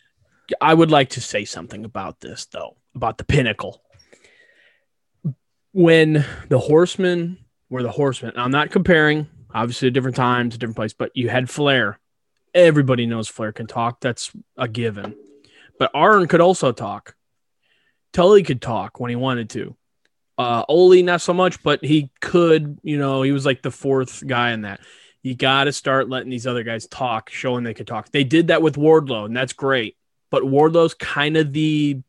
Speaker 6: I would like to say something about this, though, about the pinnacle. When the horsemen were the horsemen, and I'm not comparing, obviously, different times, different place, but you had Flair. Everybody knows Flair can talk. That's a given. But Arn could also talk. Tully could talk when he wanted to. Uh, Ole, not so much, but he could, you know, he was like the fourth guy in that. You got to start letting these other guys talk, showing they could talk. They did that with Wardlow, and that's great but Wardlow's kind of the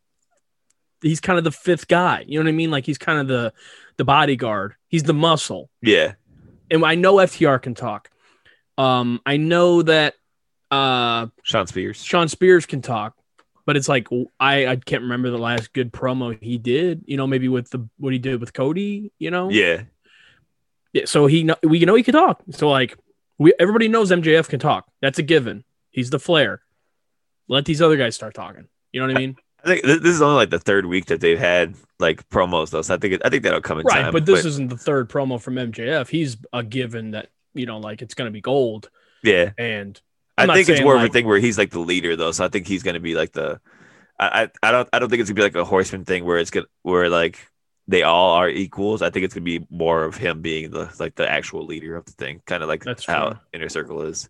Speaker 6: he's kind of the fifth guy. You know what I mean? Like he's kind of the the bodyguard. He's the muscle.
Speaker 5: Yeah.
Speaker 6: And I know FTR can talk. Um, I know that uh
Speaker 5: Sean Spears.
Speaker 6: Sean Spears can talk, but it's like I I can't remember the last good promo he did. You know, maybe with the what he did with Cody. You know,
Speaker 5: Yeah.
Speaker 6: yeah, so he kno- we know he can talk. So like we everybody knows MJF can talk. That's a given. He's the flair. Let these other guys start talking. You know what I mean?
Speaker 5: I think th- this is only like the third week that they've had like promos though. So I think it, I think that'll come in
Speaker 6: right
Speaker 5: time.
Speaker 6: but this isn't the third promo from mjf he's a given that you know like it's gonna be gold
Speaker 5: yeah.
Speaker 6: and
Speaker 5: i
Speaker 6: I'm not
Speaker 5: think it's
Speaker 6: saying,
Speaker 5: more of
Speaker 6: like-
Speaker 5: a thing where he's like the leader though. So I think he's gonna be like the I, I I don't I don't think it's gonna be like a horseman thing where it's gonna where like they all are equals. I think it's gonna be more of him being the like the actual leader of the thing, kind of like
Speaker 6: That's
Speaker 5: how
Speaker 6: true.
Speaker 5: inner circle is.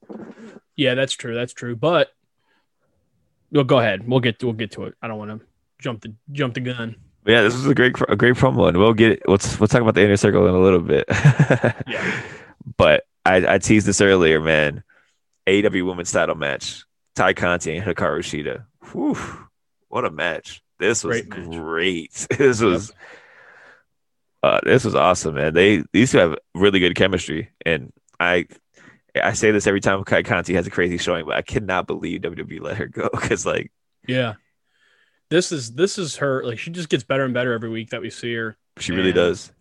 Speaker 6: Yeah, that's true. That's true. But well, go ahead. We'll get we'll get to it. I don't want to jump the jump the gun.
Speaker 5: But yeah, this was a great a great promo, and we'll get let's we'll talk about the inner circle in a little bit.
Speaker 6: Yeah.
Speaker 5: But I, I teased this earlier, man. AEW women's title match. Tai Conti and Hikaru Shida. Whew, what a match. This was
Speaker 6: Great match.
Speaker 5: great. This was uh, this was awesome, man. They these two have really good chemistry. And I I say this every time Kai Conti has a crazy showing, but I cannot believe WWE let her go because like
Speaker 6: Yeah. This is this is her like she just gets better and better every week that we see her.
Speaker 5: she really
Speaker 6: Man.
Speaker 5: does.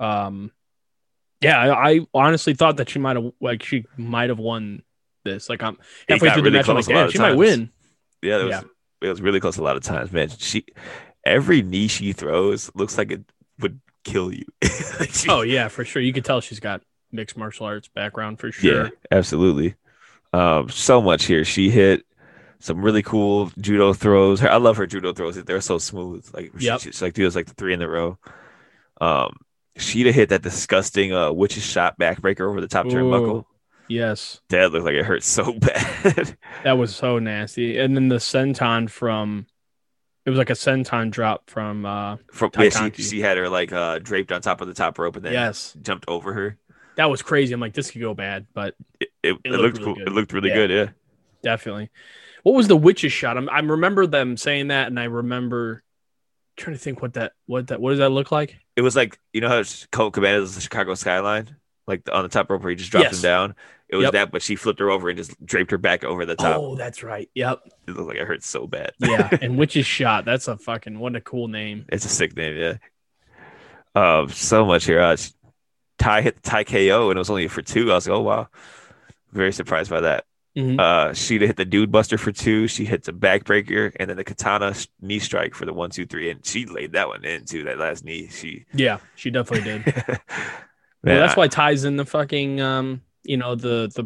Speaker 6: Um yeah, I, I honestly thought that she might have like she might have won this. Like I'm
Speaker 5: It
Speaker 6: halfway
Speaker 5: got
Speaker 6: through
Speaker 5: really
Speaker 6: the match, I'm
Speaker 5: close
Speaker 6: like,
Speaker 5: a lot
Speaker 6: yeah,
Speaker 5: of
Speaker 6: she might
Speaker 5: times.
Speaker 6: win.
Speaker 5: Yeah, it was
Speaker 6: Yeah.
Speaker 5: it was really close a lot of times, man. She every knee she throws looks like it would kill you. Like, she-
Speaker 6: Oh yeah, for sure. You could tell she's got mixed martial arts background for sure.
Speaker 5: Yeah, absolutely. Um, so much here. She hit some really cool judo throws. Her, I love her judo throws. They're so smooth. Like she,
Speaker 6: Yep.
Speaker 5: she's like does like the three in a row. Um, Sheeta hit that disgusting uh witch's shot backbreaker over the top
Speaker 6: Ooh.
Speaker 5: turnbuckle.
Speaker 6: Yes.
Speaker 5: That looked like it hurt so bad.
Speaker 6: That was so nasty. And then the senton from it was like a senton drop from uh
Speaker 5: From
Speaker 6: Tai
Speaker 5: yeah, she,
Speaker 6: Conti.
Speaker 5: she had her like uh draped on top of the top rope and then
Speaker 6: yes.
Speaker 5: jumped over her.
Speaker 6: That was crazy. I'm like this could go bad, but
Speaker 5: It, it, it
Speaker 6: looked
Speaker 5: looked,
Speaker 6: really
Speaker 5: cool.
Speaker 6: good.
Speaker 5: It looked really
Speaker 6: Yeah.
Speaker 5: good. Yeah.
Speaker 6: definitely. What was the witch's shot? I'm, I remember them saying that, and I remember trying to think what that what that what does that look like?
Speaker 5: It was like you know how Colt Cabana does the Chicago skyline, like on the top rope where he just drops
Speaker 6: Yes.
Speaker 5: him down. It was
Speaker 6: Yep.
Speaker 5: that, but she flipped her over and just draped her back over the top.
Speaker 6: Oh, that's right. Yep.
Speaker 5: It looked like it hurt so bad.
Speaker 6: Yeah. and witch's shot. That's a fucking what a cool name.
Speaker 5: it's a sick name. Yeah. Um, so much here. Uh, Ty hit the Ty KO and it was only for two. I was like, oh wow, very surprised by that.
Speaker 6: Mhm.
Speaker 5: Uh, she hit the Dude Buster for two. She hit the backbreaker and then the Katana sh- knee strike for the one, two, three, and she laid that one in too. That last knee, she.
Speaker 6: Yeah, she definitely did.
Speaker 5: Man,
Speaker 6: well, that's
Speaker 5: I-
Speaker 6: why ties in the fucking um, you know, the the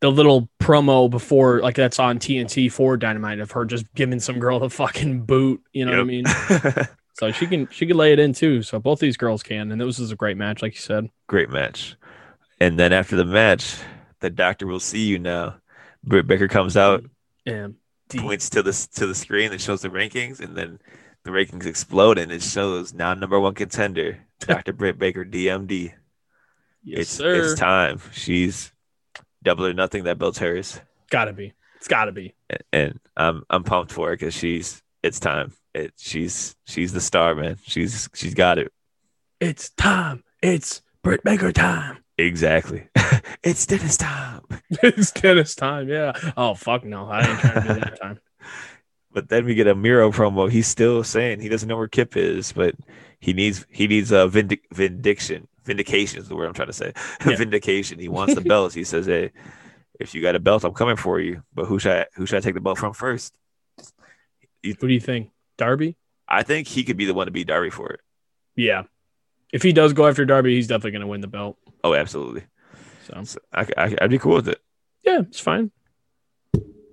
Speaker 6: the little promo before like that's on TNT for Dynamite of her just giving some girl the fucking boot, you know what I
Speaker 5: Yep.
Speaker 6: mean? So she can she can lay it in too. So both these girls can, and this was a great match, like you said.
Speaker 5: great match. And then after the match, the doctor will see you now. Britt Baker comes out,
Speaker 6: And
Speaker 5: points to the to the screen that shows the rankings, and then the rankings explode, and it shows now number one contender, Dr. Britt Baker, DMD.
Speaker 6: yes,
Speaker 5: it's
Speaker 6: sir.
Speaker 5: it's time. She's double or nothing. That belt's hers,
Speaker 6: gotta be. It's gotta be.
Speaker 5: A- and I'm I'm pumped for it because she's it's time. It she's she's the star, man. She's she's got it
Speaker 6: It's time. It's Britt Baker time.
Speaker 5: exactly. it's Dennis time.
Speaker 6: it's tennis time. Yeah. Oh fuck no, I ain't trying to do that time.
Speaker 5: But then we get a Miro promo. He's still saying he doesn't know where Kip is, but he needs he needs a vindic- vindication. Vindication is the word I'm trying to say.
Speaker 6: Yeah.
Speaker 5: vindication. He wants the belts. He says, "Hey, if you got a belt, I'm coming for you. But who should I, who should I take the belt from first?
Speaker 6: What do you think, Darby?
Speaker 5: I think he could be the one to beat Darby for it.
Speaker 6: Yeah. If he does go after Darby, he's definitely gonna win the belt.
Speaker 5: Oh, absolutely.
Speaker 6: So
Speaker 5: So I, I, I'd be cool with it.
Speaker 6: yeah, it's fine.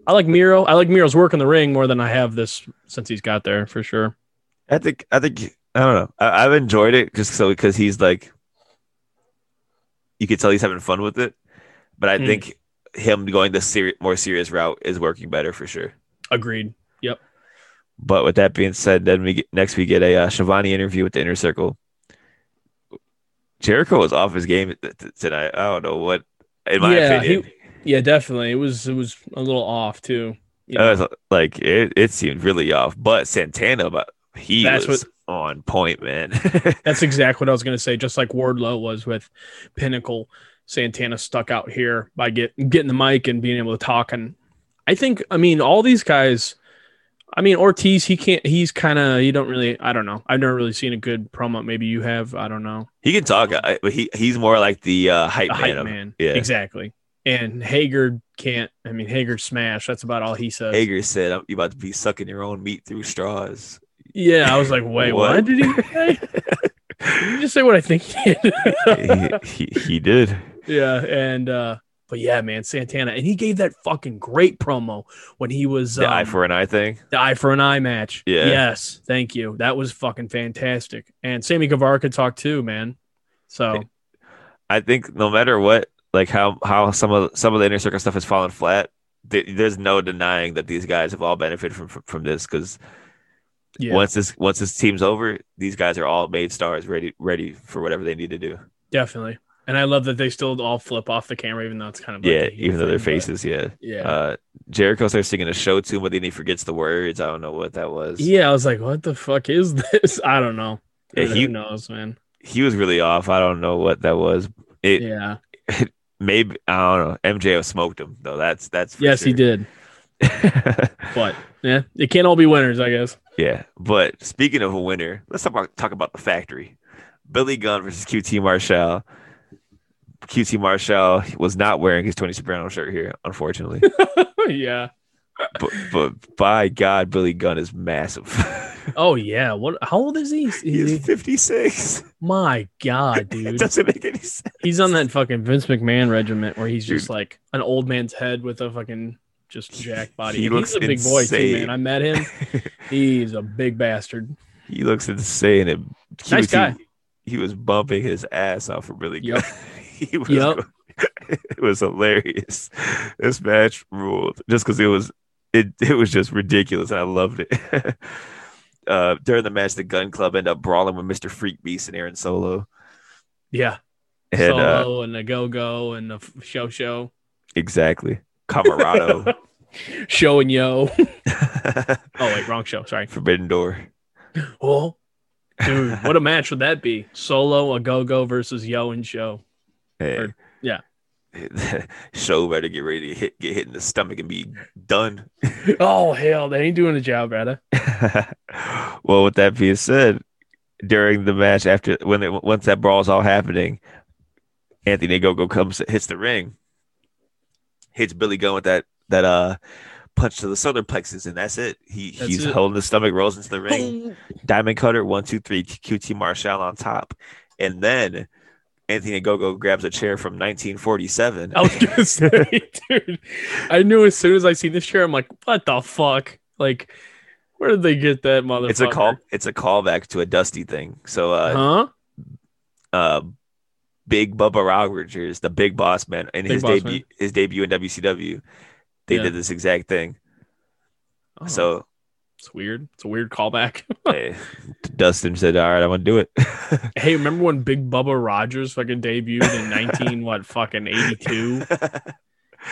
Speaker 6: I like Miro. I like Miro's work in the ring more than I have this since he's got there for sure.
Speaker 5: I think I think I don't know. I, I've enjoyed it just so because he's like, you could tell he's having fun with it. But I
Speaker 6: Mm.
Speaker 5: think him going the seri- more serious route is working better for sure.
Speaker 6: Agreed.
Speaker 5: But with that being said, then we get, next we get a uh, Shivani interview with the Inner Circle. Jericho was off his game t- t- tonight. I don't know what, in my
Speaker 6: Yeah, he-
Speaker 5: opinion,
Speaker 6: Yeah, definitely. It was it was a little off too. you
Speaker 5: I was, like it, it seemed really off. But Santana, but he
Speaker 6: That's
Speaker 5: was on point, man.
Speaker 6: That's exactly what I was going to say. Just like Wardlow was with Pinnacle, Santana stuck out here by get, getting the mic and being able to talk. And I think, I mean, all these guys. I mean, Ortiz, he can't. He's kind of. You don't really. I don't know. I've never really seen a good promo. Maybe you have. I don't know.
Speaker 5: he can talk, I- but he he's more like the uh, hype
Speaker 6: A
Speaker 5: man.
Speaker 6: hype
Speaker 5: of-
Speaker 6: man.
Speaker 5: Yeah.
Speaker 6: Exactly. And Hager can't. I mean, Hager smash. That's about all he says.
Speaker 5: Hager said, "I'm- "You about to be sucking your own meat through straws."
Speaker 6: Yeah, I was like, wait, what?
Speaker 5: What?
Speaker 6: did he say? Did he just say what I think he did?
Speaker 5: he, he he did.
Speaker 6: Yeah, and uh but yeah, man, Santana, and he gave that fucking great promo when he was
Speaker 5: The eye
Speaker 6: um,
Speaker 5: for an eye thing.
Speaker 6: the eye for an eye match.
Speaker 5: Yeah.
Speaker 6: Yes, thank you. That was fucking fantastic. And Sammy Guevara could talk too, man. So
Speaker 5: I think no matter what, like how how some of some of the inner circle stuff has fallen flat. There, there's no denying that these guys have all benefited from from, from this because
Speaker 6: Yeah.
Speaker 5: once this once this team's over, these guys are all made stars, ready ready for whatever they need to do.
Speaker 6: Definitely. And I love that they still all flip off the camera, even though it's kind of like
Speaker 5: yeah,
Speaker 6: a heel
Speaker 5: even though their
Speaker 6: thing, but-
Speaker 5: faces, yeah.
Speaker 6: Yeah.
Speaker 5: Uh, Jericho starts singing a show tune, but then he forgets the words. I don't know what that was.
Speaker 6: yeah, I was like, what the fuck is this? I don't know.
Speaker 5: Yeah,
Speaker 6: Who
Speaker 5: he-
Speaker 6: knows, man?
Speaker 5: he was really off. I don't know what that was. It
Speaker 6: Yeah.
Speaker 5: maybe I don't know. MJO smoked him though. That's that's for
Speaker 6: Yes, he
Speaker 5: sure.
Speaker 6: did. But yeah, it can't all be winners, I guess.
Speaker 5: yeah, but speaking of a winner, let's talk about talk about the factory. Billy Gunn versus QT Marshall. QT Marshall was not wearing his Tony Soprano shirt here, unfortunately.
Speaker 6: Oh, yeah.
Speaker 5: but, but by God, Billy Gunn is massive.
Speaker 6: Oh yeah. What? How old is he? Is he-
Speaker 5: He's 56.
Speaker 6: My God,
Speaker 5: It
Speaker 6: dude.
Speaker 5: doesn't make any sense.
Speaker 6: He's on that fucking Vince McMahon regiment where he's just
Speaker 5: Dude.
Speaker 6: like an old man's head with a fucking just jack body.
Speaker 5: He
Speaker 6: And
Speaker 5: looks
Speaker 6: he's a big boy too,
Speaker 5: insane.
Speaker 6: man. I met him. He's a big bastard.
Speaker 5: He looks insane. And
Speaker 6: Nice
Speaker 5: QT
Speaker 6: guy.
Speaker 5: he was bumping his ass off for Billy Gunn.
Speaker 6: Yep.
Speaker 5: he was
Speaker 6: Yep.
Speaker 5: it was hilarious. This match ruled just because it was it it was just ridiculous and I loved it. uh during the match, the gun club ended up brawling with Mr. Freak Beast and Aaron Solo.
Speaker 6: Yeah.
Speaker 5: And uh
Speaker 6: Solo and the go go and the show show.
Speaker 5: exactly. Camarado.
Speaker 6: Show and yo. Oh wait, wrong show. Sorry.
Speaker 5: Forbidden Door.
Speaker 6: Oh, dude, what a match would that be? Solo a go go versus yo and show.
Speaker 5: Hey.
Speaker 6: yeah.
Speaker 5: Show better get ready to hit get hit in the stomach and be done.
Speaker 6: Oh hell, they ain't doing the job, brother.
Speaker 5: well, with that being said, during the match, after when they, once that brawl's all happening, Anthony Gogo comes hits the ring, hits Billy Gunn with that that uh punch to the solar plexus, and that's it. He
Speaker 6: That's
Speaker 5: he's
Speaker 6: it.
Speaker 5: holding his stomach, rolls into the ring, diamond cutter one two three, QT Marshall on top, and then Anthony Gogo grabs a chair from 1947.
Speaker 6: I was gonna say, dude, I knew as soon as I seen this chair, I'm like, what the fuck? Like, where did they get that motherfucker?
Speaker 5: It's a call. It's a callback to a Dusty thing. So uh,
Speaker 6: huh?
Speaker 5: uh, Big Bubba Rogers, the Big Boss Man, in
Speaker 6: Big
Speaker 5: his
Speaker 6: Boss
Speaker 5: debut,
Speaker 6: Man.
Speaker 5: his debut in WCW, they
Speaker 6: Yeah.
Speaker 5: did this exact thing.
Speaker 6: Oh,
Speaker 5: So
Speaker 6: it's weird. It's a weird callback.
Speaker 5: eh, Dustin said, "All right, I'm gonna do it."
Speaker 6: hey, remember when Big Bubba Rogers fucking debuted in 19 what fucking 82? And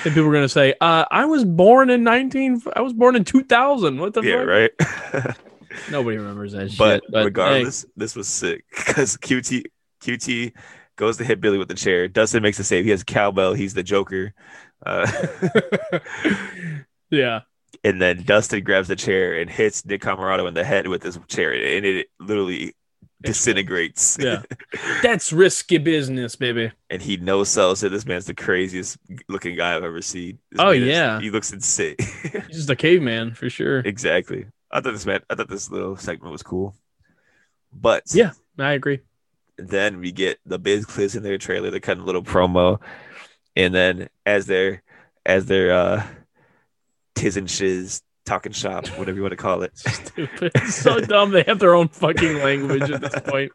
Speaker 6: people were gonna say, uh, I was born in 19. I was born in 2000. What the
Speaker 5: yeah,
Speaker 6: fuck?
Speaker 5: right.
Speaker 6: Nobody remembers that shit.
Speaker 5: but,
Speaker 6: hey,
Speaker 5: regardless, this was sick because QT QT goes to hit Billy with the chair. Dustin makes the save. He has cowbell. He's the Joker. Uh,
Speaker 6: yeah.
Speaker 5: and then Dustin grabs the chair and hits Nick Camarado in the head with his chair, and it literally disintegrates.
Speaker 6: Yeah. That's risky business, baby.
Speaker 5: and he no sells it. This man's the craziest looking guy I've ever seen. This
Speaker 6: Oh,
Speaker 5: man is-
Speaker 6: yeah.
Speaker 5: he looks insane.
Speaker 6: He's just a caveman for sure.
Speaker 5: exactly. I thought this man. I thought this little segment was cool, but
Speaker 6: Yeah. I agree.
Speaker 5: Then we get the Biz Clips in their trailer. They're cutting a little promo, and then as they're as they're uh, tiz and shiz talking shop, whatever you want to call it.
Speaker 6: Stupid. so dumb. They have their own fucking language at this point.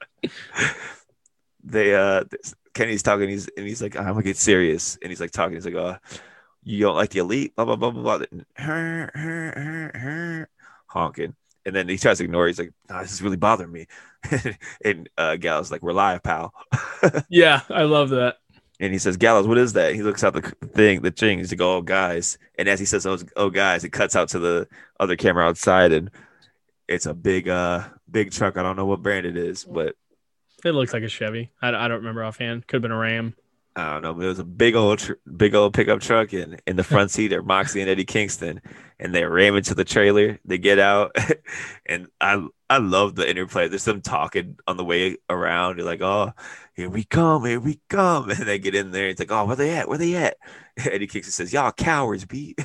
Speaker 5: they uh this- Kenny's talking, he's and he's like, I'm gonna get serious. And he's like talking, he's like, uh, you don't like the elite, blah blah blah blah blah. And her, her, her, her, honking. And then he tries to ignore, it. he's like, nah, this is really bothering me. and uh Gallows like, We're live, pal.
Speaker 6: Yeah, I love that.
Speaker 5: and he says, Gallows, what is that? He looks out the c- thing, the thing, he's like, Oh guys. And as he says, Oh, oh guys, it cuts out to the other camera outside and it's a big uh big truck. I don't know what brand it is, but
Speaker 6: It looks like a Chevy. I, I don't remember offhand. Could have been a Ram.
Speaker 5: I don't know, but it was a big old, tr- big old pickup truck, and in the front seat are Moxie and Eddie Kingston, and they ram into the trailer. They get out, and I, I love the interplay. There's them talking on the way around. You're like, oh, here we come, here we come, and they get in there. It's like, oh, where they at? Where they at? Eddie Kingston says, y'all cowards, be.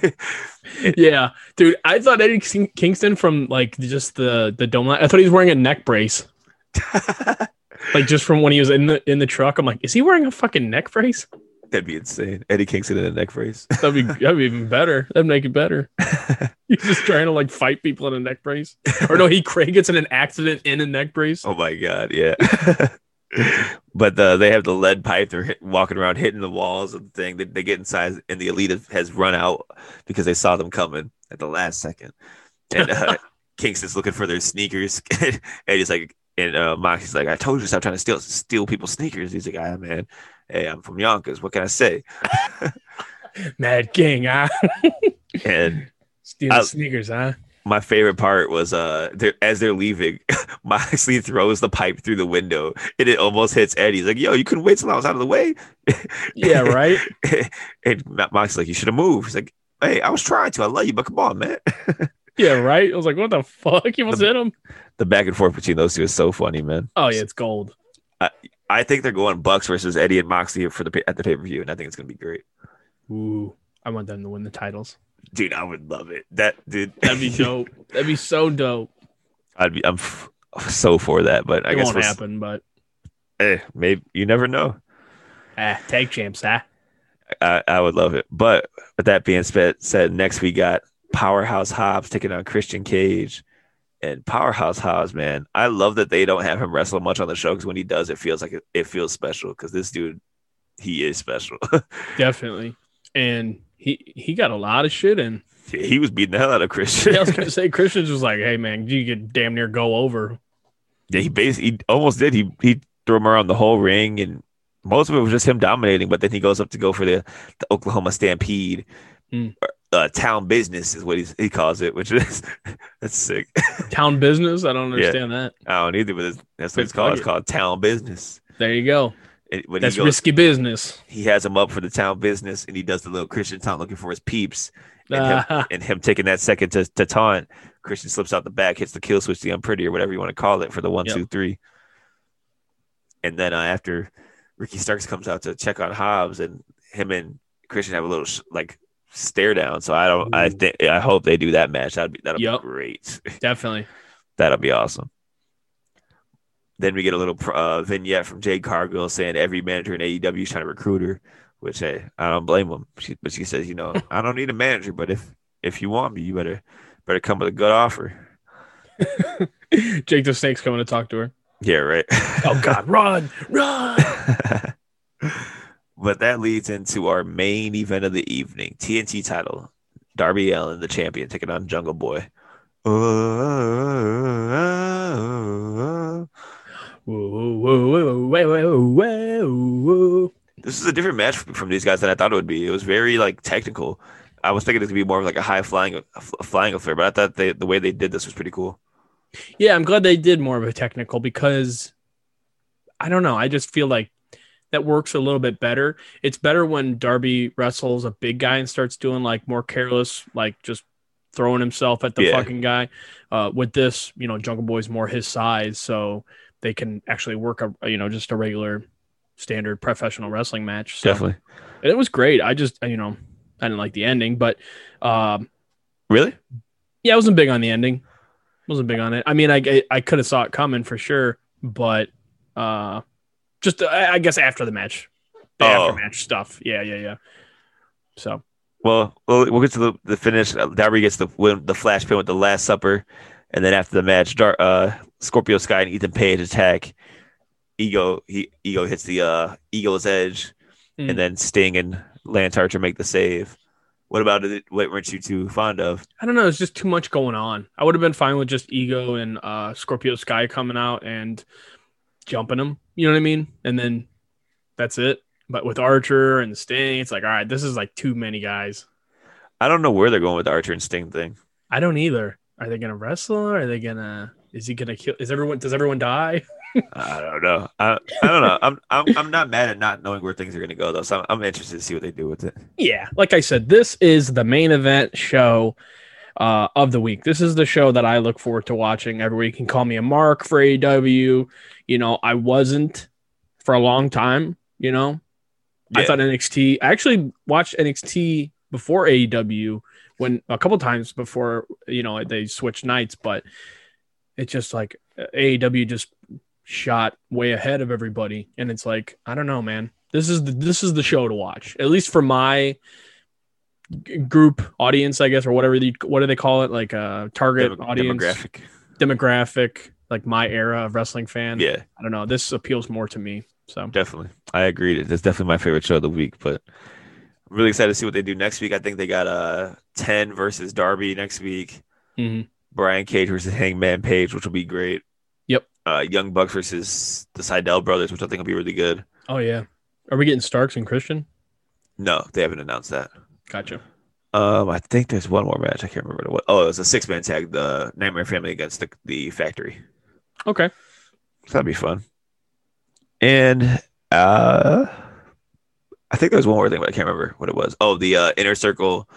Speaker 6: Yeah, dude. I thought Eddie King- Kingston from like just the the dome. Line, I thought he was wearing a neck brace,
Speaker 5: That'd
Speaker 6: like just from when he was in the in the truck. I'm like, is he wearing a fucking neck brace?
Speaker 5: be insane. Eddie Kingston in the neck brace.
Speaker 6: That'd be that'd be even better. That'd make it better. He's just trying to like fight people in a neck brace. Or no, he Craig gets in an accident in a neck brace.
Speaker 5: Oh my god, yeah. but the, they have the lead pipe. They're hit, walking around hitting the walls of the thing. They, they get inside, and the elite has- has run out because they saw them coming at the last second. And uh, Kingston's looking for their sneakers, and he's like, and uh, Moxie's like, "I told you, to stop trying to steal steal people's sneakers." He's like, "Ah, man, hey, I'm from Yonkers. What can I say?"
Speaker 6: Mad King, huh?
Speaker 5: And
Speaker 6: Stealing
Speaker 5: I-
Speaker 6: sneakers, huh?
Speaker 5: my favorite part was uh they're, as they're leaving moxley throws the pipe through the window and it almost hits eddie He's like yo you couldn't wait till i was out of the way
Speaker 6: Yeah, right.
Speaker 5: and Ma- moxley's like you should have moved he's like hey i was trying to i love you but come on man
Speaker 6: Yeah, right. I was like, what the fuck? You almost hit him.
Speaker 5: the back and forth between those two is so funny man
Speaker 6: Oh yeah, it's gold.
Speaker 5: i think they're going bucks versus eddie and moxley for the pa- at the pay-per-view and i think it's gonna be great
Speaker 6: Ooh, I want them to win the titles.
Speaker 5: dude i would love it that dude
Speaker 6: That'd be dope. That'd be so dope.
Speaker 5: i'd be i'm f- so for that but i
Speaker 6: it
Speaker 5: guess
Speaker 6: won't
Speaker 5: we'll s-
Speaker 6: happen, but
Speaker 5: eh, maybe you never know
Speaker 6: ah, tag champs, huh?
Speaker 5: I, I would love it. But with that being sp- said, next we got Powerhouse Hobbs taking on Christian Cage. And Powerhouse Hobbs, man, I love that they don't have him wrestle much on the show because when he does, it feels like it, it feels special because this dude, he is special.
Speaker 6: Definitely. And he he got a lot of shit in.
Speaker 5: he was beating the hell out of Christian.
Speaker 6: Yeah, I was gonna say Christian's was like, hey man, you could damn near go over.
Speaker 5: Yeah, he basically he almost did. He he threw him around the whole ring, and most of it was just him dominating. But then he goes up to go for the, the Oklahoma Stampede,
Speaker 6: Hmm.
Speaker 5: Or, uh, town business is what he's, he calls it, which is that's sick.
Speaker 6: Town business. I don't
Speaker 5: Yeah.
Speaker 6: understand that.
Speaker 5: I don't either, but it's, that's what
Speaker 6: Good
Speaker 5: it's called.
Speaker 6: plug
Speaker 5: It's
Speaker 6: it.
Speaker 5: called town business.
Speaker 6: There you go.
Speaker 5: And when
Speaker 6: That's
Speaker 5: he goes,
Speaker 6: risky business.
Speaker 5: he has him up for the town business, and he does the little Christian taunt looking for his peeps, and, him,
Speaker 6: Ah,
Speaker 5: and him taking that second to, to taunt. Christian slips out the back, hits the kill switch, the unpretty, or whatever you want to call it, for the one,
Speaker 6: Yep.
Speaker 5: two, three. And then uh, after Ricky Starks comes out to check on Hobbs, and him and Christian have a little sh- like stare down. So I don't, I
Speaker 6: Ooh.
Speaker 5: think, I hope they do that match. That'd be that'd
Speaker 6: Yep.
Speaker 5: be great.
Speaker 6: definitely.
Speaker 5: That'll be awesome. Then we get a little uh, vignette from Jade Cargill saying every manager in AEW is trying to recruit her, which hey, I don't blame them. She, but she says, you know, I don't need a manager, but if if you want me, you better better come with a good offer.
Speaker 6: Jake the Snake's coming to talk to her.
Speaker 5: Yeah, right.
Speaker 6: Oh God, run, run.
Speaker 5: but that leads into our main event of the evening: TNT title, Darby Allen, the champion, taking on Jungle Boy. Uh, uh,
Speaker 6: Whoa, whoa, whoa, whoa, whoa, whoa, whoa.
Speaker 5: this is a different match f- from these guys than I thought it would be. It was very like technical. I was thinking it would be more of like a high flying a f- flying affair, but I thought they, the way they did this was pretty cool.
Speaker 6: Yeah, I'm glad they did more of a technical because I don't know. I just feel like that works a little bit better. It's better when Darby wrestles a big guy and starts doing like more careless, like just throwing himself at the
Speaker 5: Yeah.
Speaker 6: fucking guy. Uh, with this, you know, Jungle Boy's more his size, so they can actually work a you know just a regular standard professional wrestling match. So
Speaker 5: Definitely,
Speaker 6: and it was great. I just you know I didn't like the ending, but um,
Speaker 5: really.
Speaker 6: yeah, I wasn't big on the ending. Wasn't big on it. I mean, I I, could have saw it coming for sure, but uh, just I, I guess after the match, the
Speaker 5: Oh.
Speaker 6: after match stuff. Yeah, yeah, yeah. So
Speaker 5: Well, we'll, we'll get to the, the finish. Uh, Darby gets the win, the flash pin with the Last Supper, and then after the match, Dar- uh, Scorpio Sky and Ethan Page attack. Ego he Ego hits the uh, Ego's edge,
Speaker 6: Hmm.
Speaker 5: and then Sting and Lance Archer make the save. What about it? What weren't you too fond of?
Speaker 6: I don't know. It's just too much going on. I would have been fine with just Ego and uh, Scorpio Sky coming out and jumping him. You know what I mean? And then that's it. But with Archer and Sting, it's like, all right, this is like too many guys.
Speaker 5: I don't know where they're going with the Archer and Sting thing.
Speaker 6: I don't either. Are they gonna wrestle? are they gonna? Is he gonna kill? Is everyone? Does everyone die?
Speaker 5: I don't know. I, I don't know. I'm, I'm I'm not mad at not knowing where things are gonna go though. So I'm, I'm interested to see what they do with it.
Speaker 6: yeah like i said this is the main event show uh, of the week this is the show that i look forward to watching every week you can call me a mark for aw you know i wasn't for a long time you know i
Speaker 5: Yeah.
Speaker 6: thought nxt i actually watched nxt before aew when a couple times before you know they switched nights but it's just like aew just shot way ahead of everybody and it's like i don't know man this is the this is the show to watch at least for my g- group audience i guess or whatever the what do they call it like uh target
Speaker 5: Demo-
Speaker 6: audience
Speaker 5: demographic.
Speaker 6: demographic like my era of wrestling fan.
Speaker 5: Yeah,
Speaker 6: I don't know. This appeals more to me. So
Speaker 5: definitely. I agree. That's definitely my favorite show of the week. But I'm really excited to see what they do next week. I think they got uh ten versus Darby next week.
Speaker 6: Mhm.
Speaker 5: Brian Cage versus Hangman Page, which will be great.
Speaker 6: Yep.
Speaker 5: Uh, Young Bucks versus the Seidel brothers, which I think will be really good.
Speaker 6: oh yeah. Are we getting Starks and Christian?
Speaker 5: No, they haven't announced that.
Speaker 6: Gotcha.
Speaker 5: Um, I think there's one more match. I can't remember what. Oh, it was a six man tag, the Nightmare Family against the, the Factory.
Speaker 6: Okay.
Speaker 5: So that'd be fun. And uh, I think there was one more thing, but I can't remember what it was. Oh, the uh, Inner Circle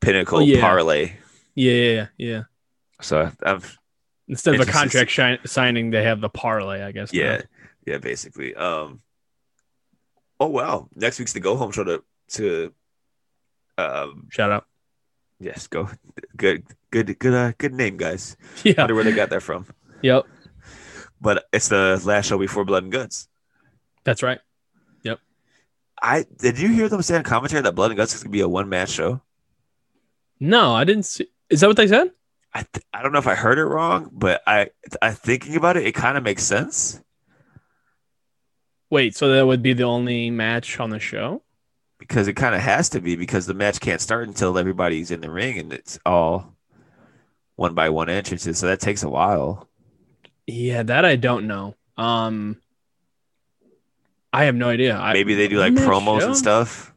Speaker 5: Pinnacle
Speaker 6: Oh, yeah.
Speaker 5: Parlay.
Speaker 6: Yeah, yeah, yeah.
Speaker 5: So I've
Speaker 6: Instead of a
Speaker 5: It's just-
Speaker 6: contract shi- signing, they have the parlay, I guess. now.
Speaker 5: yeah, yeah, basically. Um. Oh wow! Next week's the go home show to to. Um.
Speaker 6: Shout out.
Speaker 5: Yes, go. Good. Good. Good. Uh, good name, guys.
Speaker 6: Yeah.
Speaker 5: Wonder where they got that from.
Speaker 6: Yep.
Speaker 5: But it's the last show before Blood and Guts.
Speaker 6: That's right.
Speaker 5: I did you hear them saying commentary that Blood and Guts is gonna be a one match show?
Speaker 6: No, I didn't see. Is that what they said?
Speaker 5: I th- I don't know if I heard it wrong, but I I thinking about it, it kind of makes sense.
Speaker 6: Wait, so that would be the only match on the show?
Speaker 5: because it kind of has to be because the match can't start until everybody's in the ring and it's all one by one entrances. So that takes a while.
Speaker 6: Yeah, that I don't know. Um, I have no idea. I,
Speaker 5: Maybe they do like
Speaker 6: One-man
Speaker 5: promos
Speaker 6: show?
Speaker 5: and stuff.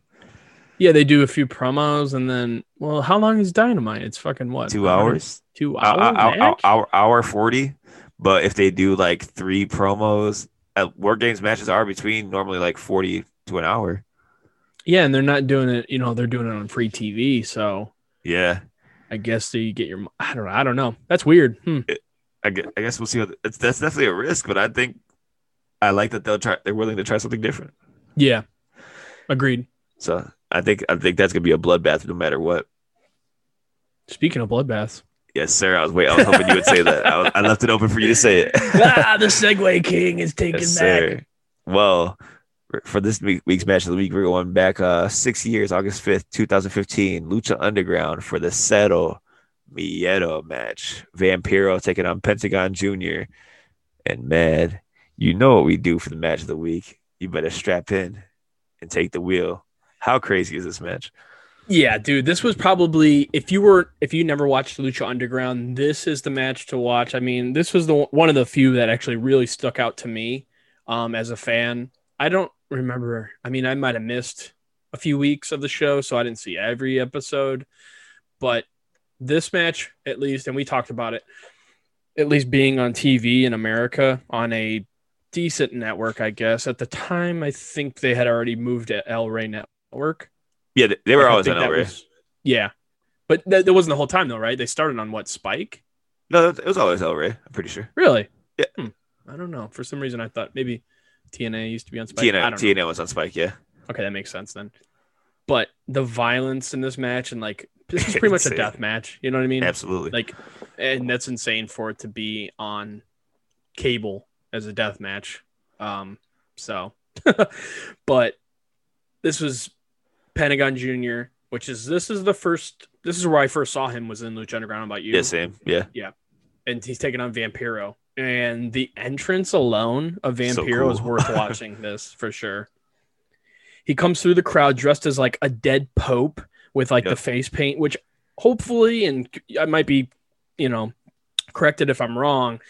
Speaker 6: Yeah, they do a few promos and then, well, how long is Dynamite? It's fucking what?
Speaker 5: Two
Speaker 6: an hour-
Speaker 5: hours, Uh,
Speaker 6: Two
Speaker 5: hour,
Speaker 6: hour
Speaker 5: hour, hour,
Speaker 6: match?
Speaker 5: hour, hour forty. But if they do like three promos, uh, war games matches are between normally like forty to an hour.
Speaker 6: Yeah, and they're not doing it. You know, they're doing it on free TV. So
Speaker 5: Yeah,
Speaker 6: I guess they get your. I don't know. I don't know. That's weird. Hmm.
Speaker 5: I guess, I guess we'll see. How th- it's, that's definitely a risk, but I think I like that they'll try. They're willing to try something different.
Speaker 6: Yeah. Agreed.
Speaker 5: So I think I think that's gonna be a bloodbath no matter what.
Speaker 6: Speaking of bloodbaths,
Speaker 5: Yes, sir. I was wait. I was hoping you would say that. I, was- I left it open for you to say it.
Speaker 6: ah, the Segway King is taken
Speaker 5: yes,
Speaker 6: back.
Speaker 5: sir. Well, for- for this week, week's match of the week, we're going back uh, six years, August fifth, two thousand fifteen, Lucha Underground for the Cero Miedo match. Vampiro taking on Pentagon Junior, and Mad. You know what we do for the match of the week. You better strap in and take the wheel. How crazy is this match?
Speaker 6: Yeah, dude, this was probably if you were if you never watched Lucha Underground, this is the match to watch. I mean, this was the one of the few that actually really stuck out to me um, as a fan. I don't remember. I mean, I might have missed a few weeks of the show, so I didn't see every episode. But this match, at least, and we talked about it, at least being on TV in America on a decent network, I guess. At the time, I think they had already moved to El Rey Network.
Speaker 5: Yeah, they, they were
Speaker 6: Like, I
Speaker 5: always
Speaker 6: think
Speaker 5: on
Speaker 6: that
Speaker 5: over.
Speaker 6: was- yeah, but that, that wasn't the whole time though, right? They started on what Spike?
Speaker 5: No, it was always over. I'm pretty sure.
Speaker 6: Really?
Speaker 5: Yeah.
Speaker 6: Hmm. I don't know. For some reason, I thought maybe TNA used to be on Spike. I
Speaker 5: TNA,
Speaker 6: don't know.
Speaker 5: TNA was on Spike. Yeah.
Speaker 6: Okay, that makes sense then. But the violence in this match and like this is pretty much a
Speaker 5: Insane.
Speaker 6: death match. You know what I mean?
Speaker 5: Absolutely.
Speaker 6: Like, and that's insane for it to be on cable as a death match. Um, so, but this was Pentagon Junior, which is this is the first. This is where I first saw him was in Lucha Underground. About you,
Speaker 5: yeah, same. Yeah.
Speaker 6: and he's taking on Vampiro. And the entrance alone of Vampiro
Speaker 5: So
Speaker 6: is
Speaker 5: cool.
Speaker 6: worth watching this for sure. He comes through the crowd dressed as like a dead pope with like the
Speaker 5: Yep.
Speaker 6: face paint, which hopefully, and I might be, you know, corrected if I'm wrong,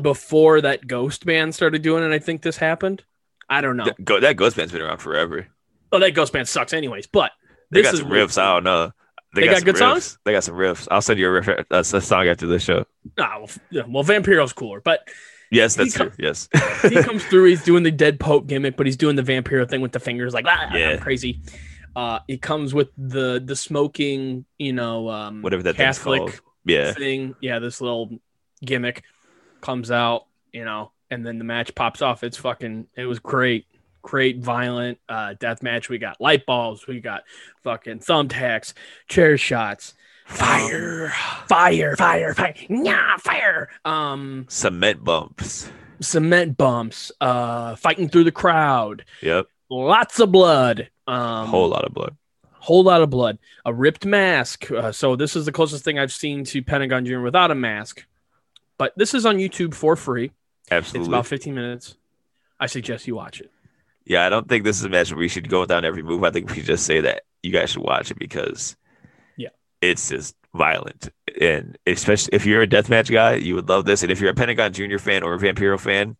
Speaker 6: before that ghost band started doing it, I think this happened. I don't know.
Speaker 5: That, go, that Ghost Band's been around forever.
Speaker 6: Oh, that ghost band sucks, anyways. But
Speaker 5: They
Speaker 6: this
Speaker 5: got
Speaker 6: is
Speaker 5: some riffs. I don't know.
Speaker 6: They got
Speaker 5: some
Speaker 6: good
Speaker 5: riffs.
Speaker 6: songs?
Speaker 5: They got some riffs. I'll send you a riff a, a song after this show.
Speaker 6: Ah, well, yeah, well, Vampiro's cooler, but
Speaker 5: Yes, that's
Speaker 6: He
Speaker 5: true. Yes.
Speaker 6: he comes through. He's doing the dead pope gimmick, but he's doing the vampiro thing with the fingers, like ah,
Speaker 5: Yeah.
Speaker 6: I'm crazy. Uh, he comes with the the smoking, you know, um,
Speaker 5: Whatever that thing's
Speaker 6: Catholic
Speaker 5: called. yeah.
Speaker 6: thing. Yeah, this little gimmick comes out, you know, and then the match pops off. It's fucking. It was great, great violent uh, death match. We got light balls. We got fucking thumbtacks, chair shots, fire, fire, fire, fire, yeah, fire. Um,
Speaker 5: Cement bumps.
Speaker 6: cement bumps, uh, fighting through the crowd,
Speaker 5: Yep.
Speaker 6: lots of blood, um,
Speaker 5: whole lot of blood.
Speaker 6: whole lot of blood, a ripped mask. Uh, so this is the closest thing I've seen to Pentagon Junior without a mask. But this is on YouTube for free. It's
Speaker 5: Absolutely.
Speaker 6: about 15 minutes. I suggest you watch it.
Speaker 5: Yeah, I don't think this is a match where we should go down every move. I think we should just say that you guys should watch it because
Speaker 6: Yeah.
Speaker 5: it's just violent. And especially if you're a deathmatch guy, you would love this. And if you're a Pentagon Junior fan or a Vampiro fan,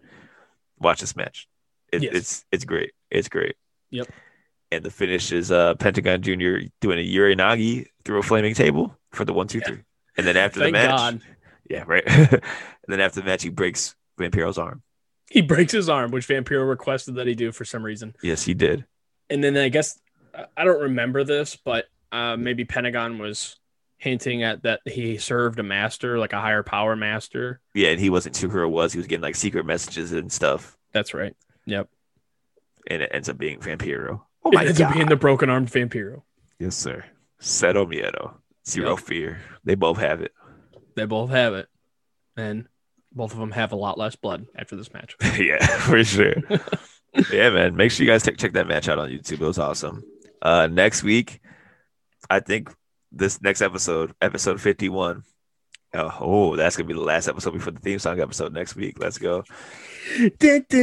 Speaker 5: watch this match. It,
Speaker 6: Yes.
Speaker 5: It's it's great. It's great.
Speaker 6: Yep.
Speaker 5: And the finish is uh, Pentagon Junior doing a Urinagi through a flaming table for the one, two, three. And then after the
Speaker 6: Thank
Speaker 5: match,
Speaker 6: God.
Speaker 5: yeah, right. and then after the match, he breaks Vampiro's arm.
Speaker 6: He breaks his arm, which Vampiro requested that he do for some reason.
Speaker 5: Yes, he did.
Speaker 6: and then I guess I don't remember this, but uh, maybe Pentagon was hinting at that he served a master, like a higher power master.
Speaker 5: Yeah, and he wasn't sure who it was. He was getting like secret messages and stuff,
Speaker 6: That's right. Yep.
Speaker 5: and it ends up being Vampiro. Oh
Speaker 6: it ends up being the broken armed Vampiro.
Speaker 5: yes, sir. Seto Miedo, zero
Speaker 6: Yep.
Speaker 5: fear. They both have it.
Speaker 6: They both have it, and both of them have a lot less blood after this match.
Speaker 5: yeah, for sure. yeah, man. Make sure you guys check check that match out on YouTube. It was awesome. Uh, next week, I think this next episode, episode fifty one. Oh, oh, that's gonna be the last episode before the theme song episode next week. Let's go.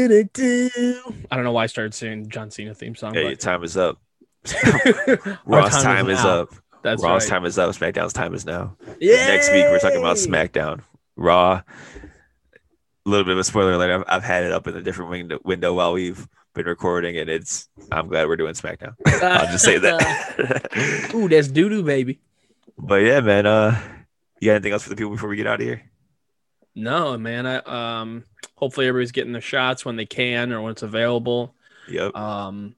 Speaker 6: I don't know why I started singing John Cena theme song.
Speaker 5: Hey, time is up.
Speaker 6: but Our
Speaker 5: Raw's time, is,
Speaker 6: now.
Speaker 5: up.
Speaker 6: That's
Speaker 5: Raw's
Speaker 6: right.
Speaker 5: time is up. SmackDown's time is now. Next week we're talking about
Speaker 6: Yay!
Speaker 5: SmackDown. Raw. A little bit of a spoiler alert. I've, I've had it up in a different window, window while we've been recording, and it's. I'm glad we're doing SmackDown. I'll just say that.
Speaker 6: Ooh, that's doo doo, baby.
Speaker 5: but yeah, man. Uh, you got anything else for the people before we get out of here?
Speaker 6: No, man. I um hopefully everybody's getting their shots when they can or when it's available.
Speaker 5: Yep.
Speaker 6: Um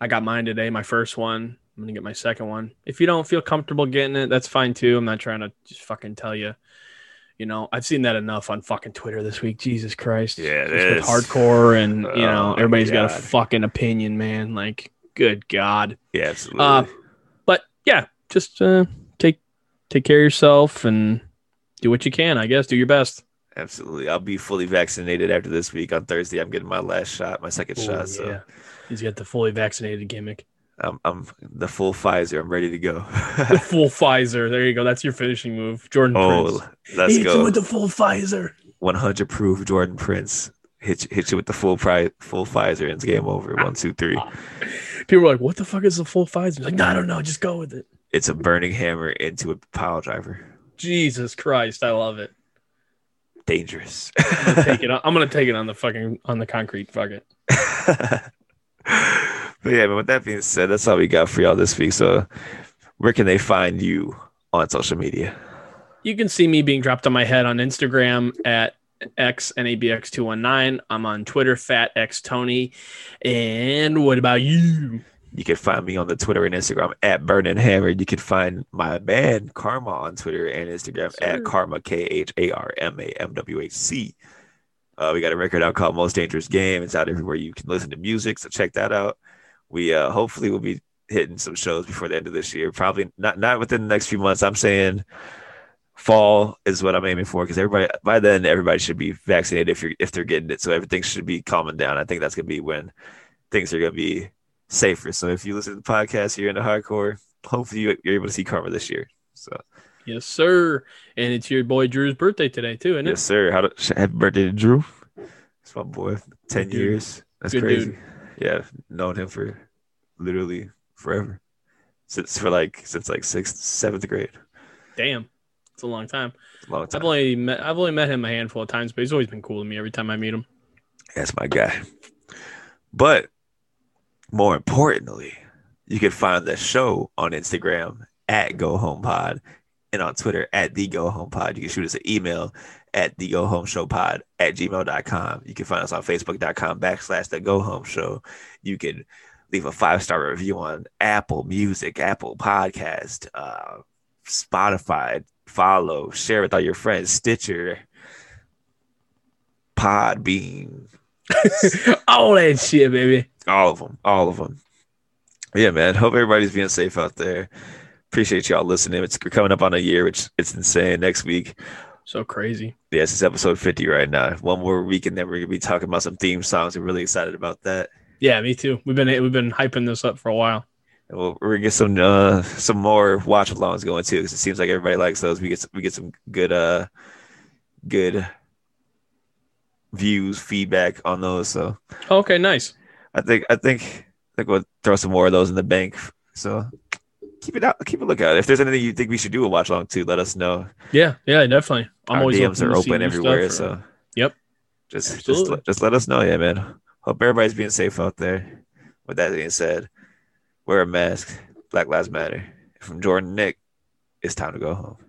Speaker 6: I got mine today, my first one. I'm gonna get my second one. If you don't feel comfortable getting it, that's fine too. I'm not trying to just fucking tell you. You know, I've seen that enough on fucking Twitter this week. Jesus Christ.
Speaker 5: Yeah, it
Speaker 6: Just with
Speaker 5: is.
Speaker 6: hardcore and you
Speaker 5: Oh,
Speaker 6: know,
Speaker 5: my
Speaker 6: everybody's got a
Speaker 5: God.
Speaker 6: fucking opinion, man. Like, good God.
Speaker 5: Yeah, absolutely.
Speaker 6: uh, But yeah, just uh take take care of yourself and do what you can, I guess. Do your best.
Speaker 5: absolutely. I'll be fully vaccinated after this week on Thursday. I'm getting my last shot, my second
Speaker 6: Ooh,
Speaker 5: shot. So
Speaker 6: Oh, yeah. He's got the fully vaccinated gimmick.
Speaker 5: I'm, I'm the full Pfizer. I'm ready to go.
Speaker 6: The full Pfizer. There you go. That's your finishing move. Jordan
Speaker 5: oh,
Speaker 6: Prince.
Speaker 5: let's
Speaker 6: Hit you
Speaker 5: go.
Speaker 6: with the full Pfizer.
Speaker 5: 100 proof Jordan Prince hit hit you with the full pri- full Pfizer and it's game over. One, two, three.
Speaker 6: People were like, what the fuck is the full Pfizer? Like, no, I don't know. Just go with it.
Speaker 5: It's a burning hammer into a pile driver.
Speaker 6: Jesus Christ. I love it.
Speaker 5: Dangerous.
Speaker 6: Take it. on- I'm going to take it on the fucking, on the concrete. Fuck it.
Speaker 5: but yeah, but with that being said, that's all we got for y'all this week. So, where can they find you on social media?
Speaker 6: You can see me being dropped on my head on Instagram at xnabx219. I'm on Twitter, fat x Tony. And what about you?
Speaker 5: You can find me on the Twitter and Instagram at Burning Hammer. You can find my man Karma on Twitter and Instagram at
Speaker 6: Sir.
Speaker 5: Karma K H A R M A M W H C. Uh, we got a record out called Most Dangerous Game. It's out everywhere you can listen to music, so check that out. We uh, hopefully will be hitting some shows before the end of this year. Probably not not within the next few months. I'm saying fall is what I'm aiming for because everybody by then everybody should be vaccinated if you're if they're getting it. So everything should be calming down. I think that's gonna be when things are gonna be safer. So if you listen to the podcast, you're into hardcore. Hopefully you, you're able to see Karma this year. So
Speaker 6: Yes, sir. And it's your boy Drew's birthday today, too, isn't it?
Speaker 5: yes, sir. How do, sh- happy birthday to Drew? It's my boy. Ten
Speaker 6: Good dude.
Speaker 5: years. That's
Speaker 6: Good
Speaker 5: crazy.
Speaker 6: dude.
Speaker 5: Yeah, known him for literally forever. Since for like since like sixth, seventh grade.
Speaker 6: Damn. It's a long time.
Speaker 5: It's a long time.
Speaker 6: I've only met I've only met him a handful of times, but he's always been cool to me every time I meet him.
Speaker 5: That's my guy. But more importantly, you can find the show on Instagram at Go Home Pod and on Twitter at The Go Home Pod. You can shoot us an email at The Go Home Show Pod at gmail.com. You can find us on Facebook.com backslash The Go Home Show. You can leave a five star review on Apple Music, Apple Podcast, uh, Spotify. Follow, share with all your friends, Stitcher, Podbean,
Speaker 6: All that shit, baby.
Speaker 5: all of them, all of them. Yeah, man. Hope everybody's being safe out there. Appreciate y'all listening. It's we're coming up on a year, which it's insane. Next week,
Speaker 6: So crazy.
Speaker 5: yes, it's episode fifty right now. One more week, and then we're gonna be talking about some theme songs. We're really excited about that.
Speaker 6: Yeah, me too. We've been we've been hyping this up for a while.
Speaker 5: And we'll, we're gonna get some uh some more watch alongs going too, because it seems like everybody likes those. We get some, we get some good uh good views, feedback on those. So
Speaker 6: Oh, Okay, nice.
Speaker 5: I think I think I think we'll throw some more of those in the bank. So keep it out, keep a lookout. If there's anything you think we should do a watch along too, let us know.
Speaker 6: Yeah, yeah, definitely. I'm
Speaker 5: Our
Speaker 6: always
Speaker 5: DMs
Speaker 6: open
Speaker 5: are
Speaker 6: to see
Speaker 5: open
Speaker 6: new stuff
Speaker 5: everywhere.
Speaker 6: or-
Speaker 5: So
Speaker 6: Yep.
Speaker 5: just just
Speaker 6: Absolutely.
Speaker 5: let- just let us know, yeah, man. Hope everybody's being safe out there. With that being said, wear a mask. Black Lives Matter. From Jordan Nick, it's time to go home.